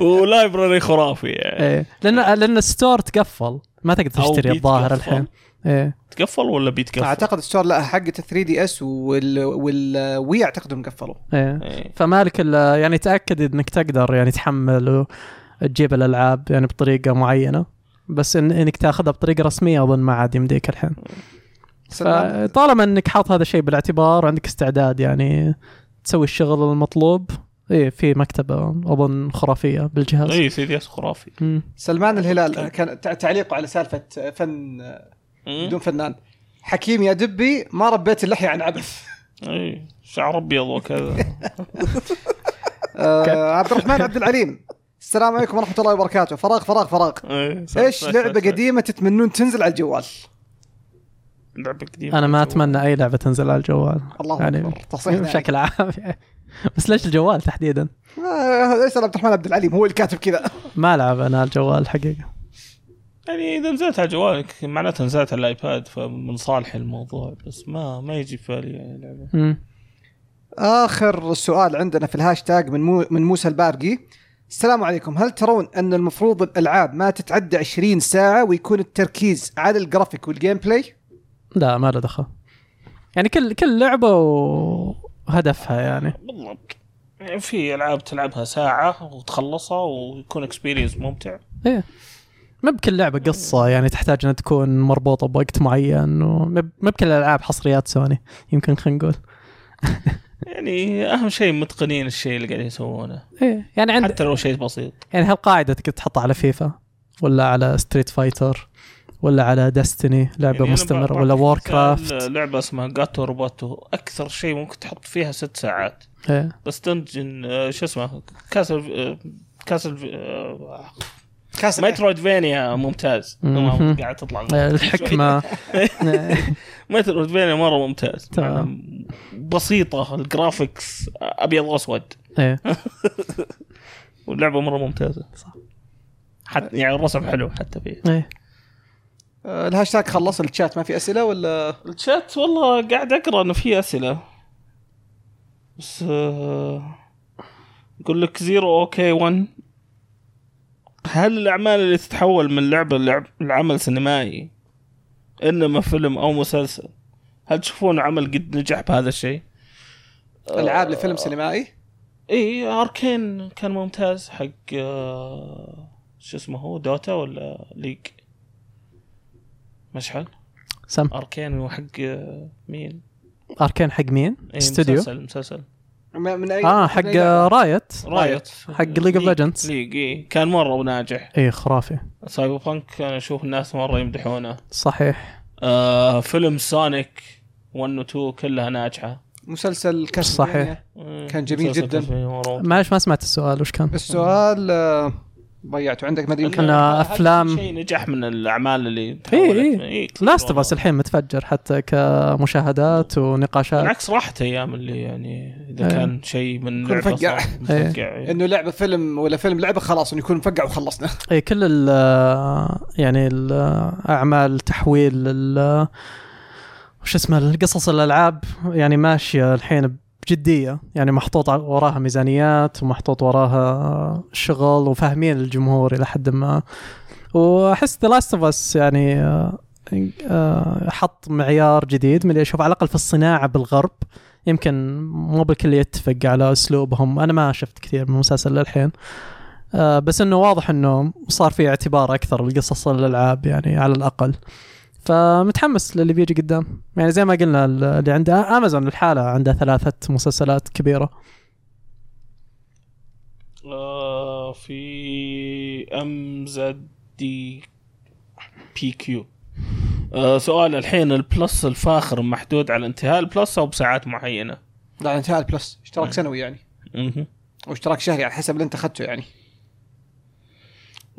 S4: ولايبرري خرافي يعني
S1: إيه. لان لان الستور تقفل ما تقدر
S4: أو
S1: تشتري الظاهر
S4: بيتقفل.
S1: الحين إيه.
S4: تقفل ولا بيتقفل؟
S2: اعتقد الستور لا حقه 3 دي اس والوي اعتقد انهم قفلوا
S1: إيه.
S4: إيه.
S1: فمالك الا يعني تاكد انك تقدر يعني تحمل وتجيب الالعاب يعني بطريقه معينه بس إن انك تاخذها بطريقه رسميه اظن ما عاد يمديك الحين
S2: سلمان
S1: طالما انك حاط هذا الشيء بالاعتبار وعندك استعداد يعني تسوي الشغل المطلوب ايه في مكتبه اظن خرافيه بالجهاز
S4: اي 3 دي اس إيه، خرافي
S1: مم.
S2: سلمان الهلال كان تع- تعليقه على سالفه فن
S4: إيه.
S2: بدون فنان حكيم يا دبي ما ربيت اللحيه عن عبث
S4: اي إيه. شعر ابيض وكذا
S2: آه عبد الرحمن عبد العليم السلام عليكم ورحمه الله وبركاته فراغ فراغ فراغ
S4: إيه، صح،
S2: ايش
S4: صح،
S2: لعبه
S4: صح، صح.
S2: قديمه تتمنون تنزل على الجوال
S4: لعبه قديمه
S1: انا ما اتمنى اي لعبه تنزل على الجوال
S2: الله
S1: يعني
S2: اكبر تصحيح داعي.
S1: بشكل عام بس ليش الجوال تحديدا؟
S2: آه، ليش عبد الرحمن عبد العليم هو اللي كاتب كذا
S1: ما العب انا على الجوال حقيقه
S4: يعني اذا نزلت على جوالك معناتها نزلت على الايباد فمن صالح الموضوع بس ما ما يجي في بالي يعني لعبه
S1: مم.
S2: اخر سؤال عندنا في الهاشتاج من مو من موسى البارقي السلام عليكم هل ترون ان المفروض الالعاب ما تتعدى 20 ساعه ويكون التركيز على الجرافيك والجيم بلاي
S1: لا ما له دخل يعني كل كل لعبه وهدفها يعني
S4: بالضبط يعني في العاب تلعبها ساعه وتخلصها ويكون اكسبيرينس ممتع
S1: ايه ما بكل لعبه قصه يعني تحتاج انها تكون مربوطه بوقت معين وما ب- ما بكل الالعاب حصريات سوني يمكن خلينا نقول
S4: يعني اهم شيء متقنين الشيء اللي قاعدين يسوونه
S1: ايه يعني عند
S4: حتى لو شيء بسيط
S1: يعني هالقاعده تقدر تحطها على فيفا ولا على ستريت فايتر ولا على ديستني لعبه
S4: يعني
S1: يعني
S4: أنا
S1: مستمره
S4: بعطيك
S1: ولا وور
S4: مثال
S1: كرافت
S4: لعبه اسمها جاتو روباتو اكثر شيء ممكن تحط فيها ست ساعات
S1: ايه
S4: بس تنجن آه، شو اسمه كاسل آه، كاسل آه،
S2: كاس
S4: مترويد فينيا ممتاز
S1: مهم.
S4: قاعد تطلع
S1: إيه، الحكمه إيه،
S4: مترويد فينيا مره ممتاز
S1: تمام.
S4: بسيطه الجرافيكس ابيض واسود
S1: ايه
S4: واللعبه مره ممتازه صح حتى يعني الرسم حلو حتى فيه
S1: ايه
S2: آه، الهاشتاج خلص الشات ما في اسئله ولا
S4: الشات والله قاعد اقرا انه في اسئله بس آه، يقول لك زيرو اوكي 1 هل الاعمال اللي تتحول من لعبه لعب- لعمل سينمائي انما فيلم او مسلسل هل تشوفون عمل قد نجح بهذا الشيء؟
S2: العاب لفيلم سينمائي
S4: اي اركين كان ممتاز حق آه، شو اسمه هو دوتا ولا ليج مشحل
S1: سم
S4: اركين وحق آه، مين؟
S1: اركين حق مين؟
S4: إيه،
S1: استوديو
S4: مسلسل مسلسل
S2: م- من اي
S1: اه
S2: من
S1: حق
S2: أي لعبة؟
S1: رايت
S4: رايت
S1: حق League of Legends.
S4: ليج اي كان مره ناجح
S1: ايه خرافي
S4: سايبر بانك انا اشوف الناس مره يمدحونه
S1: صحيح
S4: آه فيلم سونيك 1 و 2 كلها ناجحه
S2: مسلسل كاس
S1: صحيح.
S4: آه،
S2: كان جميل
S4: مسلسل
S2: جداً.
S4: كان فيه مرة.
S1: معلش ما سمعت السؤال وش كان؟
S2: السؤال آه، ضيعته عندك ما ادري
S4: إنه
S2: يمكن
S1: كان- آه،
S4: هذا
S1: أفلام-
S4: شيء نجح من الاعمال اللي
S1: إيه. لاست اوف اس
S4: الحين
S1: الحين متفجر حتى كمشاهدات ونقاشات
S4: بالعكس راحت ايام اللي يعني اذا
S1: إيه.
S4: كان شيء من
S2: يكون
S4: لعبه
S2: مفقع.
S4: صار مفقع إيه.
S2: انه لعبه فيلم ولا فيلم لعبه خلاص انه يكون مفقع وخلصنا
S1: اي إيه، كل ال يعني الاعمال تحويل ال- وش اسمه القصص الالعاب يعني ماشيه الحين بجديه يعني محطوط ع- وراها ميزانيات ومحطوط وراها شغل وفاهمين الجمهور الى حد ما واحس ذا لاست اوف اس يعني آه، آه، حط معيار جديد من اللي اشوف على الاقل في الصناعه بالغرب يمكن مو بالكل يتفق على اسلوبهم انا ما شفت كثير من المسلسل للحين آه، بس انه واضح انه صار في اعتبار اكثر لقصص الالعاب يعني على الاقل فمتحمس للي بيجي قدام يعني زي ما قلنا ال- اللي عنده امازون الحالة عندها ثلاثة مسلسلات كبيرة
S4: آه في ام زد دي بي كيو آه سؤال الحين البلس الفاخر محدود على انتهاء البلس او بساعات معينه؟
S2: لا انتهى البلس اشتراك
S1: نعم.
S2: سنوي يعني
S4: مهم.
S2: او اشتراك شهري على حسب اللي انت اخذته يعني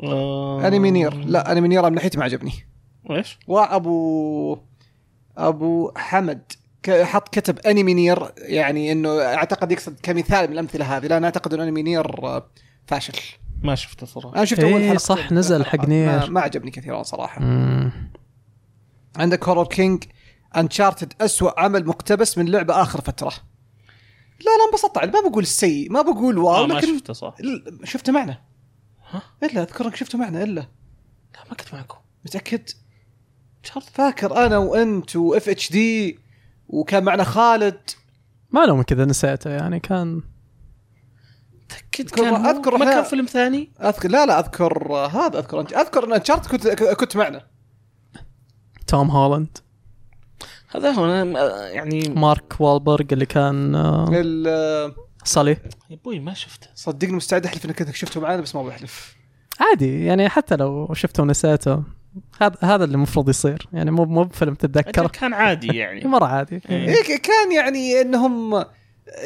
S4: آه
S2: انمي نير لا انمي نير من ناحيتي ما عجبني
S4: ايش؟
S2: وابو ابو حمد ك- حط كتب انمي نير يعني انه اعتقد يقصد كمثال من الامثله هذه لا انا اعتقد ان انمي نير آه، فاشل
S4: ما شفته صراحه
S2: انا شفت
S1: إيه،
S2: اول حلقه
S1: صح، نزل حق
S2: ما,
S1: نير.
S2: ما عجبني كثيرا صراحه
S1: مم.
S2: عندك هورر كينج انشارتد أسوأ عمل مقتبس من لعبه اخر فتره لا لا انبسطت عليه ما بقول سيء ما بقول واو
S4: آه ما
S2: لكن
S4: شفته صح
S2: ال- شفته معنا
S4: ها؟
S2: الا اذكر انك شفته معنا الا
S4: لا ما كنت معكم
S2: متاكد فاكر انا وانت واف اتش دي وكان معنا خالد
S1: ما لو كذا نسيته يعني كان
S4: متاكد
S2: كان هو-
S4: اذكر
S2: ما
S4: ما
S2: كان
S4: كان فيلم ثاني؟
S2: اذكر لا لا اذكر آه، هذا اذكر انت اذكر ان انشارت كنت كنت معنا
S1: توم هولاند
S4: هذا هو انا يعني
S1: مارك والبرغ اللي كان آه،
S2: ال- آه،
S1: صلي
S4: يا ابوي ما شفته
S2: صدقني مستعد احلف انك انك شفته معنا بس ما بحلف
S1: عادي يعني حتى لو شفته ونسيته هذا هذا اللي المفروض يصير يعني مو مو بفيلم
S4: أجل
S1: تتذكره
S4: كان عادي يعني
S1: مره عادي
S4: إيه.
S2: إيه ك- كان يعني انهم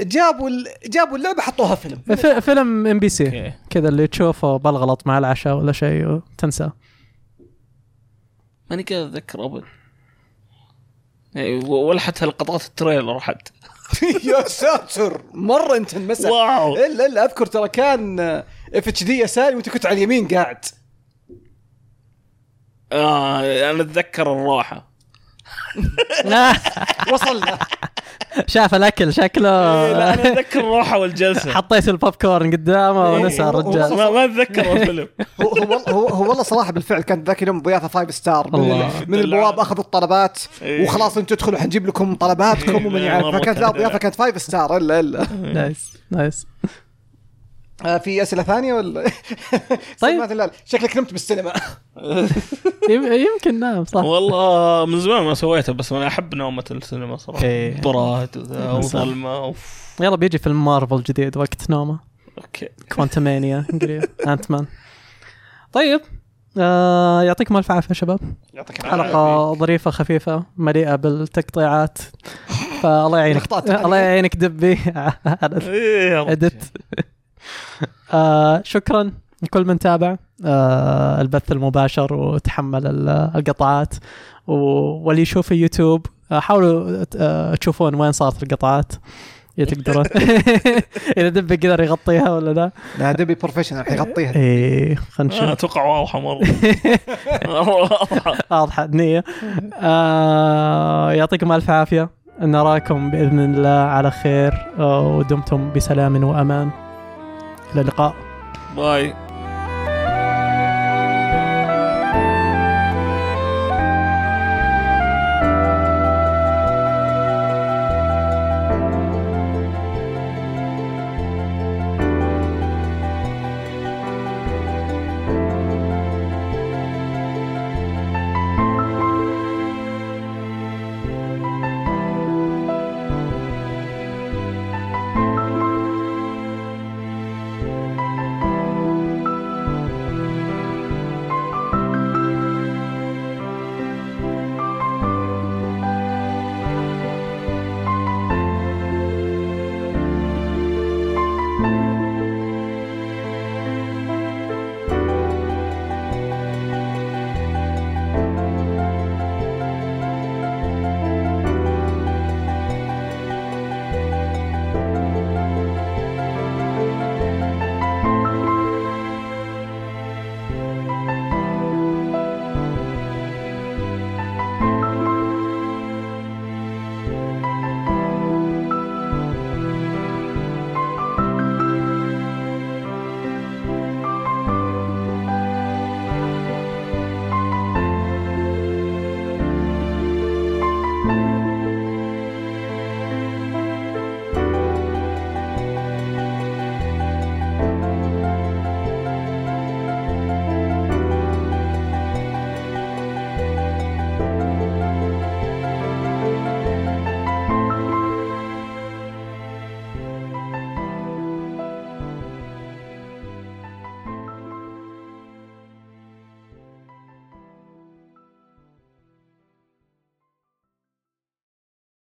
S2: جابوا ال- جابوا اللعبه حطوها فيلم
S1: ف- فيلم ام بي سي
S4: أوكي.
S1: كذا اللي تشوفه بالغلط مع العشاء ولا شيء وتنساه
S4: ماني قادر اتذكر ابد إيه، و- ولا حتى لقطات التريلر حتى
S2: يا ساتر مره انت انمسح
S4: واو
S2: الا الا اذكر ترى كان اف اتش دي يساري وانت كنت على اليمين قاعد
S4: آه انا اتذكر الراحه
S2: وصلنا
S1: شاف الاكل آه.
S4: إيه، لا انا
S1: شكله
S4: اتذكر الراحه والجلسه
S1: حطيت البوب كورن قدامه
S2: إيه،
S1: ونسى
S2: هو- هو
S1: الرجال
S4: ما, ما اتذكر الفيلم
S2: هو هو والله- هو, هو والله صراحه بالفعل كانت ذاك اليوم ضيافه فايف ستار من,
S1: الله.
S2: ال- من البواب اخذوا الطلبات
S4: إيه.
S2: وخلاص انتم تدخلوا حنجيب لكم طلباتكم ومن
S4: لا،
S2: يعرف
S4: مرة
S2: فكانت لا
S4: كانت-
S2: الضيافه كانت فايف ستار الا الا
S1: نايس نايس
S2: آه، في اسئله ثانيه ولا
S1: طيب.
S2: سلمات الله. شكلك نمت بالسينما
S1: يم- يمكن نعم صح
S4: والله آه، من زمان ما سويته بس انا احب نومه السينما صراحه
S1: إيه.
S4: برات وذا
S1: صح.
S4: وظلمه أوف.
S1: يلا بيجي فيلم مارفل جديد وقت نومه
S4: اوكي
S1: كوانتمانيا قريب انت مان طيب آه يعطيكم الف عافيه شباب
S2: يعطيك
S1: حلقه ظريفه خفيفه مليئه بالتقطيعات فالله يعينك
S2: لقطات
S1: الله
S4: يعني.
S1: يعينك دبي على
S4: إيه، يا رب.
S1: ادت آه شكرا لكل من تابع آه البث المباشر وتحمل ال- القطعات و- واللي يشوف اليوتيوب آه حاولوا آه تشوفون وين صارت القطعات اذا تقدرون اذا دبي قدر يغطيها ولا لا
S2: لا دبي بروفيشنال حيغطيها
S1: ايه خلينا
S4: آه،
S1: نشوف
S4: اتوقع واضحه مره مره واضحه
S1: واضحه النيه آه يعطيكم الف عافيه نراكم باذن الله على خير آه ودمتم بسلام وامان الى اللقاء
S4: باي